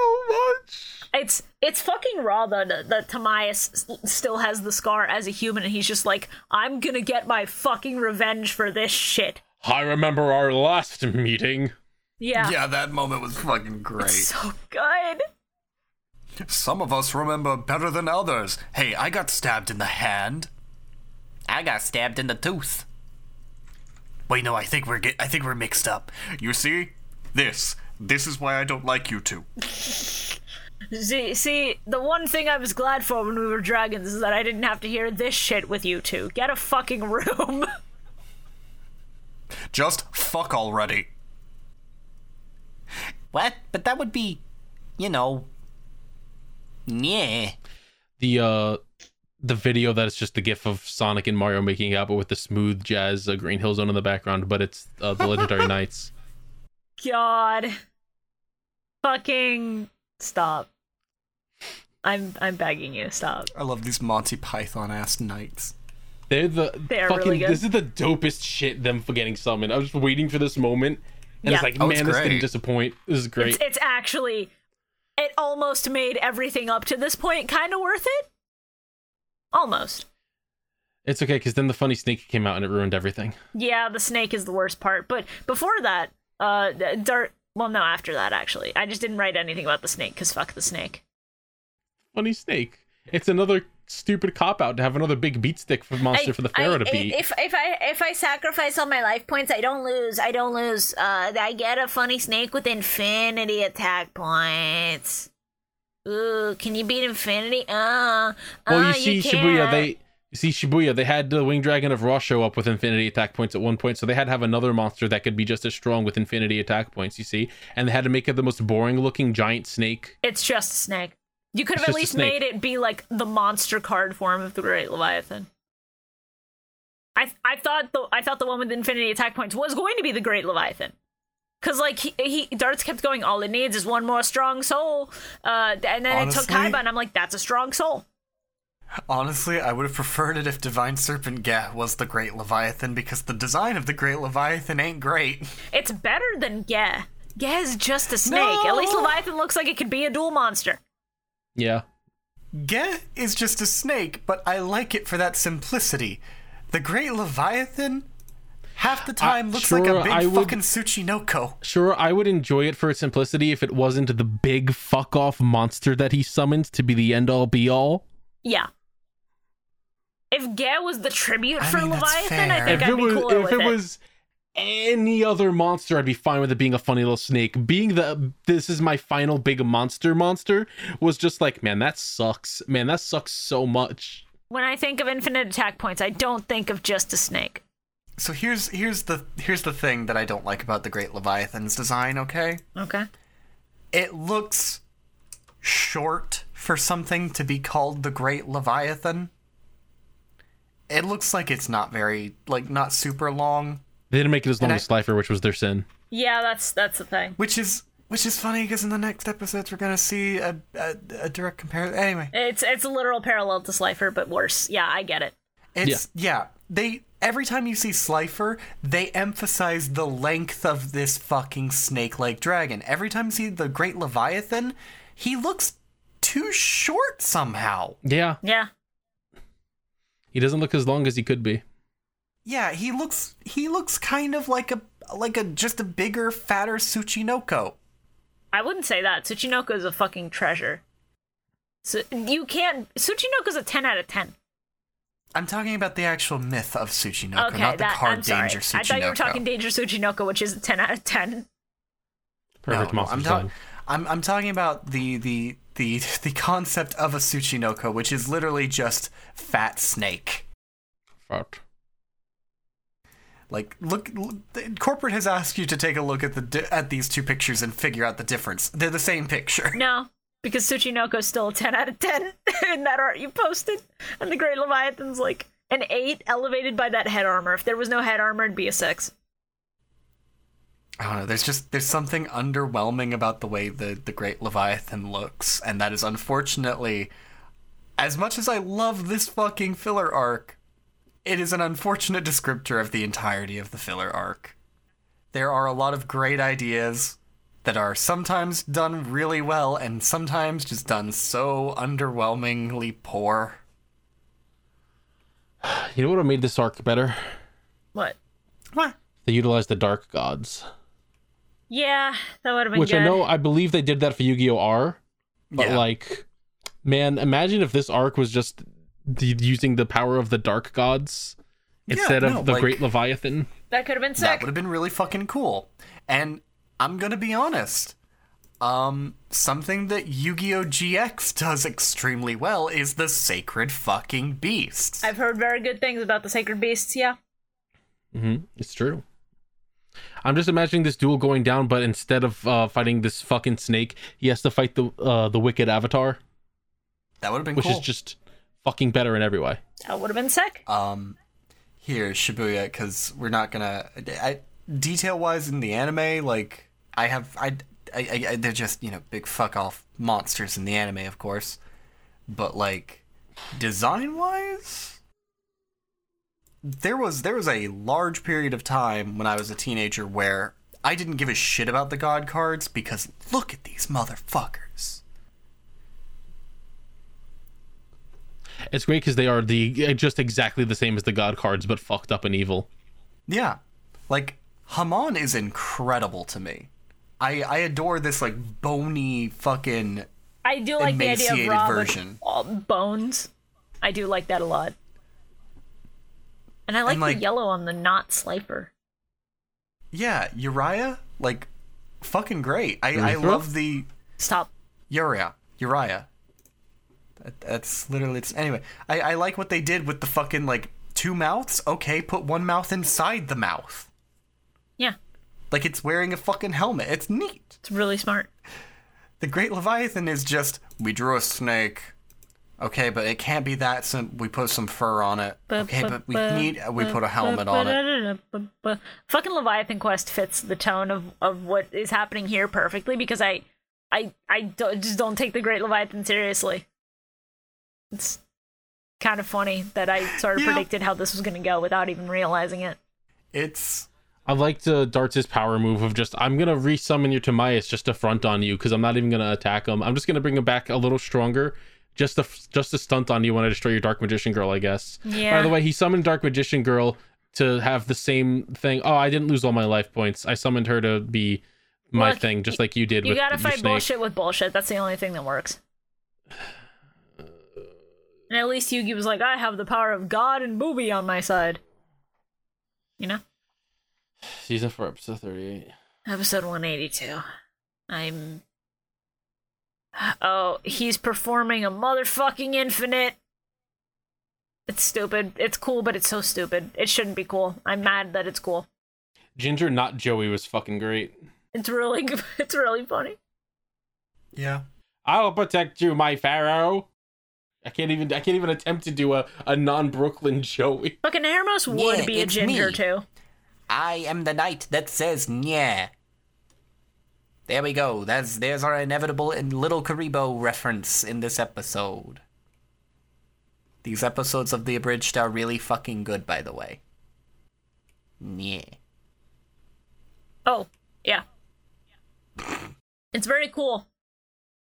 much.
It's it's fucking raw though that, that Tamias s- still has the scar as a human and he's just like I'm gonna get my fucking revenge for this shit.
I remember our last meeting.
Yeah.
Yeah, that moment was fucking great.
So good.
Some of us remember better than others. Hey, I got stabbed in the hand.
I got stabbed in the tooth.
Wait, no, I think we're get- I think we're mixed up. You see, this this is why I don't like you two.
See, see, the one thing I was glad for when we were dragons is that I didn't have to hear this shit with you two. Get a fucking room.
Just fuck already.
What? But that would be, you know. Yeah.
The uh the video that is just the gif of Sonic and Mario making out but with the smooth jazz uh, Green Hill Zone in the background, but it's uh, the Legendary Knights.
God. Fucking stop. I'm I'm begging you, stop.
I love these Monty Python ass knights.
They're the
They are
fucking
really good.
this is the dopest shit them for getting summoned. I was just waiting for this moment. And
yeah.
it's like, man, this didn't disappoint. This is great.
It's, it's actually it almost made everything up to this point kind of worth it. Almost.
It's okay because then the funny snake came out and it ruined everything.
Yeah, the snake is the worst part. But before that, uh, th- Dart. Well, no, after that actually, I just didn't write anything about the snake because fuck the snake.
Funny snake. It's another stupid cop out to have another big beat stick for monster
I-
for the pharaoh
I-
to beat.
If if I if I sacrifice all my life points, I don't lose. I don't lose. Uh, I get a funny snake with infinity attack points. Ooh, can you beat infinity? Uh,
well,
uh,
you see
can't.
Shibuya, they you see Shibuya, they had the winged dragon of Raw show up with infinity attack points at one point, so they had to have another monster that could be just as strong with infinity attack points. You see, and they had to make it the most boring looking giant snake.
It's just a snake. You could
It's
have at
just a
least
snake.
made it be like the monster card form of the Great Leviathan. I I thought the I thought the one with infinity attack points was going to be the Great Leviathan. Cause like he, he darts kept going. All it needs is one more strong soul, uh, and then it took
Honestly-
Kaiba, and I'm like, that's a strong soul.
Honestly, I would have preferred it if Divine Serpent Gat was the Great Leviathan because the design of the Great Leviathan ain't great.
It's better than Geh. Geh is just a snake. At least
No!
Leviathan looks like it could be a dual monster.
Yeah.
Geh is just a snake, but I like it for that simplicity. The Great Leviathan half the time looks
sure,
like a big
I would-
fucking Tsuchinoko.
Sure, I would enjoy it for its simplicity if it wasn't the big fuck off monster that he summons to be the end all be all.
Yeah. If Geh was the tribute
I
for
mean, that's
Leviathan, I
fair.
think
If
I'd
it
be
was-
cooler
if
with
it was- Any other monster, I'd be fine with it being a funny little snake. Being the this is my final big monster monster was just like, man, that sucks. Man, that sucks so much.
When I think of infinite attack points, I don't think of just a snake.
So here's here's the here's the thing that I don't like about the Great Leviathan's design, okay?
Okay.
It looks short for something to be called the Great Leviathan. It looks like it's not very like not super long,
They didn't make it as long
And I-
as Slifer, which was their sin.
Yeah, that's that's the thing.
which is which is funny because in the next episodes we're gonna see a a, a direct comparison. Anyway,
It's it's a literal parallel to Slifer, but worse. Yeah, I get it.
It's yeah. They every time you see Slifer, they emphasize the length of this fucking snake-like dragon. Every time you see the Great Leviathan, he looks too short somehow.
Yeah.
Yeah.
He doesn't look as long as he could be.
Yeah, he looks he looks kind of like a like a just a bigger, fatter Tsuchinoko.
I wouldn't say that. Tsuchinoko is a fucking treasure. So you can't Tsuchinoko's a ten out of ten.
I'm talking about the actual myth of Tsuchinoko,
okay,
not the
that
card
I'm sorry.
danger Tsuchinoko.
I thought you were talking Danger Tsuchinoko, which is a ten out of ten.
Perfect monster
I'm,
design.
I'm I'm talking about the the the the concept of a Tsuchinoko, which is literally just fat snake.
Fat.
Like look, l the- corporate has asked you to take a look at the di- at these two pictures and figure out the difference. They're the same picture.
No, because Tsuchinoko's still a 10 out of 10 in that art you posted. And the Great Leviathan's like an 8 elevated by that head armor. If there was no head armor, it'd be a 6.
I don't know. There's just there's something underwhelming about the way the the Great Leviathan looks, and that is unfortunately, as much as I love this fucking filler arc, it is an unfortunate descriptor of the entirety of the filler arc. There are a lot of great ideas that are sometimes done really well and sometimes just done so underwhelmingly poor.
You know what would have made this arc better?
What?
They utilized the dark gods.
Yeah, that would have been
Which
good.
I know, I believe they did that for Yu-Gi-Oh! R, but
Yeah.
like, man, imagine if this arc was just the, using the power of the Dark Gods instead
no,
of the
like-
Great Leviathan.
that could have been
That
sick.
would have been really fucking cool. And I'm gonna be honest. Um, something that Yu-Gi-Oh! GX does extremely well is the sacred fucking beasts.
I've heard very good things about the Sacred Beasts, yeah.
hmm It's true. I'm just imagining this duel going down, but instead of uh, fighting this fucking snake, he has to fight the uh, the Wicked Avatar,
That would have been
which
cool.
is just fucking better in every way.
That would have been sick.
um, here Shibuya, because we're not gonna I, detail-wise in the anime. Like I have, I, I, I, I- they're just you know big fuck off monsters in the anime, of course. But like design-wise, there was there was a large period of time when I was a teenager where I didn't give a shit about the god cards because look at these motherfuckers.
It's great because they are the uh, just exactly the same as the god cards, but fucked up and evil.
Yeah. Like Haman is incredible to me. I I adore this like bony fucking
I do like the idea of
Emaciated
raw with
version.
all bones. I do like that a lot. And I like,
And, like-
the yellow on the knot sliper.
yeah, Uriah, like fucking great. I, I
Urethra?
love the
Stop.
Uriah. Uriah. That, that's literally it's anyway. I, I like what they did with the fucking like two mouths. Okay, put one mouth inside the mouth.
Yeah.
Like it's wearing a fucking helmet. It's neat.
It's really smart.
The Great Leviathan is just we drew a snake. Okay, but it can't be that sim we put some fur on it. Okay, but we need uh, we put a helmet on it.
it. Fucking Leviathan Quest fits the tone of, of what is happening here perfectly because I I I do just don't take the Great Leviathan seriously. It's kind of funny that I sort of
Yeah.
predicted how this was going to go without even realizing it.
It's
I liked uh, Darts' power move of just I'm gonna resummon your Timaeus just to front on you because I'm not even gonna attack him. I'm just gonna bring him back a little stronger, just to just to stunt on you when I destroy your Dark Magician Girl. I guess. By
Yeah.
the way, he summoned Dark Magician Girl to have the same thing. Oh, I didn't lose all my life points. I summoned her to be my
Look,
thing, just like you did
You
with
gotta
your
fight
snake.
bullshit with bullshit. That's the only thing that works. And at least Yugi was like, I have the power of God and Booby on my side. You know?
Season four, episode thirty-eight.
Episode 182. I'm. Oh, he's performing a motherfucking infinite. It's stupid. It's cool, but it's so stupid. It shouldn't be cool. I'm mad that it's cool.
Ginger, not Joey, was fucking great.
It's really, it's really funny.
Yeah.
I'll protect you, my pharaoh. I can't even I can't even attempt to do a, a non Brooklyn Joey.
Fucking Hermos would
Yeah,
be a
it's
ginger
me.
too.
I am the knight that says yeah. There we go. That's there's our inevitable and little Karibo reference in this episode.
These episodes of the abridged are really fucking good, by the way.
Yeah.
Oh, yeah. It's very cool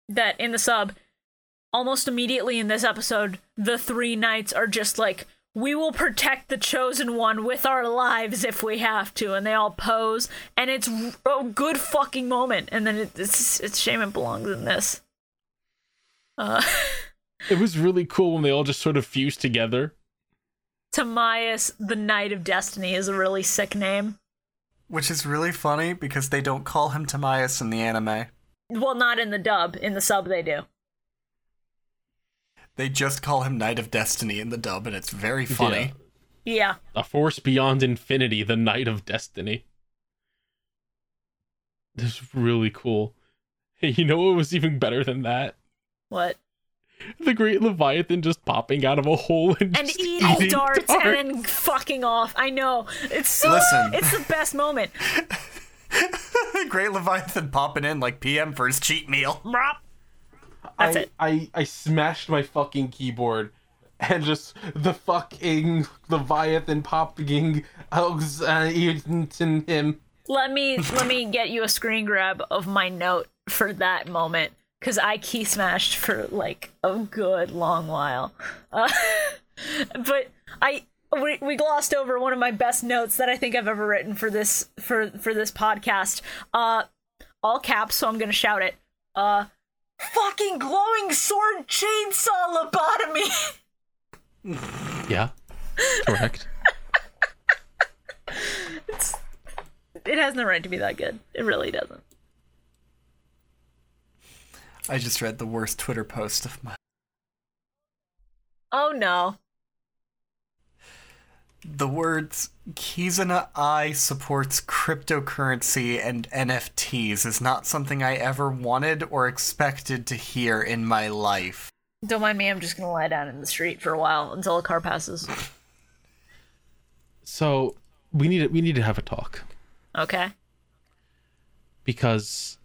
that in the sub, almost immediately in this episode, the three knights are just like, we will protect the chosen one with our lives if we have to, and they all pose, and it's r- a good fucking moment. And then it, it's it's a shame it belongs in this. Uh,
It was really cool when they all just sort of fused together.
Tamias, the Knight of Destiny, is a really sick name.
Which is really funny because they don't call him Tamias in the anime.
Well, not in the dub. In the sub, they do.
They just call him Knight of Destiny in the dub, and it's very funny.
Yeah.
A force beyond infinity, the knight of destiny. This is really cool. Hey, you know what was even better than that?
What?
The great Leviathan just popping out of a hole and,
and
just
eating
eating
darts, and then fucking off. I know. It's so
Listen.
it's the best moment.
Great Leviathan popping in like PM for his cheat meal.
That's
I,
it.
I I smashed my fucking keyboard and just the fucking Leviathan popping Alex- uh, eating him.
Let me let me get you a screen grab of my note for that moment cuz I key smashed for like a good long while. Uh, but I we, we glossed over one of my best notes that I think I've ever written for this for for this podcast. Uh all caps so I'm going to shout it. Uh fucking glowing sword chainsaw lobotomy.
Yeah. Correct.
It's, it has no right to be that good. It really doesn't.
I just read the worst Twitter post of my.
Oh no.
The words Kizuna I supports cryptocurrency and NFTs is not something I ever wanted or expected to hear in my life.
Don't mind me. I'm just gonna lie down in the street for a while until a car passes.
So we need to, we need to have a talk
Okay.
because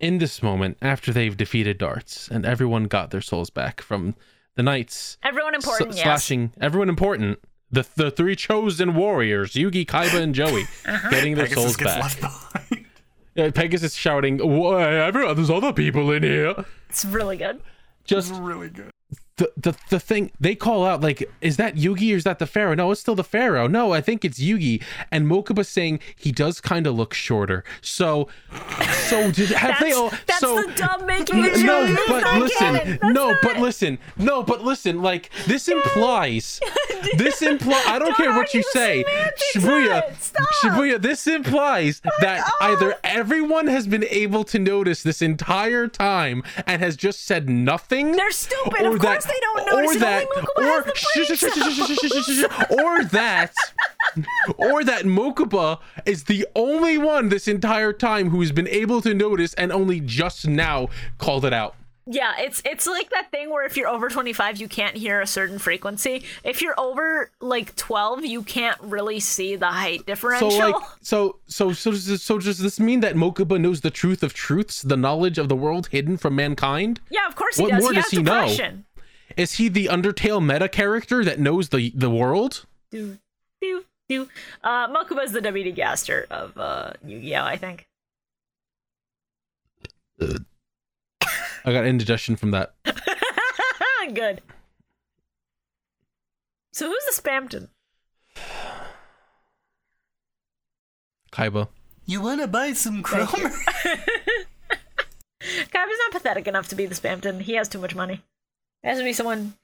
in this moment, after they've defeated darts and everyone got their souls back from the knights,
Everyone important,
sl-
yes.
slashing everyone important, the the three chosen warriors, Yugi, Kaiba, and Joey,
Uh-huh.
getting their
Pegasus
souls
gets
back.
left
Yeah, Pegasus shouting, "Why, everyone, there's other people in here."
It's really good.
Just
really good.
the, the the thing they call out like is that Yugi or is that the Pharaoh? No, it's still the Pharaoh. No, I think it's Yugi. And Mokuba saying he does kind of look shorter. So so did have they
That's-
all
that's
oh, so
the dumb making
N-
a joke.
No,
That's
but
not
listen.
canon. That's
No,
not-
but listen. No, but listen. Like this implies this implies I don't care what you say. Shibuya Shibuya this implies that either everyone has been able to notice this entire time and has just said nothing
They're stupid.
or
of
that,
course they don't notice.
Or that, or shh, shh, shh, shh, shh, shh, shh, shh, or that, or that Mokuba is the only one this entire time who has been able to notice and only just now called it out.
Yeah, it's it's like that thing where if you're over 25, you can't hear a certain frequency. If you're over like 12, you can't really see the height differential.
So like, so so so does, so does this mean that Mokuba knows the truth of truths, the knowledge of the world hidden from mankind?
yeah, of course he
what
does.
more
he
does
has
he know?
depression.
Is he the Undertale meta character that knows the the world?
Do do do. Uh, Mokuba's the deputy gaster of uh, Yu-Gi-Oh. I think.
I got indigestion from that.
Good. So who's the Spamton?
Kaiba.
You wanna buy some
Thank
Chrome?
Kaiba's not pathetic enough to be the Spamton. He has too much money. It has to be someone.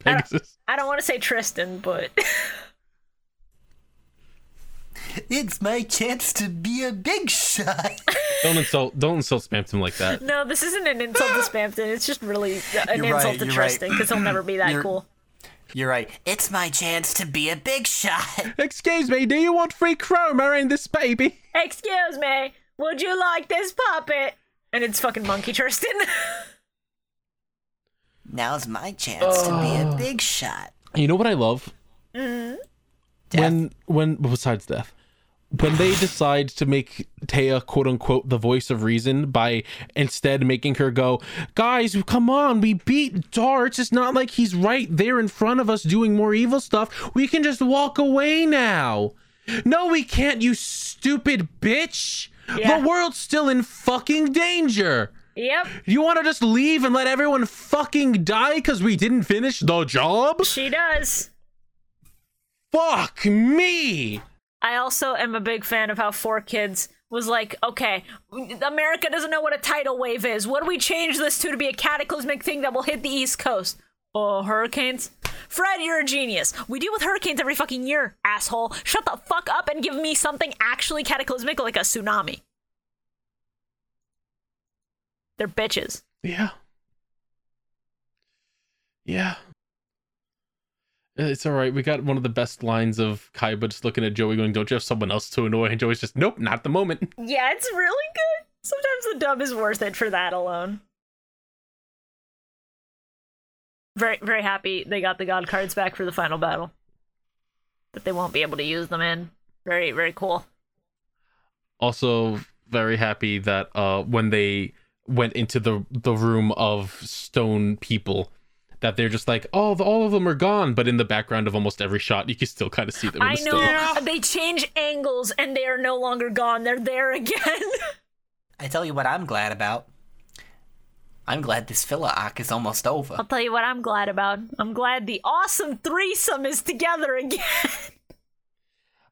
Pegasus.
I don't want to say Tristan, but
It's my chance to be a big shot.
Don't insult don't insult Spamton like that.
no, this isn't an insult to Spamton. It's just really an
You're right,
insult to
you're right.
Tristan because he'll never be that
You're-
cool.
You're right. It's my chance to be a big shot.
Excuse me, do you want free chroma in this baby?
Excuse me, would you like this puppet? And it's fucking Monkey Tristan.
Now's my chance to be a big shot.
You know what I love?
Mhm.
When when well, besides death. When they decide to make Taya quote unquote the voice of reason by instead making her go, guys, come on, we beat darts. It's not like he's right there in front of us doing more evil stuff. We can just walk away now. No, we can't, you stupid bitch. The world's still in fucking danger.
yep.
You want to just leave and let everyone fucking die because we didn't finish the job?
She does.
Fuck me!
I also am a big fan of how Four Kids was like, okay, America doesn't know what a tidal wave is. What do we change this to to be a cataclysmic thing that will hit the East Coast? Oh, hurricanes? Fred, you're a genius. We deal with hurricanes every fucking year, asshole. Shut the fuck up and give me something actually cataclysmic like a tsunami. They're bitches.
Yeah. Yeah. It's all right. We got one of the best lines of Kaiba just looking at Joey going, Don't you have someone else to annoy? And Joey's just, Nope, not the moment.
Yeah, it's really good. Sometimes the dub is worth it for that alone. Very, very happy they got the god cards back for the final battle. That they won't be able to use them in. Very, very cool.
Also, very happy that uh, when they went into the, the room of stone people, that they're just like, Oh, the, all of them are gone. But in the background of almost every shot, you can still kind of see them. In
I
the
know
stone.
they change angles and they are no longer gone. They're there again.
I tell you what I'm glad about. I'm glad this filler arc is almost over.
I'll tell you what I'm glad about. I'm glad the awesome threesome is together again.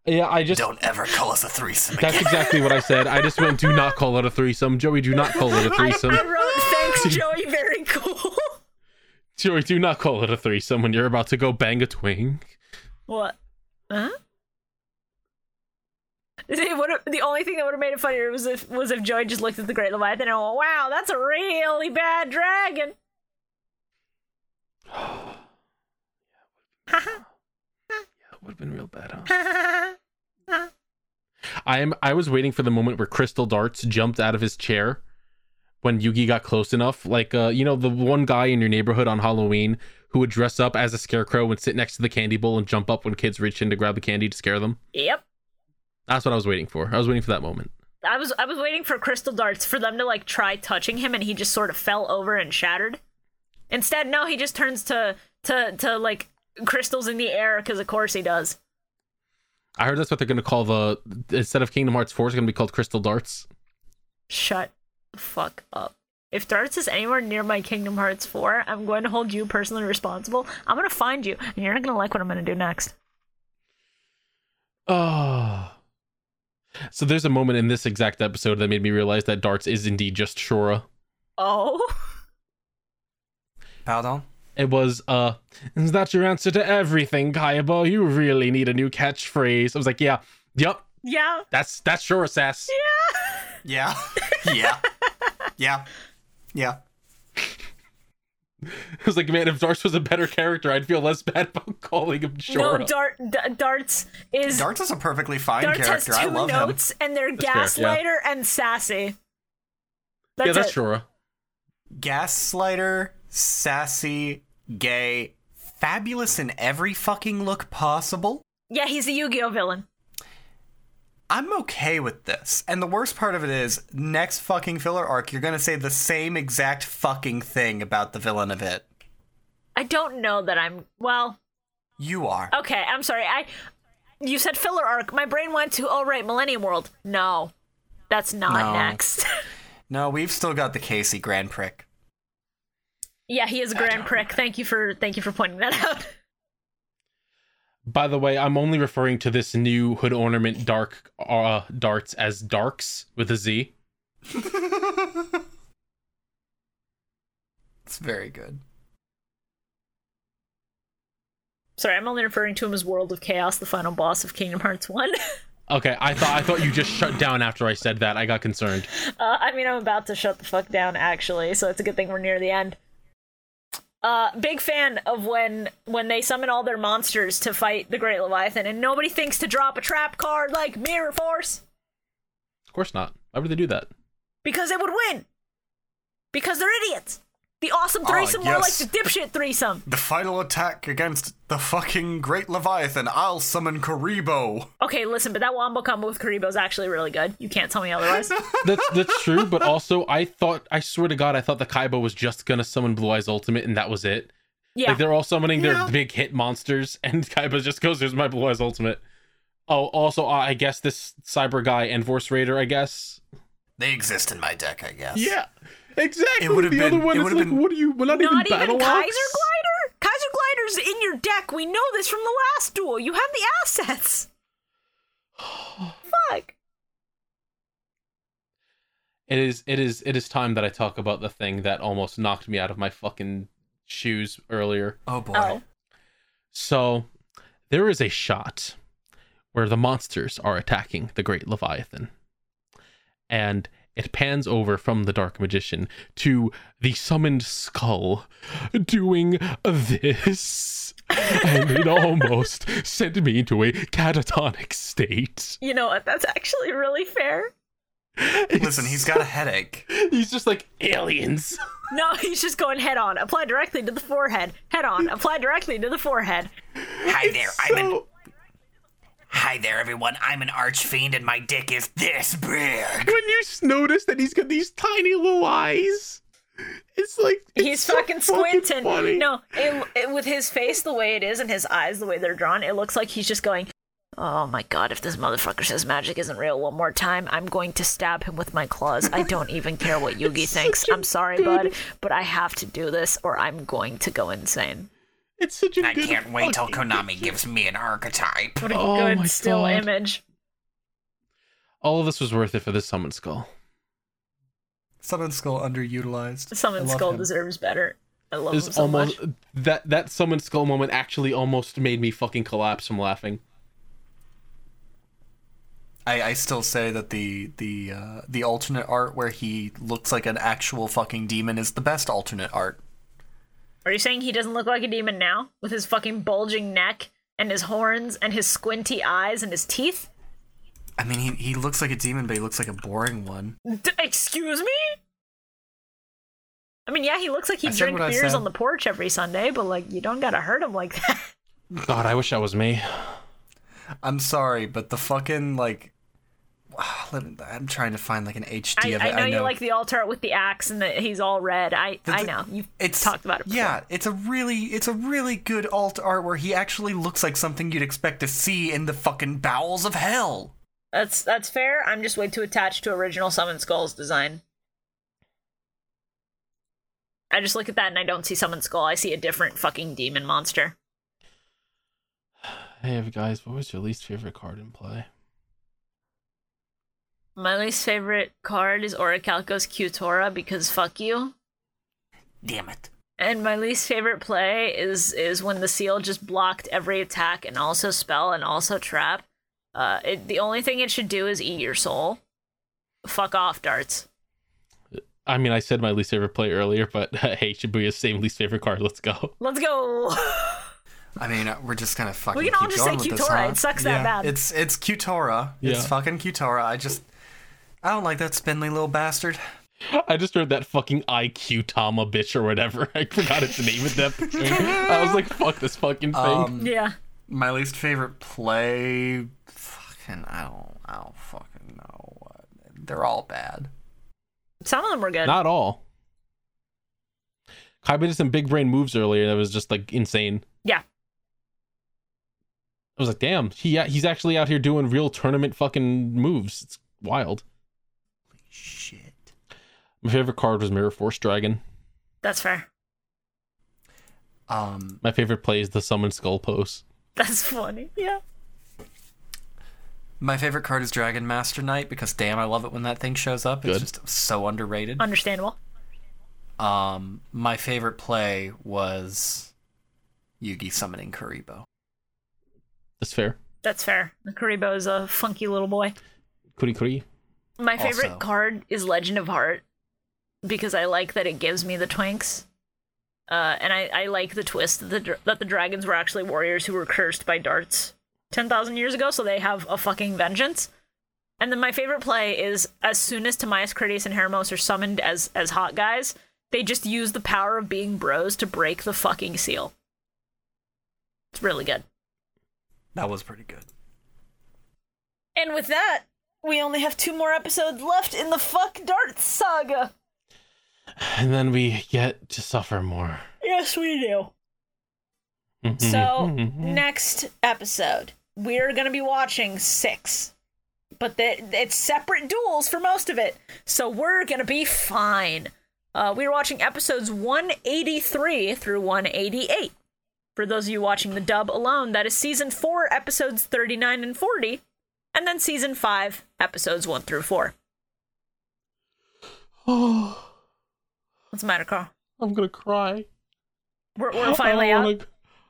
Yeah, I just
don't ever call us a threesome.
That's exactly what I said. I just went, do not call it a threesome. Joey, do not call it a threesome.
I wrote thanks, Joey. Very cool.
Joey, do not call it a threesome when you're about to go bang a twing.
What? Huh? uh-huh. It would've- the only thing that would have made it funnier was if was if Joy just looked at the Great Leviathan and went, "Wow, that's a really bad dragon."
Would have been real bad, huh?
That's
I am I was waiting for the moment where Crystal Darts jumped out of his chair when Yugi got close enough. Like uh, you know, the one guy in your neighborhood on Halloween who would dress up as a scarecrow and sit next to the candy bowl and jump up when kids reach in to grab the candy to scare them.
Yep.
That's what I was waiting for. I was waiting for that moment.
I was I was waiting for crystal darts for them to like try touching him, and he just sort of fell over and shattered. Instead, no, he just turns to to to like crystals in the air because of course he does.
I heard that's what they're going to call the instead of Kingdom Hearts 4 it's going to be called Crystal Darts.
Shut the fuck up. If darts is anywhere near my Kingdom Hearts 4, I'm going to hold you personally responsible. I'm going to find you, and you're not going to like what I'm going to do next.
Oh. So there's a moment in this exact episode that made me realize that darts is indeed just Shora.
Oh.
Pardon?
It was uh is that your answer to everything, Kaiba? You really need a new catchphrase. I was like, yeah. Yep.
Yeah.
That's that's Shora sass.
Yeah. Yeah. yeah. Yeah.
I was like, man, if Darts was a better character, I'd feel less bad about calling him Shora.
No, dart, d- darts is
Darts is a perfectly fine
darts has
character.
two
I love
notes,
him.
and they're
That's fair,
gaslighter
yeah.
and sassy.
yeah, that's
it.
Shora.
Gaslighter, sassy, gay, fabulous in every fucking look possible.
Yeah, he's a Yu-Gi-Oh villain.
I'm okay with this. And the worst part of it is, next fucking filler arc, you're gonna say the same exact fucking thing about the villain of it.
I don't know that I'm well.
You are.
Okay, I'm sorry. I you said filler arc. My brain went to oh right, Millennium World. No, that's not
No.
next.
No, we've still got the Casey Grand Prick.
yeah, he is a grand prick. Thank you for thank you for pointing that out.
By the way, I'm only referring to this new hood ornament dark uh, darts as darks with a Z.
It's very good.
Sorry, I'm only referring to him as World of Chaos, the final boss of Kingdom Hearts One.
Okay, I thought I thought you just shut down after I said that. I got concerned.
uh, I mean, I'm about to shut the fuck down actually, so it's a good thing we're near the end. Uh, big fan of when when they summon all their monsters to fight the Great Leviathan, and nobody thinks to drop a trap card like Mirror Force.
Of course not. Why would they do that?
Because they would win. Because they're idiots. The awesome
Ah,
threesome, more like
yes.
the dipshit threesome.
The final attack against the fucking Great Leviathan. I'll summon Karibo.
Okay, listen, but that wombo combo with Karibo is actually really good. You can't tell me otherwise.
That's that's true, but also I thought I swear to God I thought the Kaiba was just gonna summon Blue Eyes Ultimate and that was it.
Yeah.
Like they're all summoning their
Yeah.
big hit monsters and Kaiba just goes, "There's my Blue Eyes Ultimate." Oh, also uh, I guess this Cyber guy and Force Raider. I guess.
They exist in my deck, I guess.
Yeah, exactly.
It would've
the
been-
other one
it
is
would've
like,
been-
what are you? We're not,
Not even Kaiser
battle axe?
Glider? Kaiser Glider's in your deck. We know this from the last duel. You have the assets. Fuck.
It is it is it is time that I talk about the thing that almost knocked me out of my fucking shoes earlier.
Oh boy.
Oh.
So there is a shot where the monsters are attacking the great leviathan. And it pans over from the dark magician to the summoned skull doing this. and it almost sent me into a catatonic state.
You know what? That's actually really fair.
Listen, he's got a headache.
He's just like aliens.
No, he's just going head on. Apply directly to the forehead. Head on. Apply directly to the forehead.
Hi there, I'm an. Hi there, everyone. I'm an archfiend, and my dick is this big.
when you s- notice that he's got these tiny little eyes, it's like
He's fucking squinting.
funny.
No, it, it- with his face the way it is and his eyes the way they're drawn, it looks like he's just going, Oh my god, if this motherfucker says magic isn't real one more time, I'm going to stab him with my claws. I don't even care what Yugi thinks. I'm sorry, bud, but I have to do this or I'm going to go insane.
it's such a
I can't wait till Konami gives me an archetype.
What a
Oh my
good still
God.
image.
all of this was worth it for this summon skull.
Summon Skull underutilized. I
Summon
love
Skull
him.
deserves better. I love him
This
so much.
almost that that summon skull moment actually almost made me fucking collapse from laughing.
I, I still say that the the uh, the alternate art where he looks like an actual fucking demon is the best alternate art.
Are you saying he doesn't look like a demon now? With his fucking bulging neck and his horns and his squinty eyes and his teeth?
I mean, he, he looks like a demon, but he looks like a boring one.
D- excuse me? I mean, yeah, he looks like he
I said
drank
what I
beers
said.
on the porch every Sunday, but like, you don't gotta hurt him like that.
God, I wish that was me.
I'm sorry, but the fucking like let- I'm trying to find like an HD
I,
of it.
I, know you like the altar with the axe and that he's all red. I, I know. You've talked about it before.
Yeah, it's a really it's a really good alt art where he actually looks like something you'd expect to see in the fucking bowels of hell.
That's that's fair. I'm just way too attached to original Summon Skull's design. I just look at that and I don't see Summon Skull. I see a different fucking demon monster.
Hey guys, what was your least favorite card in play?
My least favorite card is Orichalco's Qtora because fuck you.
Damn it.
And my least favorite play is is when the seal just blocked every attack and also spell and also trap. Uh, it, the only thing it should do is eat your soul. Fuck off, darts.
I mean, I said my least favorite play earlier, but hey, Shibuya's same least favorite card. Let's go.
Let's go.
I mean, uh, we're just gonna fucking.
We can
keep
all just
going
say
with this,
Qtora.
huh?
It sucks that
Yeah,
bad.
It's it's Qtora.
Yeah.
It's fucking Qtora. I just I don't like that spindly little bastard.
I just heard that fucking IQ Tama bitch or whatever. I forgot its name at that point. I was like, fuck this fucking thing.
Um,
yeah.
My least favorite play. Fucking, I don't, I don't fucking know. They're all bad.
Some of them were good.
Not all. Kaiba did some big brain moves earlier that was just like insane.
Yeah.
I was like, damn, he he's actually out here doing real tournament fucking moves. It's wild. Holy shit. My favorite card was Mirror Force Dragon.
That's fair.
Um,
My favorite play is the Summon Skull pose.
That's funny. Yeah.
my favorite card is Dragon Master Knight because damn, I love it when that thing shows up. It's
Good.
just so underrated.
Understandable.
Um, my favorite play was Yugi summoning Karibo.
That's fair.
That's fair. Karibo is a funky little boy.
Kuri Kuri.
My favorite
Also-
card is Legend of Heart because I like that it gives me the twinks. Uh, and I, I like the twist that the, dr- that the dragons were actually warriors who were cursed by darts 10,000 years ago, so they have a fucking vengeance. And then my favorite play is as soon as Tamias, Critias, and Hermos are summoned as, as hot guys, they just use the power of being bros to break the fucking seal. It's really good.
That was pretty good.
And with that, we only have two more episodes left in the fuck darts saga.
And then we get to suffer more. Mm-hmm.
Yes, we do. So, next episode, we're going to be watching six, but the, it's separate duels for most of it. So, we're going to be fine. Uh, we're watching episodes 183 through 188. For those of you watching the dub alone, that is season four, episodes 39 and 40, and then season five, episodes one through four.
Oh,
What's the matter, Carl?
I'm gonna cry.
We're, we're finally out.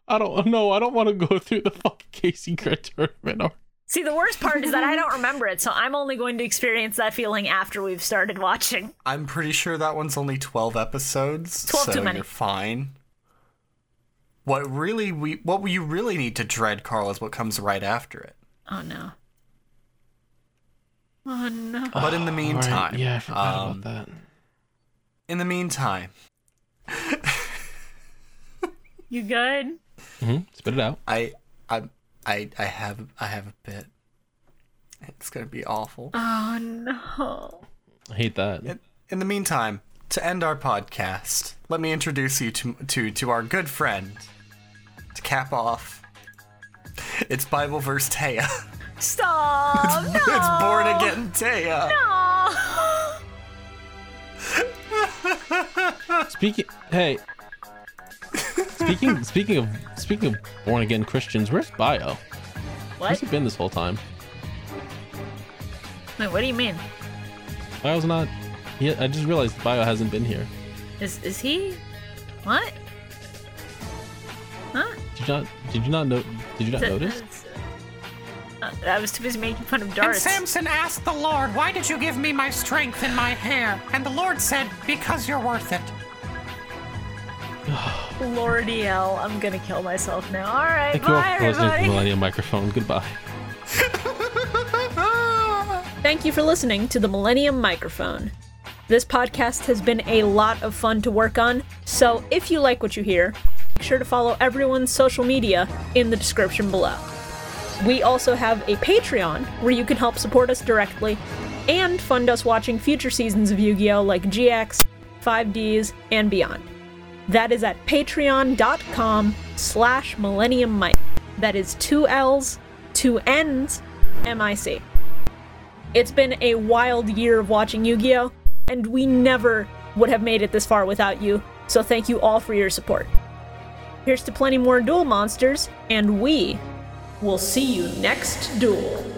I don't know. I don't want to go through the fucking Casey Grit tournament. or-
See, the worst part is that I don't remember it, so I'm only going to experience that feeling after we've started watching.
I'm pretty sure that one's only 12 episodes,
12
so
too many.
you're fine. What really we what you really need to dread, Carl, is what comes right after it.
Oh no. Oh no.
But in the
Oh,
meantime,
right. Yeah, I forgot
um,
about that.
In the meantime,
You good?
Mm-hmm. Spit it out.
I I I I have I have a bit. It's gonna be awful.
Oh no.
I hate that.
In the meantime, to end our podcast, let me introduce you to to, to our good friend. To cap off, it's Bible verse Taya.
Stop! no!
it's born again Taya.
No!
Speaking, hey. speaking, speaking of speaking of born again Christians, where's Bio? Where's
What?
he been this whole time?
Wait, what do you mean?
Bio's not. Yeah, I just realized Bio hasn't been here.
Is is he? What? Huh?
Did you not? Did you not know? Did you not
Th-
notice?
Uh, I was too busy making fun of darts.
And Samson asked the Lord, Why did you give me my strength and my hair? And the Lord said, Because you're worth it.
Lordy L, I'm gonna kill myself now. All right,
Thank you all
bye
for listening to the
everybody.
Millennium Microphone. Goodbye.
Thank you for listening to the Millennium Microphone. This podcast has been a lot of fun to work on, so if you like what you hear, make sure to follow everyone's social media in the description below. We also have a Patreon where you can help support us directly and fund us watching future seasons of Yu Gi Oh! like GX, 5Ds, and beyond. That is at patreon.com slash millennium mic. That is two L's, two N's, M-I-C. It's been a wild year of watching Yu Gi Oh! and we never would have made it this far without you, so thank you all for your support. Here's to plenty more duel monsters, and we will see you next duel.